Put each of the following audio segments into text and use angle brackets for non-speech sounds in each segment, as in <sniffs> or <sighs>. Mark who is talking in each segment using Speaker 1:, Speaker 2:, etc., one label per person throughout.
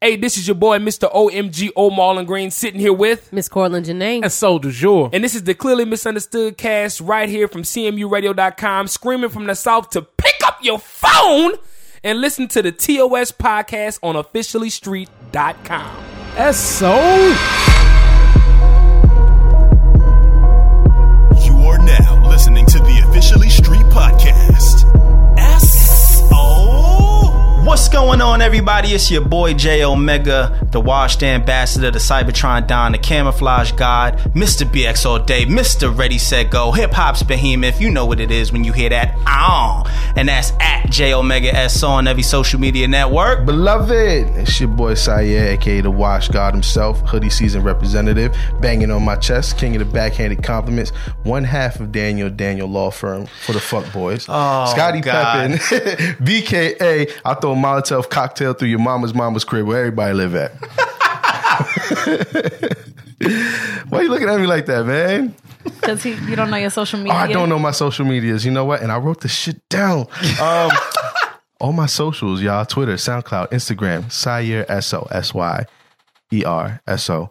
Speaker 1: Hey, this is your boy, Mr. OMG O Marlon Green, sitting here with.
Speaker 2: Miss Cortland
Speaker 1: É
Speaker 2: Janae.
Speaker 3: And so does your.
Speaker 1: And this is the clearly misunderstood cast right here from CMURadio.com, screaming from the South to pick up your phone and listen to the TOS podcast on officiallystreet.com.
Speaker 3: And so.
Speaker 4: You are now listening to the Officially Street Podcast. S-O.
Speaker 5: What's going on, everybody? It's your boy J Omega, the washed ambassador, the Cybertron Don, the camouflage god, Mr. BX all day, Mr. Ready Set Go, hip hop's behemoth. You know what it is when you hear that on. And that's at J Omega S on every social media network.
Speaker 6: Beloved, it's your boy Syed, aka the Wash God himself, hoodie season representative, banging on my chest, king of the backhanded compliments, one half of Daniel Daniel Law Firm for the fuck boys. Oh, Scotty
Speaker 5: God.
Speaker 6: Peppin, <laughs> BKA, I throw a Molotov cocktail through your mama's mama's crib where everybody live at. <laughs> Why you looking at me like that, man?
Speaker 7: Because you don't know your social media.
Speaker 6: Oh, I don't know my social medias. You know what? And I wrote this shit
Speaker 5: <laughs>
Speaker 6: down. Um, all my socials, y'all Twitter, SoundCloud, Instagram, Sire S O S Y E R S O.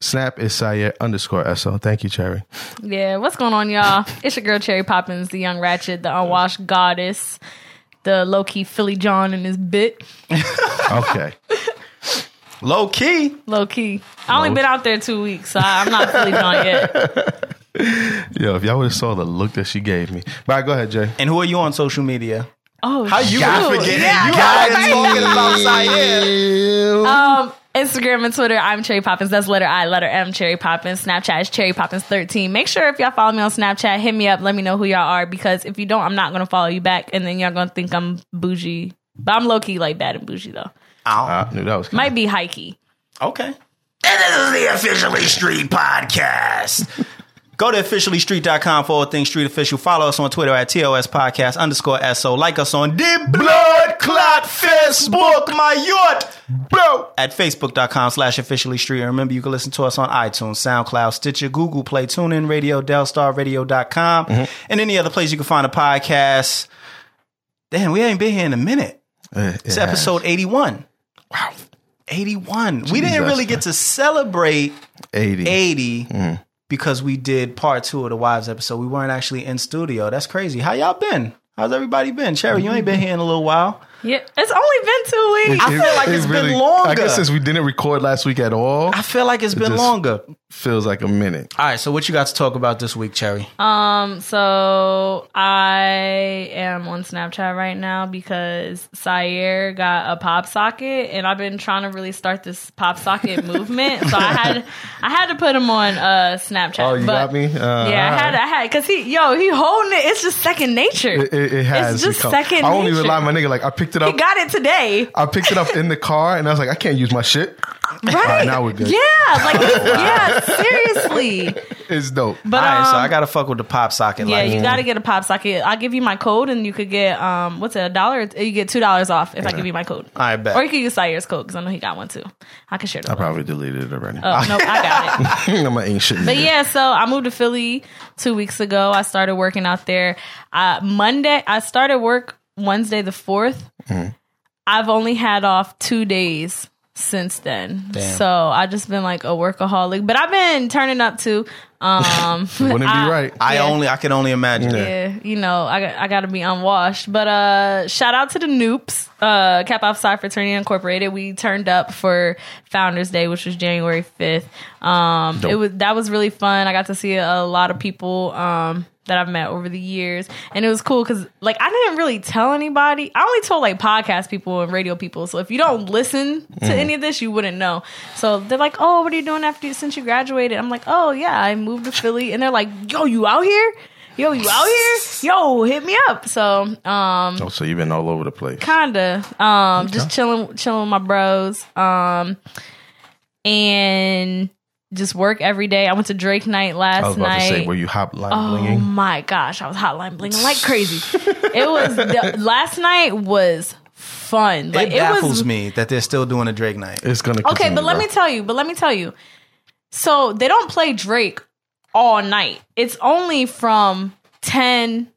Speaker 6: Snap is Sire underscore S O. Thank you, Cherry.
Speaker 7: Yeah, what's going on, y'all? It's your girl Cherry Poppins, the young ratchet, the unwashed goddess, the low key Philly John in this bit.
Speaker 5: <laughs>
Speaker 6: Okay.
Speaker 5: Low key.
Speaker 7: Low key. I only been out there two weeks, so I- I'm not Philly John
Speaker 6: <laughs>
Speaker 7: yet.
Speaker 6: Yo, if y'all would have saw the look that she gave me. But go ahead, Jay.
Speaker 5: And who are you on social media?
Speaker 7: Oh,
Speaker 5: How you
Speaker 7: shoot.
Speaker 5: forgetting?
Speaker 7: Yeah,
Speaker 5: you
Speaker 7: I
Speaker 5: already talking about Syed.
Speaker 7: Um, Instagram and Twitter, I'm Cherry Poppins. That's letter I, letter M, Cherry Poppins. Snapchat is Cherry Poppins 13. Make sure if y'all follow me on Snapchat, hit me up. Let me know who y'all are because if you don't, I'm not going to follow you back and then y'all going to think I'm bougie. But I'm low key like bad and bougie though. Uh,
Speaker 6: I knew that was coming.
Speaker 7: Might be high key.
Speaker 5: Okay. And this is the Officially Street Podcast. <laughs> Go to officiallystreet.com for all things street official. Follow us on Twitter at TOS Podcast underscore SO. Like us on the Blood Clot Facebook, my yacht, bro. At facebook.com slash officially street. And remember, you can listen to us on iTunes, SoundCloud, Stitcher, Google Play, TuneIn Radio, DelstarRadio.com, and any other place you can find a podcast. Damn, we ain't been here in a minute.
Speaker 6: Eh,
Speaker 5: It's
Speaker 6: yeah.
Speaker 5: episode 81. Wow. 81. We didn't
Speaker 6: Jesus.
Speaker 5: really get to celebrate
Speaker 6: 80.
Speaker 5: 80 because we did part two of the Wives episode. We weren't actually in studio. That's crazy. How y'all been? How's everybody been? Cherry, you ain't been here in a little while.
Speaker 7: Yeah, it's only been two weeks.
Speaker 5: I feel like
Speaker 6: it's
Speaker 5: it's been longer.
Speaker 6: I guess since we didn't record last week at all,
Speaker 5: I feel like it's been
Speaker 6: Just-
Speaker 5: longer.
Speaker 6: feels like a minute.
Speaker 5: All right, so what you got to talk about this week, Cherry?
Speaker 7: Um, so I am on Snapchat right now because Sire got a pop socket, and I've been trying to really start this
Speaker 6: <laughs>
Speaker 7: pop socket movement. So I had I had to put him on uh Snapchat.
Speaker 6: Oh, you
Speaker 7: but-
Speaker 6: got me? Uh,
Speaker 7: Yeah, I
Speaker 6: all
Speaker 7: had I had because he yo he holding it. It's just second nature.
Speaker 6: It, it- it has.
Speaker 7: just
Speaker 6: become-
Speaker 7: second
Speaker 6: I won't even
Speaker 7: nature.
Speaker 6: lie, my nigga. Like I picked it
Speaker 7: He
Speaker 6: up.
Speaker 7: got it today,
Speaker 6: I picked it up in the car, and I was like, I can't use my shit.
Speaker 7: right?
Speaker 6: now we're good.
Speaker 7: Yeah,
Speaker 6: <laughs>
Speaker 7: like yeah, seriously.
Speaker 6: It's dope.
Speaker 5: All
Speaker 7: But
Speaker 5: right, so
Speaker 7: um,
Speaker 5: I got to fuck with the pop socket.
Speaker 7: Yeah,
Speaker 5: like,
Speaker 7: you got to get a pop socket. I'll give you my code, and you could get um, what's it, a dollar? You get two dollars off if I give you my code.
Speaker 5: I bet.
Speaker 7: Or you could use Sire's code because I know he got one too. I could share that. Oh
Speaker 6: probably deleted it already.
Speaker 7: no, I
Speaker 5: <laughs>
Speaker 7: got
Speaker 6: <laughs>
Speaker 7: it.
Speaker 6: I'm an ain't shit.
Speaker 7: But yeah, so I moved to Philly two weeks ago. I started working out there. Uh, Monday, I started work Wednesday the 4th
Speaker 5: Mm-hmm.
Speaker 7: I've only had off two days since then, so I just been like a workaholic. But I've been turning up too. Um,
Speaker 6: Wouldn't
Speaker 7: I-
Speaker 6: be right.
Speaker 5: I only, I can only imagine.
Speaker 6: Yeah.
Speaker 7: yeah, you know, I, got- I got to be unwashed. But uh, shout out to the Noops, uh, Cap Alpha Psi Fraternity Incorporated. We turned up for Founders Day, which was January fifth. Um, it was that was really fun. I got to see a lot of people um, that I've met over the years, and it was cool because like I didn't really tell anybody. I only told like podcast people and radio people. So if you don't listen to any of this, you wouldn't know. So they're like, "Oh, what are you doing after you, since you graduated?" I'm like, "Oh yeah, I moved to Philly," and they're like, "Yo, you out here?" yo, you out here? Yo, hit me up. So, um,
Speaker 6: Oh, so you've been all over the place.
Speaker 7: kinda, um, just chilling, chilling with my bros, um, and just work every day. I went to Drake night last
Speaker 6: I was about
Speaker 7: night.
Speaker 6: to say, were you hot line
Speaker 7: Oh
Speaker 6: blinging?
Speaker 7: my gosh, I was hotline
Speaker 6: <laughs>
Speaker 7: blinging like crazy. it was the, last night was fun. Like
Speaker 5: It baffles
Speaker 7: was
Speaker 5: me that they're still doing a Drake night.
Speaker 6: It's gonna
Speaker 7: Okay,
Speaker 6: continue,
Speaker 7: but let
Speaker 6: bro.
Speaker 7: me tell you, but let me tell you. So they don't play Drake all night. It's only from 10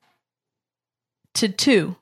Speaker 7: to 2.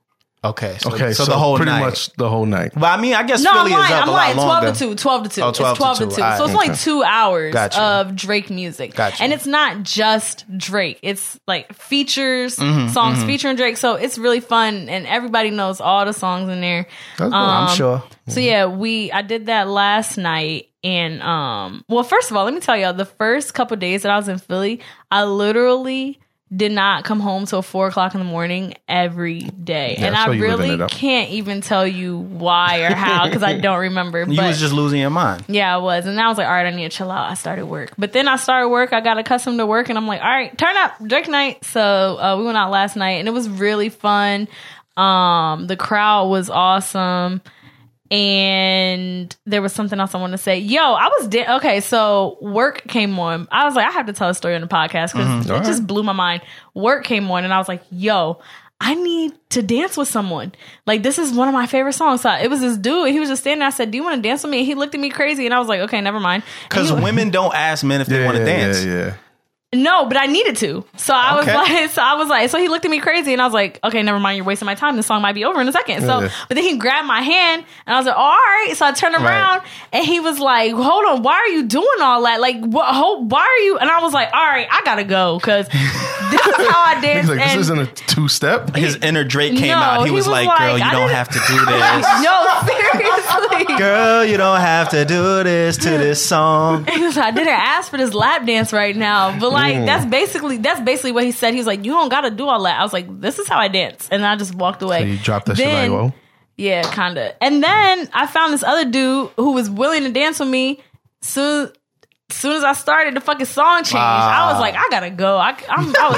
Speaker 5: Okay. So,
Speaker 6: Okay,
Speaker 5: So, the whole
Speaker 6: pretty
Speaker 5: night.
Speaker 6: much the whole night.
Speaker 5: But I mean, I guess
Speaker 7: No, I'm
Speaker 5: Philly is
Speaker 7: lying.
Speaker 5: up
Speaker 7: I'm
Speaker 5: a
Speaker 7: lying.
Speaker 5: lot longer.
Speaker 7: 12 to 2. 12 to 2.
Speaker 5: Oh, 12
Speaker 7: it's 12
Speaker 5: to
Speaker 7: to
Speaker 5: 2.
Speaker 7: 2.
Speaker 5: All
Speaker 7: So it's
Speaker 5: right.
Speaker 7: only two hours
Speaker 5: Gotcha.
Speaker 7: of Drake music.
Speaker 5: Gotcha.
Speaker 7: And it's not just Drake, it's like features,
Speaker 5: Mm-hmm,
Speaker 7: songs featuring Drake. So it's really fun. And everybody knows all the songs in there.
Speaker 6: That's good.
Speaker 5: I'm
Speaker 7: Um,
Speaker 5: sure.
Speaker 7: So yeah, we I did that last night and um well first of all, let me tell y'all the first couple days that I was in Philly, I literally did not come home till four o'clock in the morning every day,
Speaker 6: Yeah,
Speaker 7: and
Speaker 6: that's
Speaker 7: I
Speaker 6: how you living
Speaker 7: really
Speaker 6: it up.
Speaker 7: can't even tell you why or how because I
Speaker 6: <laughs>
Speaker 7: don't remember.
Speaker 5: You
Speaker 7: but
Speaker 5: was just losing your mind.
Speaker 7: yeah, I was, and I was like, all right, I need to chill out. I started work, but then I started work. I got accustomed to work, and I'm like, all right, turn up Drake night. So uh, we went out last night, and it was really fun. Um, the crowd was awesome, and there was something else I want to say. Yo, I was da- okay. So work came on. I was like, I have to tell a story on the podcast because it
Speaker 6: Mm-hmm. All
Speaker 7: just
Speaker 6: right.
Speaker 7: blew my mind. Work came on, and I was like, yo. I need to dance with someone. Like this is one of my favorite songs. So it was this dude. He was just standing. there. I said, "Do you want to dance with me?" And he looked at me crazy, and I was like, "Okay, never mind." And
Speaker 5: Because
Speaker 7: he-
Speaker 5: women don't ask men if they want to
Speaker 6: yeah,
Speaker 5: dance.
Speaker 6: Yeah, yeah.
Speaker 7: no, but I needed to. So I
Speaker 5: Okay.
Speaker 7: was like, <laughs> so I was like, so he looked at me crazy, and I was like, "Okay, never mind. You're wasting my time. This song might be over in a second. So,
Speaker 6: Yeah.
Speaker 7: but then he grabbed my hand, and I was like, "All right." So I turned around, and he was like, "Hold on, why are you doing all that? Like, what? Ho, why are you?" And I was like, "All right, I gotta
Speaker 6: <laughs>
Speaker 7: go because this is how I dance."
Speaker 6: He's like,
Speaker 7: and
Speaker 6: this isn't a two step.
Speaker 7: <laughs>
Speaker 5: His inner Drake came
Speaker 7: No,
Speaker 5: out. He, was, like, "Girl, you
Speaker 7: I
Speaker 5: don't
Speaker 7: didn't-
Speaker 5: have to
Speaker 7: <laughs>
Speaker 5: do this.
Speaker 7: no, seriously.
Speaker 5: Girl, you don't have to do this to
Speaker 7: <laughs>
Speaker 5: this song."
Speaker 7: Because <laughs> I didn't ask for this lap dance right now, but like
Speaker 6: Mm.
Speaker 7: that's basically that's basically what he said. He's like, "You don't gotta do all that." I was like, "This is how I dance," and I just walked away.
Speaker 6: You drop that
Speaker 7: Then-
Speaker 6: shit like, whoa.
Speaker 7: yeah, kinda. And then I found this other dude who was willing to dance with me. Soon, soon as I started, the fucking song changed. I was like, "I gotta go." I, I'm, I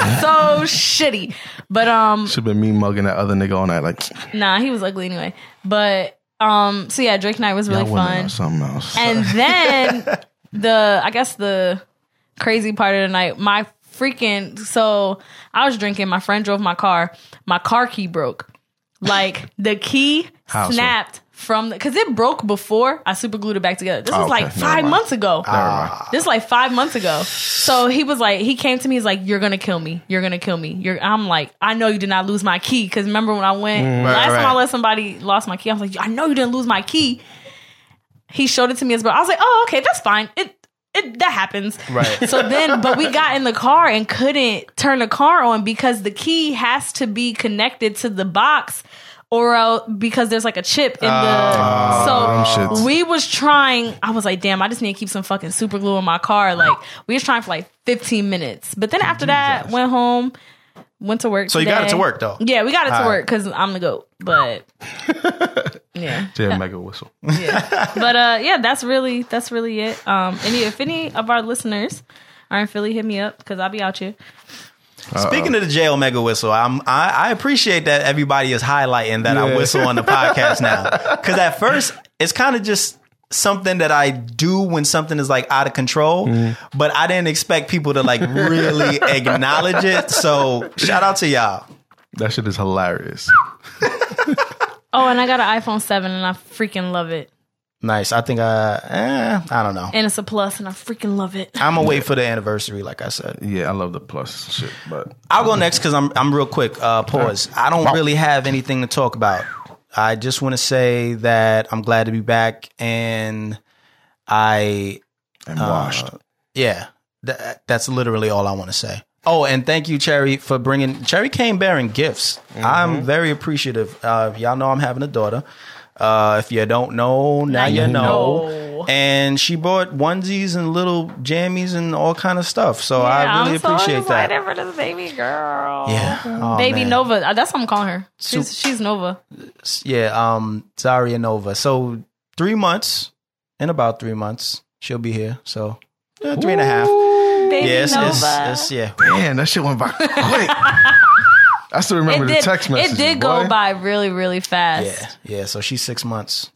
Speaker 7: was so shitty, but um,
Speaker 6: Should been me mugging that other nigga all night. Like,
Speaker 7: nah, he was ugly anyway. But um, so yeah, Drake night was
Speaker 6: I
Speaker 7: really
Speaker 6: women
Speaker 7: fun.
Speaker 6: or something else. <laughs>
Speaker 7: And then the I guess the crazy part of the night, my freaking so I was drinking, my friend drove my car, my car key broke. Like the key
Speaker 6: <laughs> How so?
Speaker 7: snapped from the cause it broke before I super glued it back together. This was
Speaker 6: Oh, okay.
Speaker 7: like
Speaker 6: Never
Speaker 7: five
Speaker 6: mind.
Speaker 7: months ago.
Speaker 6: Never mind.
Speaker 5: Ah.
Speaker 7: This is like five months ago. So he was like, he came to me. He's like, "You're gonna kill me. You're gonna kill me." You're. I'm like, I know you did not lose my key because remember when I went last time I
Speaker 5: Mm. right.
Speaker 7: let somebody lost my key. I was like, I know you didn't lose my key. He showed it to me as well. I was like, oh okay, that's fine. It. It, that happens.
Speaker 5: Right.
Speaker 7: So then, but we got in the car and couldn't turn the car on because the key has to be connected to the box, or else because there's like a chip in the.
Speaker 5: Ah,
Speaker 7: so
Speaker 6: them shits.
Speaker 7: we was trying. I was like, damn, I just need to keep some fucking super glue in my car. Like we was trying for like 15 minutes, but then after that, went home, went to work.
Speaker 5: So you got it to
Speaker 7: today.
Speaker 5: work, though?
Speaker 7: Yeah, we got it to
Speaker 5: Alright.
Speaker 7: work because I'm the goat.
Speaker 5: <laughs>
Speaker 7: But yeah, <laughs>
Speaker 6: Yeah, mega whistle.
Speaker 7: but uh, yeah, that's really that's really it. Um, any if any of our listeners. are in Philly, hit me up because I'll be out here.
Speaker 5: Speaking of the J Omega whistle, I'm, I, I appreciate that everybody is highlighting that I
Speaker 6: Yeah.
Speaker 5: whistle on the podcast <laughs> now. Because at first, it's kind of just something that I do when something is like out of control, but I didn't expect people to like <laughs> really acknowledge it. So shout out to y'all.
Speaker 6: That shit is hilarious.
Speaker 7: Oh, and I got an iPhone 7 and I freaking love it.
Speaker 5: Nice. I think I, eh, I don't know.
Speaker 7: And it's a plus and I freaking love it.
Speaker 5: I'm gonna wait for the anniversary, like I said.
Speaker 6: Yeah, I love the plus shit, but
Speaker 5: I'll go next because I'm I'm real quick. Uh, pause. I don't really have anything to talk about. I just want to say that I'm glad to be back, and I
Speaker 6: and
Speaker 7: Oh,
Speaker 6: washed.
Speaker 5: yeah, tha- that's literally all I want to say. Oh, and thank you, Cherry, for bringing. Cherry came bearing gifts. I'm very appreciative. Uh, y'all know I'm having a daughter. Uh, if you don't know, now you know.
Speaker 7: know.
Speaker 5: And she bought onesies and little jammies and all kind of stuff. So
Speaker 7: <laughs> Yeah,
Speaker 5: I really
Speaker 7: I'm so
Speaker 5: appreciate that.
Speaker 7: excited for this baby girl.
Speaker 5: Yeah, Oh,
Speaker 7: baby
Speaker 5: man.
Speaker 7: Nova. Uh, That's what I'm calling her. She's she's Nova.
Speaker 5: Yeah, um, Zaria Nova. So three months, in about three months, she'll be here. So eh, three and a half.
Speaker 7: Baby
Speaker 5: Yeah, it's,
Speaker 7: Nova.
Speaker 5: it's, it's- yeah.
Speaker 6: Man, that shit went
Speaker 7: <laughs>
Speaker 6: by quick. I still remember
Speaker 7: it
Speaker 6: the
Speaker 7: did,
Speaker 6: text message.
Speaker 7: it did go by really, really fast.
Speaker 5: Yeah, yeah. So she's six months.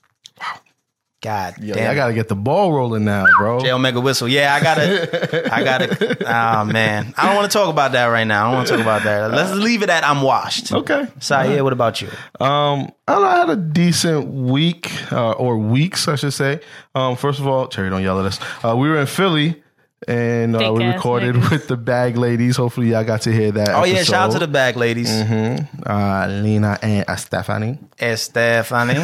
Speaker 5: God
Speaker 6: Yo,
Speaker 5: damn.
Speaker 6: I gotta get the ball rolling now, bro.
Speaker 5: J Omega Whistle. Yeah, I gotta I gotta <laughs> oh man. I don't wanna talk about that right now. I don't wanna talk about that. Let's leave it at I'm washed.
Speaker 6: Okay.
Speaker 5: Saeed, what about you?
Speaker 6: Um, I, don't know, I had a decent week uh, or weeks, I should say. Um, first of all, Terry, don't yell at us. Uh, we were in Philly and uh, we
Speaker 7: Fake-ass
Speaker 6: recorded
Speaker 7: niggas.
Speaker 6: with the bag ladies. Hopefully, y'all got to hear that.
Speaker 5: Oh yeah, shout out to the back ladies.
Speaker 6: uh, Lena and uh, Stephanie.
Speaker 5: Estefany.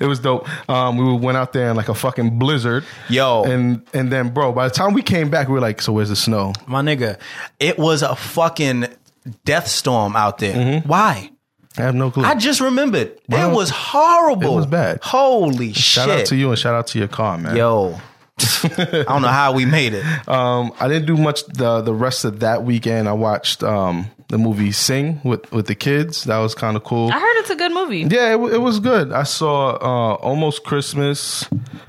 Speaker 6: It was dope. Um, we went out there in like a fucking blizzard.
Speaker 5: Yo.
Speaker 6: and and then bro, by the time we came back, we were like, so where's the snow?
Speaker 5: My nigga, it was a fucking death storm out there. Why?
Speaker 6: I have no clue.
Speaker 5: I just remembered.
Speaker 6: Mm-hmm. Well,
Speaker 5: it was horrible.
Speaker 6: it was bad.
Speaker 5: Holy shit.
Speaker 6: shout out to you and shout out to your car, man. <laughs>
Speaker 5: Yo. I don't know how we made it.
Speaker 6: Um, I didn't do much the the rest of that weekend. I watched um the movie Sing with with the kids. That was kind of cool.
Speaker 7: I heard it's a good movie.
Speaker 6: Yeah, it, wa- it was good. I saw uh, almost Christmas.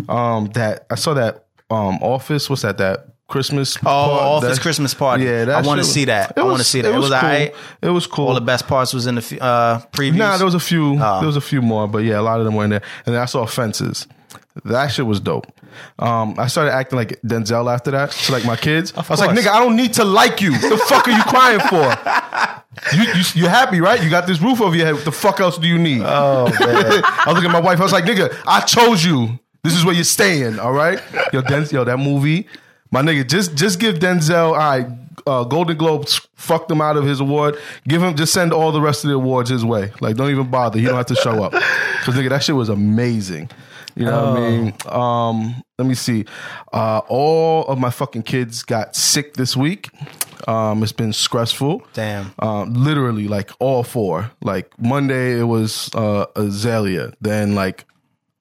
Speaker 6: Um, that I saw that um Office. What's that? That Christmas. Oh,
Speaker 5: Office Christmas Party.
Speaker 6: Yeah,
Speaker 5: I wanna
Speaker 6: shit-
Speaker 5: see that. I wanna see that. It was
Speaker 6: cool.
Speaker 5: alright?
Speaker 6: It was cool.
Speaker 5: All the best parts was in the f- uh, previews. Ah.
Speaker 6: Nah, there was a few. There was a few more, but yeah, a lot of them were in there. And then I saw Fences. That shit was dope. Um, I started acting like Denzel after that. So like my kids, I was like,
Speaker 5: course.
Speaker 6: "Nigga, I don't need to like you. The fuck are you crying for?
Speaker 5: <laughs>
Speaker 6: You, you you happy, right? You got this roof over your head. What the fuck else do you need?" Oh man. <laughs> I look at my wife. I was like, "Nigga, I chose you. This is where you're staying. All right, yo, Den- yo, that movie, my nigga. Just just give Denzel. All right, uh, Golden Globes fucked him out of his award. Give him just send all the rest of the awards his way. Like, don't even bother. He don't have to show up. Cause nigga, that shit was amazing. You know what I mean? Um, let me see. Uh, all of my fucking kids got sick this week. Um, it's been stressful.
Speaker 5: Damn.
Speaker 6: Um, literally, like all four. Like Monday, it was uh, Azalea. Then like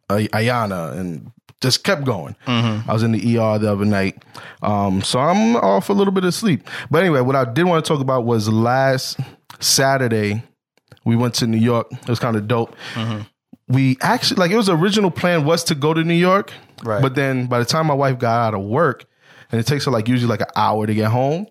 Speaker 6: Ay- Ayana, and just kept going. I was in the ER the other night, um, so I'm off a little bit of sleep. But anyway, what I did want to talk about was last Saturday we went to New York. It was kind of dope. We actually like it was the original plan was to go to New York,
Speaker 5: Right.
Speaker 6: But then by the time my wife got out of work, and it takes her like usually like an hour to get home,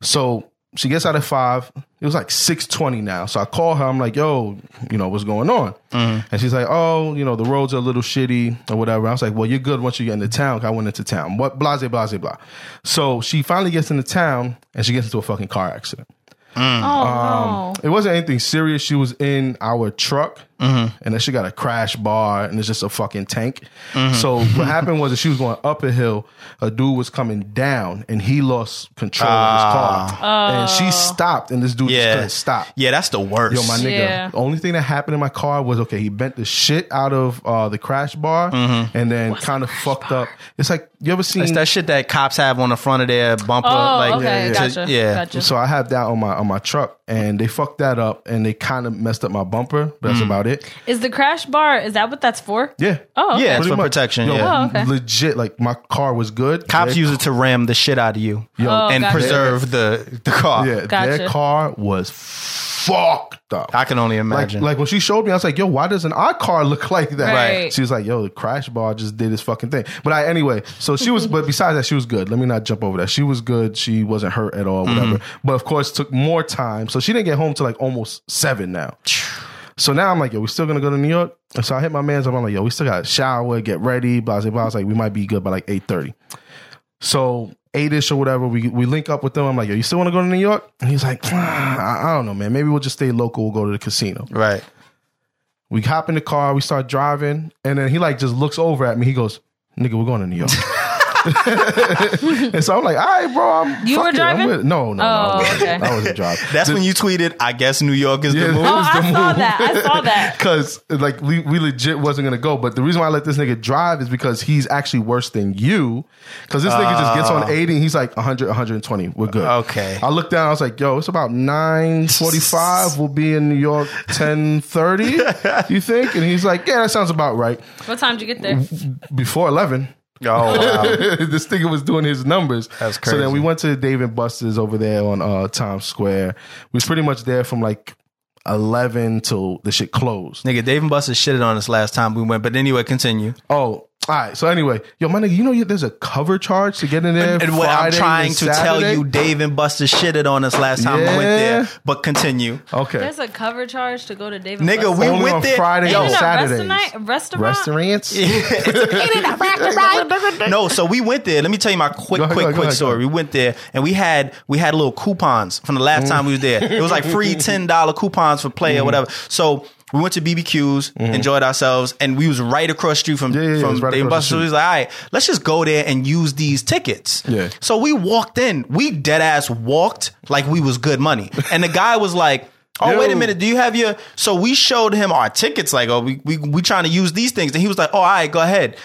Speaker 6: so she gets out at five. It was like six twenty now. So I call her. I'm like, "Yo, you know what's going on?" And she's like, "Oh, you know the roads are a little shitty or whatever." I was like, "Well, you're good once you get into town." 'cause I went into town. What? Blah blah blah blah. So she finally gets into town and she gets into a fucking car accident.
Speaker 5: um,
Speaker 7: Oh no.
Speaker 6: It wasn't anything serious. She was in our truck,
Speaker 5: Mm-hmm.
Speaker 6: and then she got a crash bar, and it's just a fucking tank.
Speaker 5: Mm-hmm.
Speaker 6: So what happened was that she was going up a hill. A dude was coming down, and he lost control of his car, and
Speaker 7: Oh.
Speaker 6: she stopped, and this dude just
Speaker 5: Ah. yeah.
Speaker 6: couldn't stop.
Speaker 5: Yeah, that's the worst.
Speaker 6: Yo, my nigga.
Speaker 7: Yeah.
Speaker 6: The only thing that happened in my car was okay. He bent the shit out of uh, the crash bar, and then kind of fucked up. It's like you ever seen
Speaker 5: Mm-hmm. It's that shit that cops have on the front of their bumper.
Speaker 7: Oh,
Speaker 5: like,
Speaker 7: okay,
Speaker 5: to-
Speaker 7: gotcha.
Speaker 5: yeah.
Speaker 7: gotcha.
Speaker 6: So I have that on my on my truck, and they fucked that up, and they kind of messed up my bumper. But
Speaker 5: Mm.
Speaker 6: that's about it.
Speaker 7: Is the crash bar? Is that what that's for?
Speaker 6: Yeah.
Speaker 7: Oh, okay.
Speaker 5: Yeah, it's
Speaker 6: Pretty
Speaker 5: for
Speaker 6: much.
Speaker 5: protection.
Speaker 6: Yo,
Speaker 5: yeah.
Speaker 7: Oh, okay.
Speaker 6: Legit, like my car was good.
Speaker 5: Cops
Speaker 6: Their-
Speaker 5: use it to ram the shit out of you
Speaker 7: Oh,
Speaker 5: and
Speaker 7: gotcha.
Speaker 5: preserve the, the car.
Speaker 6: Yeah,
Speaker 7: Gotcha.
Speaker 6: their car was fucked up.
Speaker 5: I can only
Speaker 6: like,
Speaker 5: imagine.
Speaker 6: like when she showed me, I was like, "Yo, why doesn't our car look like that?"
Speaker 7: Right.
Speaker 6: She was like, "Yo, the crash bar just did his fucking thing." But I anyway, so she was. but besides that, she was good. Let me not jump over that. She was good. She wasn't hurt at all. Whatever. But of course, took more time. So she didn't get home till like almost seven now. So now I'm like, yo, we still gonna go to New York. And so I hit my man's up. I'm like, yo, we still gotta shower, get ready, blah blah blah. I was like, we might be good by like eight thirty. So eight ish or whatever, we we link up with them. I'm like, yo, you still want to go to New York? And he's like, "Ah, I, I don't know, man. Maybe we'll just stay local. We'll go to the casino.
Speaker 5: right.
Speaker 6: We hop in the car, we start driving, and then he like just looks over at me. He goes, "Nigga, we're going to New York." <laughs> and so I'm like, "All right, bro, I'm
Speaker 7: You
Speaker 6: fuck
Speaker 7: were
Speaker 6: it, I'm
Speaker 7: driving?
Speaker 6: with it." No, no, no, I
Speaker 7: Oh,
Speaker 6: wasn't.
Speaker 7: okay.
Speaker 6: I wasn't driving.
Speaker 5: That's when you tweeted, I guess New York is
Speaker 6: Yeah.
Speaker 5: the move.
Speaker 6: <laughs>
Speaker 7: Oh, I saw that. I saw that.
Speaker 6: Because like we, we legit wasn't gonna go, but the reason why I let this nigga drive is because he's actually worse than you. Because this nigga just gets on eighty, and he's like 100, 120. We're good.
Speaker 5: Okay.
Speaker 6: I looked down. I was like, "Yo, it's about nine forty-five. We'll be in New York ten thirty. you think?" And he's like, "Yeah, that sounds about right."
Speaker 7: What time did you get there?
Speaker 6: Before eleven,
Speaker 5: Oh, wow.
Speaker 6: <laughs> this nigga was doing his numbers.
Speaker 5: That's
Speaker 6: So then
Speaker 5: crazy.
Speaker 6: we went to Dave and Buster's over there on uh, Times Square. We was pretty much there from like eleven till the shit closed.
Speaker 5: Nigga, Dave and Buster shitted on us last time we went, but anyway, continue.
Speaker 6: Oh, all right. So anyway, yo, my nigga, you know you, there's a cover charge to get in there.
Speaker 5: And what I'm
Speaker 6: Friday
Speaker 5: trying to tell
Speaker 6: Saturday?
Speaker 5: you, Dave and Buster shitted on us last time we went
Speaker 6: Yeah.
Speaker 5: there, but continue.
Speaker 6: Okay.
Speaker 7: There's a cover charge to go to David.
Speaker 5: Nigga,
Speaker 7: Buster's.
Speaker 5: we
Speaker 6: Only
Speaker 5: went
Speaker 6: on
Speaker 5: there.
Speaker 6: Friday
Speaker 5: Yo.
Speaker 6: and
Speaker 5: Isn't it a
Speaker 6: Saturdays.
Speaker 7: restaurant- restaurant?
Speaker 6: Restaurants?
Speaker 7: <laughs>
Speaker 5: no, so we went there. Let me tell you my quick,
Speaker 6: ahead, go
Speaker 5: quick,
Speaker 6: ahead, go
Speaker 5: quick
Speaker 6: ahead.
Speaker 5: story. We went there and we had we had
Speaker 6: <laughs> Mm-hmm.
Speaker 5: little coupons from the last time we was there. It was like free ten dollar coupons for play or whatever. So We went to BBQs, enjoyed ourselves, and we was right across the street from
Speaker 6: Yeah, yeah, yeah, it
Speaker 5: from
Speaker 6: was right
Speaker 5: Dave and
Speaker 6: across
Speaker 5: Buster's. So
Speaker 6: the street.
Speaker 5: we was like, all right, let's just go there and use these tickets.
Speaker 6: Yeah.
Speaker 5: So we walked in. We dead ass walked like we was good money, and the guy was like. Oh wait a
Speaker 6: Yo.
Speaker 5: minute! Do you have your? So we showed him our tickets. Like, oh, we we we trying to use these things, and he was like, "Oh, all right, go ahead,"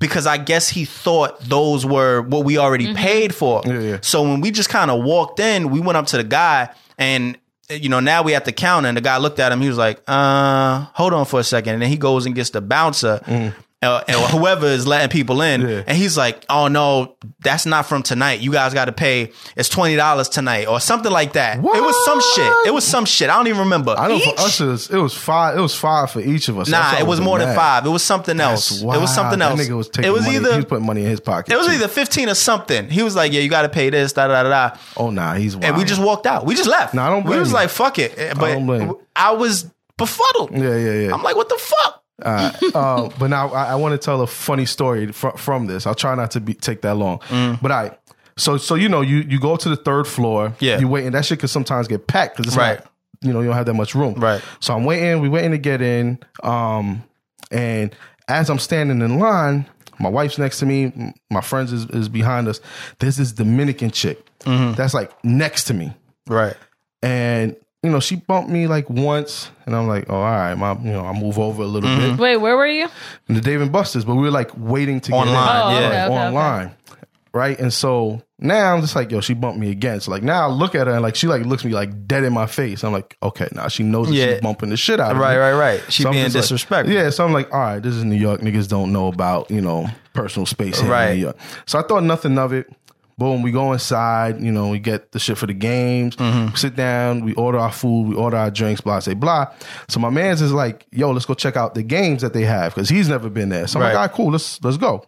Speaker 5: because I guess he thought those were what we already paid for.
Speaker 6: yeah.
Speaker 5: So when we just kind of walked in, we went up to the guy and you know, now we at the counter and the guy looked at him, he was like, uh, hold on for a second. And then he goes and gets the bouncer. uh, and whoever is letting people in,
Speaker 6: Mm. Yeah.
Speaker 5: and he's like, "Oh no, that's not from tonight. You guys got to pay. It's twenty dollars tonight, or something like that. It was some shit. It was some shit. I don't even remember.
Speaker 6: I know for us it was, it was five. It was five for each of us. That's
Speaker 5: nah,
Speaker 6: why
Speaker 5: it
Speaker 6: I
Speaker 5: was
Speaker 6: wasn't
Speaker 5: more than
Speaker 6: mad.
Speaker 5: five. It was something else.
Speaker 6: That's
Speaker 5: It was something
Speaker 6: wild.
Speaker 5: else.
Speaker 6: That nigga was taking
Speaker 5: it was
Speaker 6: money.
Speaker 5: either
Speaker 6: he was putting money in his pocket.
Speaker 5: it was
Speaker 6: too.
Speaker 5: either fifteen or something. He was like, "Yeah, you got to pay this." Da da da da.
Speaker 6: Oh nah, he's wild.
Speaker 5: and we just walked out. We just left.
Speaker 6: No, I don't
Speaker 5: We
Speaker 6: blame
Speaker 5: was
Speaker 6: you.
Speaker 5: like, fuck it. Eh, But I,
Speaker 6: don't blame you.
Speaker 5: was befuddled.
Speaker 6: Yeah, yeah, yeah.
Speaker 5: I'm like, what the fuck?
Speaker 6: uh, but now I, I want to tell a funny story fr- from this. I'll try not to be, take that long.
Speaker 5: Mm.
Speaker 6: But I so so you know you you go to the third floor.
Speaker 5: Yeah.
Speaker 6: you wait and that shit can sometimes get packed because it's
Speaker 5: Right.
Speaker 6: right. you know you don't have that much room.
Speaker 5: Right.
Speaker 6: So I'm waiting. We waiting to get in. Um, and as I'm standing in line, my wife's next to me. m- My friends is, is behind us. There's this Dominican chick
Speaker 5: Mm-hmm.
Speaker 6: that's like next to me
Speaker 5: Right.
Speaker 6: and. You know, she bumped me like once, and I'm like, "Oh, all right, my, you know, I move over a little
Speaker 5: Mm-hmm.
Speaker 6: bit."
Speaker 7: Wait, where were you?
Speaker 6: and the Dave and Buster's, but we were like waiting to get in.
Speaker 5: Online,
Speaker 7: Oh,
Speaker 5: yeah.
Speaker 7: okay, okay,
Speaker 6: online, right? And so now I'm just like, yo, she bumped me again. So like now I look at her and like she like looks me like dead in my face. I'm like, okay, now she knows that
Speaker 5: Yeah.
Speaker 6: she's bumping the shit out of
Speaker 5: Right,
Speaker 6: me.
Speaker 5: right, right. She
Speaker 6: I'm
Speaker 5: being
Speaker 6: just like-
Speaker 5: disrespectful.
Speaker 6: yeah, so I'm like, all right, this is New York. Niggas don't know about you know personal space here
Speaker 5: Right.
Speaker 6: in New York. So I thought nothing of it. Boom, we go inside. You know, we get the shit for the games. we sit down. We order our food. We order our drinks. Blah, say blah. So my man's is like, yo, let's go check out the games that they have because he's never been there. So I'm
Speaker 5: Right.
Speaker 6: like, all right, cool. Let's let's go.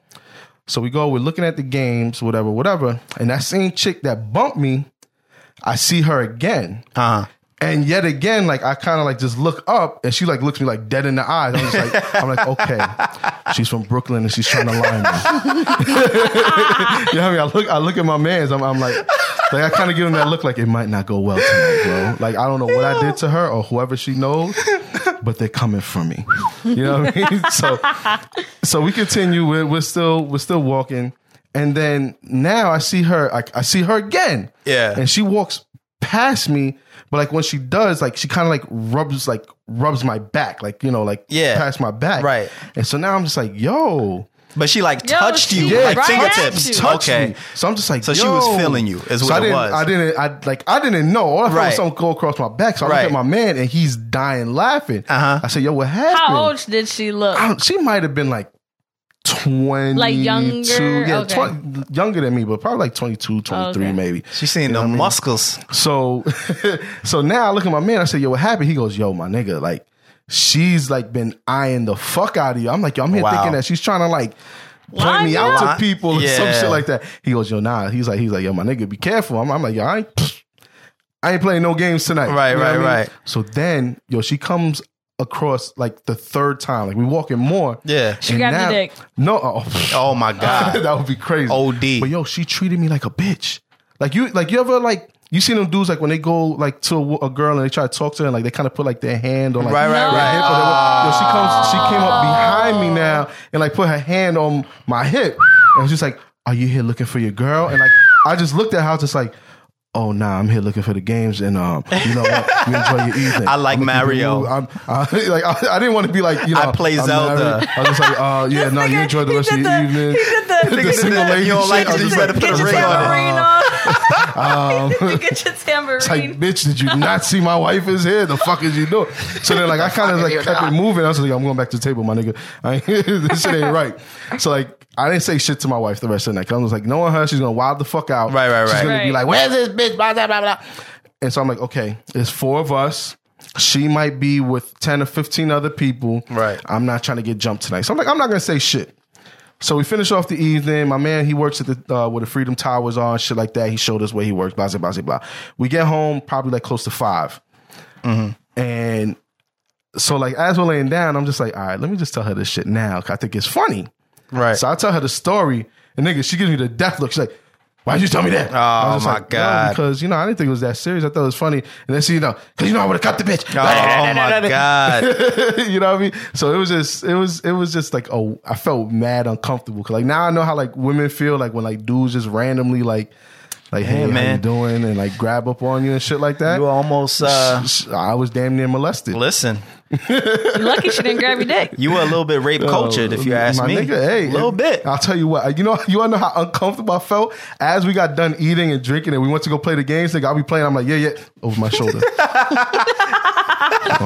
Speaker 6: So we go. We're looking at the games, whatever, whatever. And that same chick that bumped me, I see her again.
Speaker 5: Uh-huh.
Speaker 6: And yet again, like I kind of like just look up, and she like looks me like dead in the eyes. I'm just like, I'm like, okay, she's from Brooklyn and she's trying to lie me. <laughs> you know what I mean? I look, I look at my man's. I'm, I'm like, like I kind of give him that look, like it might not go well tonight, bro. Like I don't know what I did to her or whoever she knows, but they're coming for me. You know what I mean? <laughs> So, so we continue. We're, we're still, we're still walking, and then now I see her. I, I see her again.
Speaker 5: Yeah.
Speaker 6: and she walks past me, but like when she does, like she kind of like rubs like rubs my back, like you know, like
Speaker 5: Yeah.
Speaker 6: past my back,
Speaker 5: Right.
Speaker 6: And so now I'm just like, yo,
Speaker 5: But she like
Speaker 7: Yo,
Speaker 5: touched
Speaker 7: she
Speaker 5: you, like
Speaker 7: right at you.
Speaker 5: fingertips.
Speaker 6: touch
Speaker 5: okay.
Speaker 6: me. So I'm just like,
Speaker 5: So she
Speaker 6: yo.
Speaker 5: was feeling you, is
Speaker 6: So
Speaker 5: what
Speaker 6: I
Speaker 5: it
Speaker 6: didn't,
Speaker 5: was.
Speaker 6: I didn't, I like, I didn't know. All I felt
Speaker 5: Right.
Speaker 6: was something go across my back. So I
Speaker 5: Right.
Speaker 6: look at my man, and he's dying laughing.
Speaker 5: Uh-huh.
Speaker 6: I said, yo, what happened?
Speaker 7: How old did she look?
Speaker 6: I don't- she might have been like. 22,
Speaker 7: younger?
Speaker 6: yeah,
Speaker 7: Okay.
Speaker 6: 20 younger than me, but probably like 22, 23
Speaker 7: Okay.
Speaker 6: maybe.
Speaker 5: She seen the muscles.
Speaker 6: So <laughs> so now I look at my man, I say, yo, what happened? He goes, yo, my nigga, like she's like been eyeing the fuck out of you. I'm like, yo, I'm here
Speaker 5: Wow.
Speaker 6: thinking that she's trying to like
Speaker 7: Line
Speaker 6: Play me
Speaker 7: you
Speaker 6: out
Speaker 5: up.
Speaker 6: to people or some
Speaker 5: Yeah.
Speaker 6: shit like that. He goes, yo, nah. He's like, he's like, yo, my nigga, be careful. I'm, I'm like, yo, I ain't, <sniffs> I ain't playing no games tonight.
Speaker 5: Right,
Speaker 6: what
Speaker 5: right, right.
Speaker 6: So then, yo, she comes across like the third time. Like we walking more. <laughs>
Speaker 5: Yeah.
Speaker 7: She grabbed your dick.
Speaker 6: No, oh, <laughs>
Speaker 5: Oh my god.
Speaker 6: that would be crazy.
Speaker 5: OD.
Speaker 6: But yo, she treated me like a bitch. Like you, like you ever like you seen them dudes like when they go like to a, a girl and they try to talk to her and like they kind of put like their hand on like
Speaker 5: Right, right,
Speaker 6: their
Speaker 5: right.
Speaker 6: hip or whatever. Yo, she comes, she came up behind me now and like put her hand on my hip and was just like, "Are you here looking for your girl?" And like I just looked at her, I was just like. Oh nah, I'm here looking for the games, and um, you know what? You enjoy your
Speaker 5: <laughs>
Speaker 6: evening.
Speaker 5: I like
Speaker 6: I'm gonna give you-
Speaker 5: Mario.
Speaker 6: I'm <laughs> I, like I, I didn't want to be like you know
Speaker 5: I play
Speaker 6: I'm
Speaker 5: Zelda.
Speaker 6: married. I was just like, uh, yeah, no, you enjoy the
Speaker 7: He
Speaker 6: rest of
Speaker 7: did
Speaker 6: your
Speaker 7: the-
Speaker 6: evening.
Speaker 7: He did the,
Speaker 6: The single lady
Speaker 5: You don't
Speaker 6: shit,
Speaker 5: like
Speaker 6: I
Speaker 5: it,
Speaker 6: was
Speaker 5: you
Speaker 6: just
Speaker 5: better
Speaker 6: like,
Speaker 5: put
Speaker 7: Get
Speaker 5: a
Speaker 7: your
Speaker 5: ring on it.
Speaker 7: tambourine on. <laughs> Get your tambourine.
Speaker 6: It's like, bitch, did you not see my wife is here? The fuck is you doing? So then, like, I kind of like kept it moving. I was like, I'm going back to the table, my nigga. <laughs> I, this
Speaker 5: <laughs>
Speaker 6: shit ain't right. So like, I didn't say shit to my wife the rest of the night. 'Cause I was like, knowing her, she's gonna wild the fuck out.
Speaker 5: Right, right,
Speaker 6: She's
Speaker 5: right.
Speaker 6: gonna be
Speaker 7: Right.
Speaker 6: like, where's this bitch? Blah blah blah blah. And so I'm like, okay, it's four of us. She might be with ten or fifteen other people.
Speaker 5: Right.
Speaker 6: I'm not trying to get jumped tonight. So I'm like, I'm not gonna say shit. So we finish off the evening. My man, he works at the uh, where the Freedom Towers are and shit like that. He showed us where he works. Blah blah blah blah. We get home probably like close to 5 and so like as we're laying down, I'm just like, all right, let me just tell her this shit now. 'cause I think it's funny.
Speaker 5: Right.
Speaker 6: So I tell her the story, and nigga, she gives me the death look. She's like, Why'd you tell me that? Oh I was just
Speaker 5: my
Speaker 6: like, no,
Speaker 5: God.
Speaker 6: because you know I didn't think it was that serious. I thought it was funny, and then see you know because you know I would have cut the bitch.
Speaker 5: Oh,
Speaker 6: <laughs>
Speaker 5: oh my god.
Speaker 6: you know what I mean? So it was just it was it was just like oh I felt mad uncomfortable 'Cause, like now I know how like women feel like when like dudes just randomly like like hey, how you
Speaker 5: man.
Speaker 6: doing and like grab up on you and shit like that.
Speaker 5: You almost uh
Speaker 6: I was damn near molested.
Speaker 5: listen.
Speaker 7: You lucky she didn't grab your dick.
Speaker 5: You were a little bit rape cultured, if you ask
Speaker 6: Oh, my
Speaker 5: me.
Speaker 6: Nigga, hey,
Speaker 5: a little
Speaker 6: it-
Speaker 5: bit.
Speaker 6: I'll tell you what. You know, <laughs> you wanna know how uncomfortable I felt as we got done eating and drinking, and we went to go play the games. Like I'll be playing. I'm like, yeah, yeah, over my
Speaker 5: <laughs>
Speaker 6: shoulder. oh, all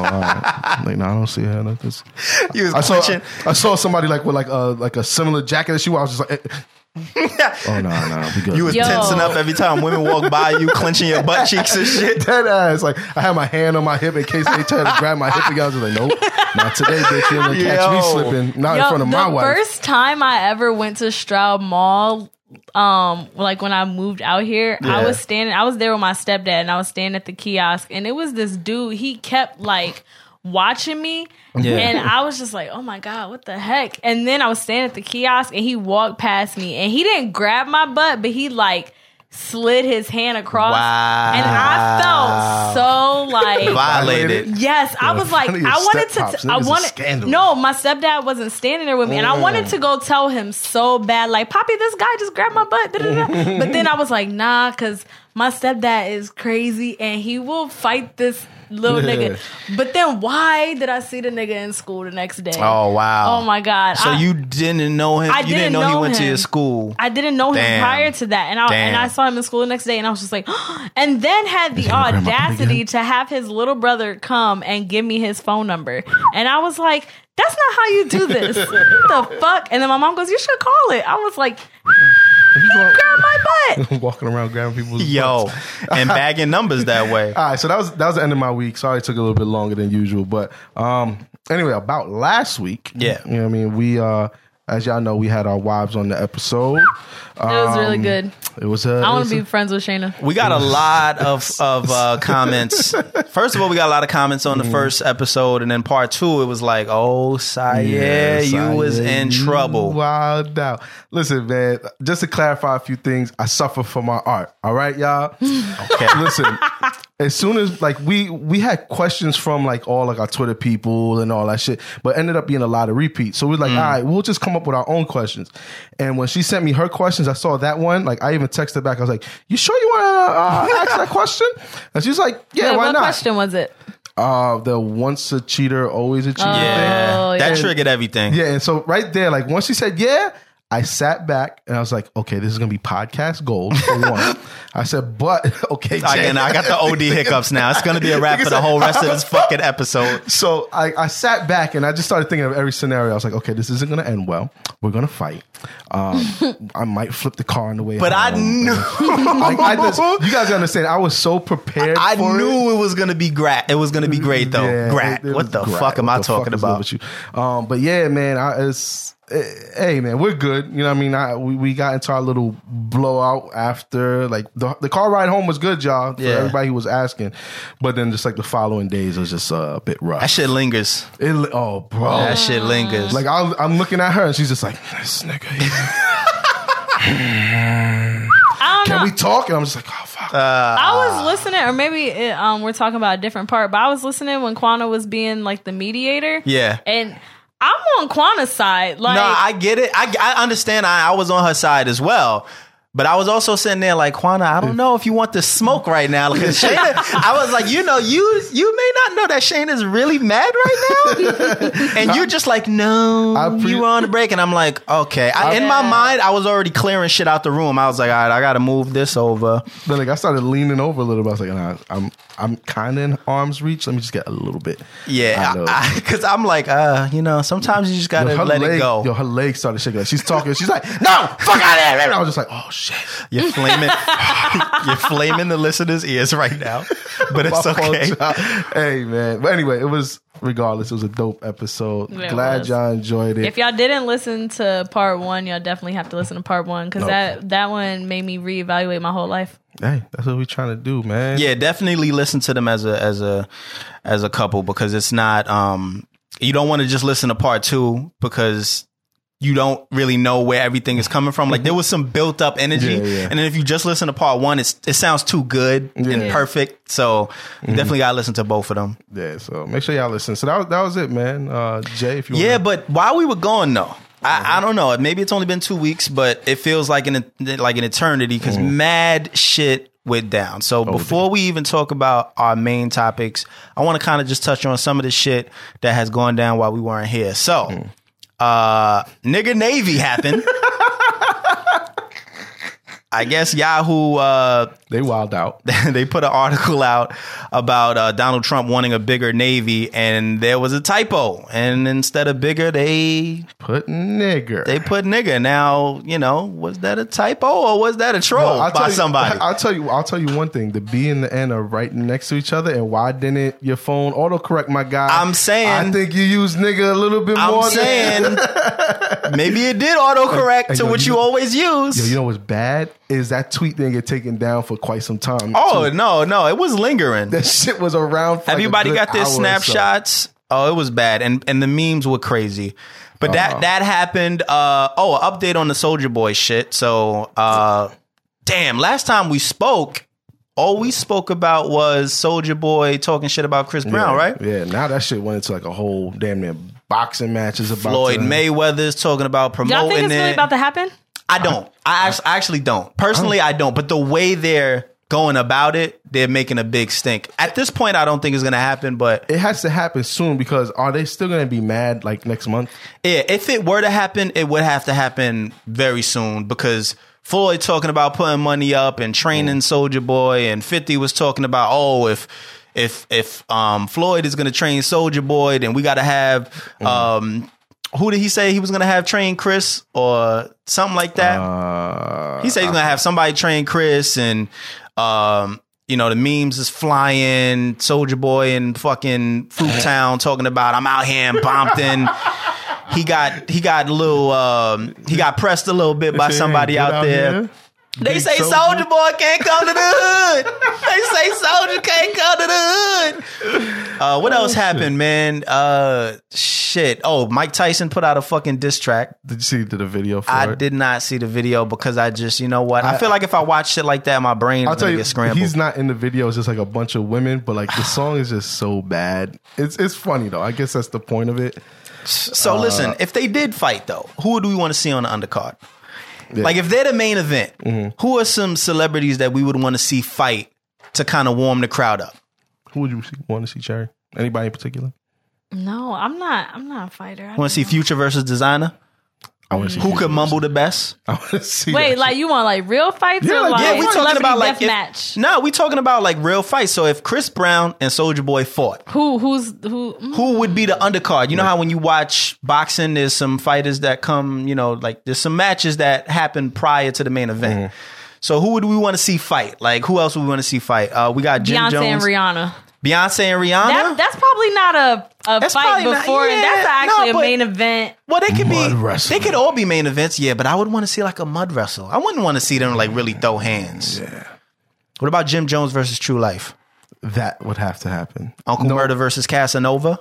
Speaker 6: right. Like, no, I don't see her like this.
Speaker 5: <laughs> You was
Speaker 6: I saw,
Speaker 5: clutching.
Speaker 6: I saw somebody like with like a like a similar jacket that she wore. I was just like, eh.
Speaker 5: <laughs>
Speaker 6: oh no, no, we good.
Speaker 5: You was
Speaker 7: Yo.
Speaker 5: tensing up every time women walk by you, clenching your butt cheeks and
Speaker 6: <laughs>
Speaker 5: shit.
Speaker 6: <laughs> dead ass. Like I had my hand on my hip in case they tried to grab my hip again. I was just like, nope, not today, bitch. You're gonna catch me
Speaker 5: Yo.
Speaker 6: slipping, not in
Speaker 7: Yo,
Speaker 6: front of
Speaker 7: the
Speaker 6: my wife.
Speaker 7: first time I ever went to Stroud Mall, um, like when I moved out here, I
Speaker 5: Yeah.
Speaker 7: was standing. I was there with my stepdad, and I was standing at the kiosk, and it was this dude. He kept like watching me. And I was just like, oh my God, what the heck? And then I was standing at the kiosk and he walked past me and he didn't grab my butt, but he like slid his hand across.
Speaker 5: Wow.
Speaker 7: And I felt so like
Speaker 5: Violated.
Speaker 7: Yes, I was like, I
Speaker 6: front of your
Speaker 7: wanted
Speaker 6: step
Speaker 7: to.
Speaker 6: pops,
Speaker 7: T- I
Speaker 6: niggas is
Speaker 7: wanted.
Speaker 6: scandalous.
Speaker 7: No, my stepdad wasn't standing there with me, and I wanted
Speaker 6: Mm.
Speaker 7: to go tell him so bad, like, "Poppy, this guy just grabbed my
Speaker 6: <laughs>
Speaker 7: butt." da-da-da." But then I was like, "Nah," because my stepdad is crazy, and he will fight this
Speaker 6: <laughs>
Speaker 7: little nigga. But then, why did I see the nigga in school the next day?
Speaker 5: Oh wow.
Speaker 7: Oh my god!
Speaker 5: So
Speaker 7: I-
Speaker 5: you didn't know him.
Speaker 7: I
Speaker 5: you didn't
Speaker 7: didn't
Speaker 5: know, he
Speaker 7: know
Speaker 5: went to
Speaker 7: him.
Speaker 5: your school.
Speaker 7: I didn't know him
Speaker 5: Damn.
Speaker 7: prior to that, and I and
Speaker 5: Damn.
Speaker 7: I saw him in school the next day, and I was just like, <gasps> and then had the audacity to have his little brother come and give me his phone number, and I was like, that's not how you do this, the fuck. And then my mom goes, you should call it. I was like,
Speaker 6: You going-
Speaker 7: grab my butt.
Speaker 6: <laughs> walking around grabbing people's
Speaker 5: Yo,
Speaker 6: butts. <laughs>
Speaker 5: and bagging numbers that way.
Speaker 6: All right, so that was that was the end of my week. Sorry, it took a little bit longer than usual, but um, anyway, about last week.
Speaker 5: Yeah.
Speaker 6: you know what I mean. We uh, as y'all know, we had our wives on the episode. Uh,
Speaker 7: That was really good.
Speaker 6: It was a.
Speaker 7: I
Speaker 6: it
Speaker 7: want
Speaker 6: was
Speaker 7: to
Speaker 6: a-
Speaker 7: be friends with Shayna.
Speaker 5: We got a lot of of uh,
Speaker 6: <laughs>
Speaker 5: comments. First of all, we got a lot of comments on the first episode, and then part two, it was like, "Oh, Sire, you was
Speaker 6: Saya,
Speaker 5: in
Speaker 6: you
Speaker 5: trouble."
Speaker 6: Wild out. Listen, man. Just to clarify a few things, I suffer for my art. All right, y'all.
Speaker 5: <laughs> Okay.
Speaker 6: Listen, as soon as like we we had questions from like all like our Twitter people and all that shit, but ended up being a lot of repeats. So we are
Speaker 5: Mm.
Speaker 6: like, all right, we'll just come up with our own questions. And when she sent me her questions, I saw that one. Like I even texted back. I was like, "You sure you want to uh, ask that <laughs> question?" And she's like, "Yeah,
Speaker 7: Wait,
Speaker 6: why
Speaker 7: what
Speaker 6: not?"
Speaker 7: question was it?
Speaker 6: Uh, the once a cheater, always a cheater.
Speaker 5: yeah,
Speaker 7: Oh,
Speaker 5: that
Speaker 7: yeah.
Speaker 5: triggered everything.
Speaker 6: Yeah, and so right there, like once she said yeah, I sat back and I was like, okay, this is gonna be podcast gold for
Speaker 5: <laughs>
Speaker 6: one. I said, but <laughs> okay,
Speaker 5: I,
Speaker 6: Jay.
Speaker 5: and I got the OD
Speaker 6: <laughs>
Speaker 5: hiccups now. It's gonna be a wrap for the whole rest of this fucking episode.
Speaker 6: so I, I sat back and I just started thinking of every scenario. I was like, okay, this isn't gonna end well. We're gonna fight.
Speaker 5: <laughs>
Speaker 6: Um, I might flip the car on the way.
Speaker 5: But I
Speaker 6: home.
Speaker 5: knew,
Speaker 6: <laughs> Like,
Speaker 5: <laughs>
Speaker 6: I just, you guys gotta understand. I was so prepared.
Speaker 5: I
Speaker 6: for it.
Speaker 5: knew it was gonna be grat. It was gonna be great though.
Speaker 6: Yeah,
Speaker 5: grat.
Speaker 6: it- it was
Speaker 5: What the
Speaker 6: great.
Speaker 5: fuck am
Speaker 6: What
Speaker 5: I
Speaker 6: the
Speaker 5: talking
Speaker 6: fuck is up
Speaker 5: about?
Speaker 6: with you? Um, but yeah, man, I, it's eh, hey, man, we're good. You know, what I mean, I we, we got into our little blowout after like the the car ride home was good, y'all. For
Speaker 5: Yeah.
Speaker 6: everybody who was asking, but then just like the following days was just uh, a bit rough.
Speaker 5: That shit lingers.
Speaker 6: It li- oh, bro,
Speaker 5: That shit lingers.
Speaker 6: like I was, I'm looking at her and she's just like this nigga.
Speaker 7: <laughs> I don't know.
Speaker 6: Can we talk? And I'm just like, oh fuck.
Speaker 7: I was listening, or maybe it, um, we're talking about a different part, but I was listening when Quana was being like the mediator.
Speaker 5: Yeah.
Speaker 7: And I'm on Quana's side. Like,
Speaker 5: no, I get it. I, I understand. I, I was on her side as well. But I was also sitting there like, Quana, I
Speaker 6: Mm.
Speaker 5: don't know if you want this smoke right now. Like, Shayna, I was like, you know, you you may not know that Shane is really mad right
Speaker 6: <laughs>
Speaker 5: now. and you're just like, no,
Speaker 6: I pre-
Speaker 5: you were on a break. And I'm like, okay. I, in my
Speaker 7: Yeah.
Speaker 5: mind, I was already clearing shit out the room. I was like, all right, I got to move this over.
Speaker 6: But like I started leaning over a little bit. I was like, nah, I'm I'm kind of in arm's reach. Let me just get a little bit. I know.
Speaker 5: Yeah. Because I'm like, uh, you know, sometimes you just got
Speaker 6: Yo,
Speaker 5: to
Speaker 6: her
Speaker 5: let
Speaker 6: leg-
Speaker 5: it go.
Speaker 6: Yo, her leg started shaking. Like, she's talking. She's like, "No, fuck out of there!" And I was just like, "Oh shit!"
Speaker 5: You're flaming. <laughs> you're flaming the listeners' ears right now, but it's
Speaker 6: My fault,
Speaker 5: okay.
Speaker 6: y'all. Hey man. But anyway, it was regardless. It was a dope episode.
Speaker 7: Yeah, it
Speaker 6: Glad
Speaker 7: was.
Speaker 6: y'all enjoyed it.
Speaker 7: if y'all didn't listen to part one, y'all definitely have to listen to part one because that, that one made me reevaluate my whole life.
Speaker 6: hey, that's what we trying to do, man.
Speaker 5: Yeah, definitely listen to them as a as a as a couple because it's not. um You don't want to just listen to part two because you don't really know where everything is coming from. Like there was some built up energy,
Speaker 6: Yeah, yeah.
Speaker 5: and then if you just listen to part one, it's it sounds too good and perfect. So
Speaker 6: Mm-hmm.
Speaker 5: you definitely gotta listen to both of them.
Speaker 6: Yeah, so make sure y'all listen. So that was, that was it, man. Uh, Jay, if you
Speaker 5: Yeah,
Speaker 6: wanna-
Speaker 5: but while we were gone though, I, I don't know. Maybe it's only been two weeks, but it feels like an like an eternity because mad shit went down. So before we even talk about our main topics, I want to kind of just touch on some of the shit that has gone down while we weren't here. So, uh, nigga Navy happened. I guess Yahoo uh,
Speaker 6: they wild out.
Speaker 5: <laughs> they put an article out about uh, Donald Trump wanting a bigger navy, and there was a typo, and instead of bigger, they
Speaker 6: Put nigger.
Speaker 5: they put nigga. Now you know, was that a typo or was that a troll Oh,
Speaker 6: I'll
Speaker 5: by
Speaker 6: tell you-
Speaker 5: somebody?
Speaker 6: <laughs> I'll tell you. I'll tell you one thing: the B and the N are right next to each other, and why didn't your phone autocorrect, my guy?
Speaker 5: I'm saying-
Speaker 6: I think you use nigga a little bit
Speaker 5: I'm
Speaker 6: more. than-
Speaker 5: saying
Speaker 6: <laughs>
Speaker 5: maybe it did autocorrect
Speaker 6: Hey,
Speaker 5: to
Speaker 6: yo,
Speaker 5: what
Speaker 6: you
Speaker 5: you
Speaker 6: know-
Speaker 5: always use.
Speaker 6: <laughs> Yo, you know what's bad is that tweet didn't get taken down for quite some time.
Speaker 5: oh no, no, it was lingering.
Speaker 6: that shit was around. For like, a
Speaker 5: Everybody
Speaker 6: good
Speaker 5: got their
Speaker 6: hour or so.
Speaker 5: snapshots. Oh, it was bad, and and the memes were crazy. But
Speaker 6: Uh-huh.
Speaker 5: that that happened. Uh, oh, an update on the Soldier Boy shit. So, uh, damn, last time we spoke, all we spoke about was Soldier Boy talking shit about Chris Brown,
Speaker 6: yeah,
Speaker 5: right?
Speaker 6: Yeah. Now that shit went into like a whole damn near boxing matches about
Speaker 5: Floyd
Speaker 6: to-
Speaker 5: Mayweather's talking about promoting
Speaker 7: Y'all think it's
Speaker 5: it.
Speaker 7: really about to happen?
Speaker 5: I don't. I, act- I actually don't. Personally,
Speaker 6: Oh.
Speaker 5: I don't. But the way they're going about it, they're making a big stink. At this point, I don't think it's gonna happen. But
Speaker 6: It has to happen soon because are they still going to be mad like next month?
Speaker 5: Yeah, if it were to happen, it would have to happen very soon because Floyd talking about putting money up and training Soldier Boy, and Fifty was talking about oh if if if um, Floyd is going to train Soldier Boy, then we got to have um, who did he say he was going to have train Chris or something like that?
Speaker 6: Uh,
Speaker 5: he said he's going to have somebody train Chris and. Um, you know the memes is flying. Soldier Boy and fucking
Speaker 6: <laughs>
Speaker 5: Fruit Town talking about I'm out here in Bompton. he got he got a little um, he got pressed a little bit by
Speaker 6: Say, hey,
Speaker 5: Uh, somebody
Speaker 6: get
Speaker 5: out there.
Speaker 6: here.
Speaker 5: They
Speaker 6: Big
Speaker 5: say
Speaker 6: Soulja.
Speaker 5: Soldier Boy can't come to the hood. they say Soldier can't come to the hood. Uh,
Speaker 6: Oh,
Speaker 5: what else happened, man? Uh, shit. Oh, Mike Tyson put out a fucking diss track.
Speaker 6: Did you see the, the video for
Speaker 5: I
Speaker 6: it?
Speaker 5: did not see the video because I just, you know what? I, feel like if I watch shit like that, my brain is
Speaker 6: I'll tell
Speaker 5: gonna
Speaker 6: you,
Speaker 5: get scrambled.
Speaker 6: he's not in the video. It's just like a bunch of women, but like the song is just so bad. It's it's funny though. I guess that's the point of it. Uh,
Speaker 5: So listen, if they did fight though, who do we want to see on the undercard?
Speaker 6: Yeah. Mm-hmm.
Speaker 5: Like if they're the main event, who are some celebrities that we would want to see fight to kind of warm the crowd up?
Speaker 6: Who would you see, want to see, Cherry? Anybody in particular?
Speaker 7: No, I'm not. I'm not a fighter. I
Speaker 5: Want
Speaker 7: don't-
Speaker 5: to see Future versus Designer?
Speaker 6: I want to see
Speaker 5: Who
Speaker 6: Future
Speaker 5: could
Speaker 6: versus-
Speaker 5: mumble the best?
Speaker 6: <laughs> I want to see.
Speaker 7: Wait,
Speaker 6: that
Speaker 7: like
Speaker 6: shit.
Speaker 7: you want like real fights?
Speaker 6: Yeah,
Speaker 7: or,
Speaker 6: like,
Speaker 7: like,
Speaker 6: yeah, we
Speaker 7: celebrity
Speaker 5: talking about like
Speaker 7: death
Speaker 5: if-
Speaker 7: match.
Speaker 5: no, we talking about like real fights. So if Chris Brown and Soldier Boy fought,
Speaker 7: Who? Who's who? mm,
Speaker 5: who would be the undercard? You know how when you watch boxing, there's some fighters that come, you know, like there's some matches that happen prior to the main event.
Speaker 6: Mm-hmm.
Speaker 5: So who would we want to see fight? Like who else would we want to see fight? Uh, we got Jim
Speaker 7: Beyonce
Speaker 5: Jones,
Speaker 7: and Rihanna.
Speaker 5: Beyonce and Rihanna.
Speaker 7: That, that's probably not a, a
Speaker 5: That's
Speaker 7: fight
Speaker 5: probably not-
Speaker 7: before.
Speaker 5: yeah,
Speaker 7: that's
Speaker 5: no,
Speaker 7: actually
Speaker 5: but-
Speaker 7: a main event.
Speaker 5: well, they could
Speaker 6: Mud
Speaker 5: be.
Speaker 6: wrestling.
Speaker 5: They could all be main events, yeah. But I would want to see like a mud wrestle. I wouldn't want to see them like really throw hands. Yeah. What about Jim Jones versus True Life?
Speaker 6: that would have to happen.
Speaker 5: Uncle
Speaker 6: No,
Speaker 5: Murder versus Casanova.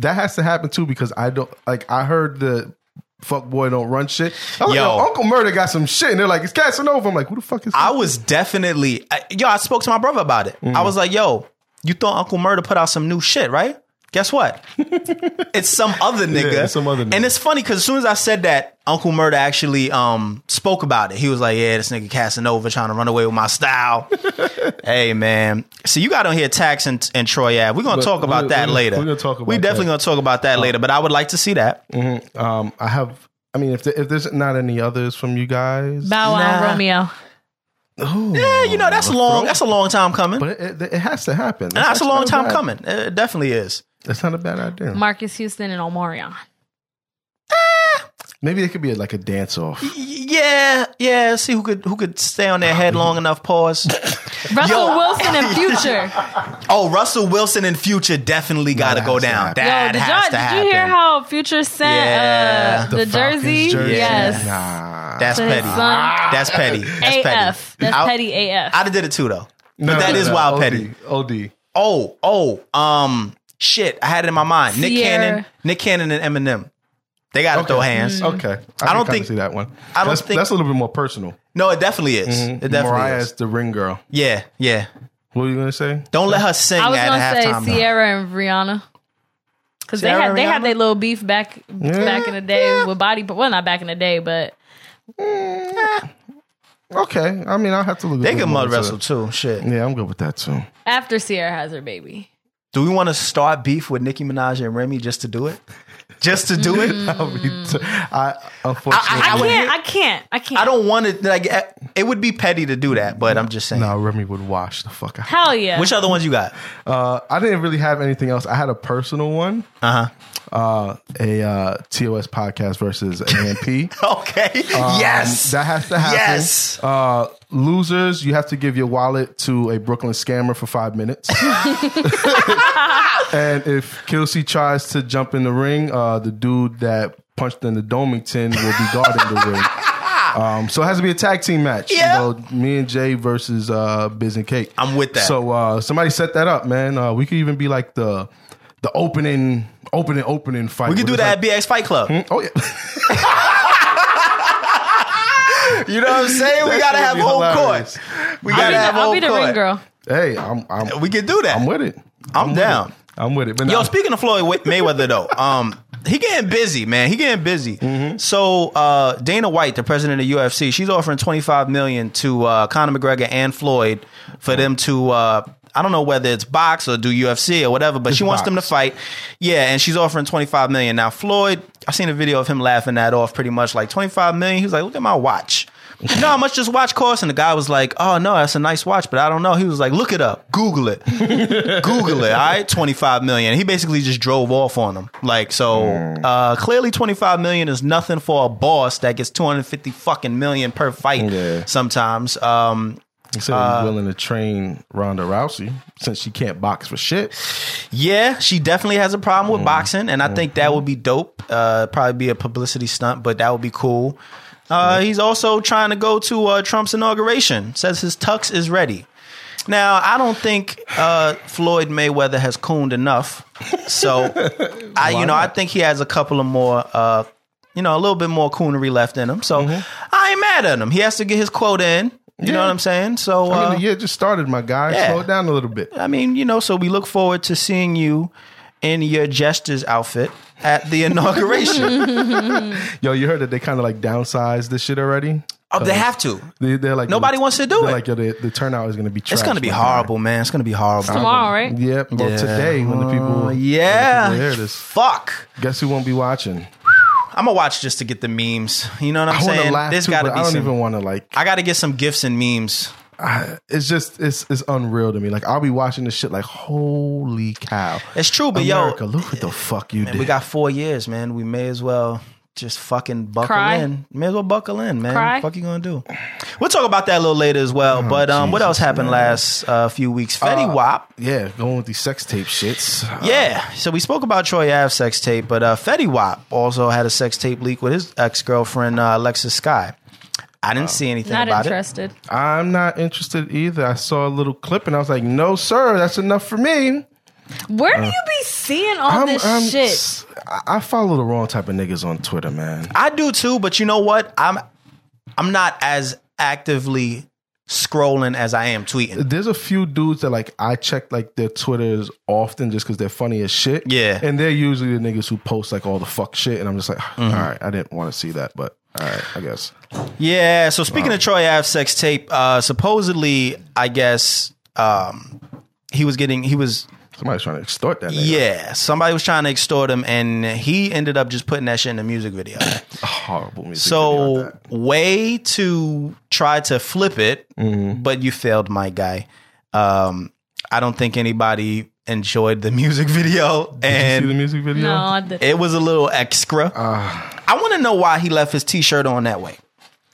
Speaker 6: That has to happen too because I don't like. I heard the. Fuck boy, don't run shit. I'm like,
Speaker 5: Yo.
Speaker 6: yo, Uncle Murder got some shit, and they're like, it's Casanova. I'm like, who the fuck is?
Speaker 5: I was definitely I, yo. I spoke to my brother about it. I was like, "Yo, you thought Uncle Murder put out some new shit, right? Guess
Speaker 6: <laughs>
Speaker 5: what? it's some other nigga.
Speaker 6: it's some other nigga.
Speaker 5: And it's funny because as soon as I said that, Uncle Murder actually um spoke about it. He was like, "Yeah, this nigga Casanova trying to run away with my
Speaker 6: <laughs>
Speaker 5: style." hey man, see you got on here Tax and, and Troy Ave. We're gonna
Speaker 6: But
Speaker 5: talk about
Speaker 6: we're-
Speaker 5: that
Speaker 6: we're-
Speaker 5: later.
Speaker 6: we're gonna talk
Speaker 5: We
Speaker 6: about
Speaker 5: definitely
Speaker 6: that. Uh,
Speaker 5: gonna talk about that later. But I would like to see that.
Speaker 6: Um, I have. I mean, if there, if there's not any others from you guys,
Speaker 7: Bow Wow,
Speaker 5: Nah.
Speaker 7: Romeo.
Speaker 5: Yeah, Eh, you know that's long. That's a long time coming.
Speaker 6: uh, but it, it, it has to happen.
Speaker 5: Nah, that's a
Speaker 6: actually
Speaker 5: long
Speaker 6: not
Speaker 5: time
Speaker 6: bad-
Speaker 5: coming. It definitely is.
Speaker 6: That's not a bad idea.
Speaker 7: Marcus Houston and Omarion.
Speaker 6: Maybe it could be like a dance off.
Speaker 5: Yeah, yeah. See who could who could stay on their head long enough. Pause.
Speaker 7: Russell
Speaker 5: Yo.
Speaker 7: Wilson and Future.
Speaker 5: <laughs> Oh, Russell Wilson in future definitely got to
Speaker 6: that
Speaker 5: go
Speaker 6: has to
Speaker 5: down.
Speaker 6: happen.
Speaker 7: Yo,
Speaker 5: That
Speaker 7: did, y'all,
Speaker 5: has to
Speaker 7: did
Speaker 5: happen.
Speaker 7: you hear how Future sent
Speaker 5: Yeah.
Speaker 7: uh, the,
Speaker 6: Falcons
Speaker 7: jersey? Yes.
Speaker 6: Nah.
Speaker 5: That's
Speaker 7: To his
Speaker 5: petty.
Speaker 7: son.
Speaker 5: That's
Speaker 7: <laughs>
Speaker 5: petty. That's petty.
Speaker 7: AF. That's
Speaker 5: I-
Speaker 7: petty AF.
Speaker 5: I'd have did it too though.
Speaker 6: No,
Speaker 5: but that
Speaker 6: no,
Speaker 5: is
Speaker 6: no.
Speaker 5: wild
Speaker 6: OD,
Speaker 5: petty.
Speaker 6: OD.
Speaker 5: Oh, oh, um, shit. I had it in my mind. Nick
Speaker 7: Sierra. Mm-hmm.
Speaker 5: Cannon, Nick Cannon, and Eminem. They got to
Speaker 6: Okay.
Speaker 5: throw hands.
Speaker 6: Okay,
Speaker 5: Mm. I don't
Speaker 6: can kinda
Speaker 5: think-
Speaker 6: see that one.
Speaker 5: I don't
Speaker 6: that's,
Speaker 5: think-
Speaker 6: that's a little bit more personal.
Speaker 5: No, it definitely is.
Speaker 6: Mm-hmm.
Speaker 5: It definitely
Speaker 6: Mariah
Speaker 5: is.
Speaker 6: the ring girl.
Speaker 5: Yeah, yeah.
Speaker 6: What were you gonna say?
Speaker 5: Don't let her sing
Speaker 7: I was
Speaker 5: at
Speaker 7: gonna say
Speaker 5: halftime. though.
Speaker 7: Sierra and Rihanna. Because they
Speaker 5: Ciara
Speaker 7: had they
Speaker 5: Rihanna?
Speaker 7: had their little beef back back in the day with body, but well, not back in the day, but
Speaker 6: Mm, Okay, I mean I'll have to look.
Speaker 5: Mm, They
Speaker 6: at
Speaker 5: can
Speaker 6: the
Speaker 5: mud
Speaker 6: ones
Speaker 5: wrestle too. Shit.
Speaker 6: that- Yeah, I'm good with that too.
Speaker 7: after Sierra has her baby,
Speaker 5: Do we want to start beef with Nicki Minaj and Remy just to do it? Just to do it?
Speaker 6: I'll be
Speaker 5: Mm.
Speaker 6: t- <laughs> I unfortunately
Speaker 5: I
Speaker 7: I
Speaker 5: would
Speaker 7: can't,
Speaker 5: hate-
Speaker 7: I can't, I can't.
Speaker 5: I don't want it. Like eh, it would be petty to do that, but I'm just saying.
Speaker 6: no uh, Remy would wash the fuck out.
Speaker 7: Hell yeah!
Speaker 5: Which other ones you got?
Speaker 6: Uh, I didn't really have anything else. I had a personal one.
Speaker 5: Uh
Speaker 6: Uh, a uh, TOS podcast versus
Speaker 5: <laughs>
Speaker 6: AMP.
Speaker 5: huh. <laughs> Okay. yes.
Speaker 6: Um, That has to happen.
Speaker 5: Yes.
Speaker 6: Uh, losers, you have to give your wallet to a Brooklyn scammer for
Speaker 5: <laughs>
Speaker 6: five minutes. and if Kelsey tries to jump in the ring, uh, the dude that punched in the Domington will be guarding the
Speaker 5: <laughs>
Speaker 6: ring. Um, so it has to be a tag team match.
Speaker 5: Yeah.
Speaker 6: You know, me and Jay versus uh, Biz and Cake.
Speaker 5: I'm with that.
Speaker 6: So uh, somebody set that up, man. Uh, we could even be like the the opening, opening, opening fight.
Speaker 5: we could
Speaker 6: where
Speaker 5: do
Speaker 6: it's
Speaker 5: that at BX Fight Club.
Speaker 6: like- oh yeah. <laughs>
Speaker 5: You know what I'm saying? We
Speaker 6: That
Speaker 5: gotta
Speaker 6: shit
Speaker 5: have
Speaker 6: would be
Speaker 5: home
Speaker 6: hilarious.
Speaker 5: court. We gotta
Speaker 7: I'll be the,
Speaker 5: have
Speaker 7: I'll
Speaker 5: home
Speaker 7: be the
Speaker 5: court.
Speaker 7: ring girl.
Speaker 6: Hey, I'm, I'm
Speaker 5: We could do that.
Speaker 6: I'm with it.
Speaker 5: I'm
Speaker 6: with
Speaker 5: down.
Speaker 6: it. I'm with it. But
Speaker 5: Yo,
Speaker 6: nah,
Speaker 5: speaking of Floyd Wa- Mayweather though, um, he getting busy, man. He getting busy. So uh, Dana White, the president of UFC, she's offering twenty five million to uh, Conor McGregor and Floyd for them to. Uh, I don't know whether it's box or do UFC or whatever, but she wants them to
Speaker 6: box.
Speaker 5: fight. Yeah, and she's offering twenty five million now. Floyd, I seen a video of him laughing that off, pretty much like twenty five million. He was like, "Look at my watch." no, how much this watch cost? And the guy was like, "Oh no, that's a nice watch, but I don't know." He was like, "Look it up, Google it." Google it. All right, twenty five million. He basically just drove off on them. Like so, uh, clearly twenty five million is nothing for a boss that gets two hundred fifty fucking million per fight.
Speaker 6: Yeah.
Speaker 5: Sometimes, um,
Speaker 6: he said he's willing to train Ronda Rousey since she can't box for shit.
Speaker 5: yeah, she definitely has a problem
Speaker 6: Mm.
Speaker 5: with boxing, and I think that would be dope. Uh, probably be a publicity stunt, but that would be cool. Uh, he's also trying to go to uh, Trump's inauguration. Says his tux is ready. Now, I don't think uh, Floyd Mayweather has cooned enough.
Speaker 6: <laughs>
Speaker 5: So, I you know, I think he has a couple of more, uh, you know, a little bit more coonery left in him. So, I ain't mad at him. He has to get his quota in. You know
Speaker 6: Mm-hmm. Yeah.
Speaker 5: what I'm saying? So,
Speaker 6: I
Speaker 5: uh,
Speaker 6: mean, the year just started, my guy.
Speaker 5: yeah.
Speaker 6: Slow it down a little bit.
Speaker 5: I mean, you know, so we look forward to seeing you in your jester's outfit at the inauguration.
Speaker 6: Yo, you heard that they kind of like downsized this shit already.
Speaker 5: <laughs> oh, they have to.
Speaker 6: They, they're like
Speaker 5: Nobody wants to do
Speaker 6: they're
Speaker 5: it.
Speaker 6: Like yo, the, the turnout is gonna be. Trash,
Speaker 5: It's gonna be
Speaker 6: my guy.
Speaker 5: horrible, man. It's gonna be horrible.
Speaker 7: Tomorrow, right?
Speaker 6: Yep. Well,
Speaker 5: Yeah.
Speaker 6: today when the people
Speaker 5: Yeah.
Speaker 6: when the people hear this,
Speaker 5: Fuck.
Speaker 6: guess who won't be watching?
Speaker 5: I'm gonna watch just to get the memes. You know what I'm
Speaker 6: I want to
Speaker 5: saying?
Speaker 6: laugh
Speaker 5: There's
Speaker 6: too,
Speaker 5: gotta
Speaker 6: but
Speaker 5: be
Speaker 6: I don't
Speaker 5: some.
Speaker 6: even want to like.
Speaker 5: I gotta get some gifts and memes.
Speaker 6: It's just it's it's unreal to me. Like I'll be watching this shit like holy cow.
Speaker 5: It's true, but
Speaker 6: America,
Speaker 5: yo,
Speaker 6: look what the fuck you
Speaker 5: man,
Speaker 6: did.
Speaker 5: we got four years, man. We may as well just fucking buckle
Speaker 7: Cry.
Speaker 5: in. May as well buckle in, man.
Speaker 7: Cry.
Speaker 5: What the fuck you gonna do? We'll talk about that a little later as well. but um, what
Speaker 6: Jesus, uh.
Speaker 5: else happened last uh, few weeks? Fetty Wap.
Speaker 6: yeah, going with these sex
Speaker 5: <laughs>
Speaker 6: tape shits.
Speaker 5: Yeah, so we spoke about Troy Ave sex tape, but uh, Fetty Wap also had a sex tape leak with his ex girlfriend uh, Alexis Sky. I didn't see anything
Speaker 7: Not
Speaker 5: about
Speaker 7: interested.
Speaker 6: I'm not interested either. I saw a little clip and I was like, no, sir, that's enough for me.
Speaker 7: Where do you be seeing all
Speaker 6: I'm,
Speaker 7: this
Speaker 6: I'm-
Speaker 7: shit?
Speaker 6: I- I follow the wrong type of niggas on Twitter, man.
Speaker 5: it. I do too, but you know what? I'm I'm not as actively scrolling as I am tweeting.
Speaker 6: There's a few dudes that like I check like their Twitters often just because they're funny as shit.
Speaker 5: Yeah.
Speaker 6: and they're usually the niggas who post like all the fuck shit, and I'm just like, <sighs>
Speaker 5: Mm-hmm.
Speaker 6: "All right, I didn't want to see that, but all right, I guess.
Speaker 5: Yeah. So speaking of Troy Ave sex tape, uh, supposedly, I guess um, he was getting he was
Speaker 6: Somebody's trying to extort that. Nigga.
Speaker 5: yeah somebody was trying to extort him, and he ended up just putting that shit in the music
Speaker 6: <coughs>
Speaker 5: video.
Speaker 6: horrible music. video of
Speaker 5: so
Speaker 6: that.
Speaker 5: way to try to flip it,
Speaker 6: Mm-hmm.
Speaker 5: but you failed, my guy. Um, I don't think anybody enjoyed the <laughs> music video,
Speaker 6: see the
Speaker 5: and
Speaker 6: music video.
Speaker 7: No, I did.
Speaker 5: it was a little extra.
Speaker 6: Ah.
Speaker 5: I want to know why he left his T-shirt on that way.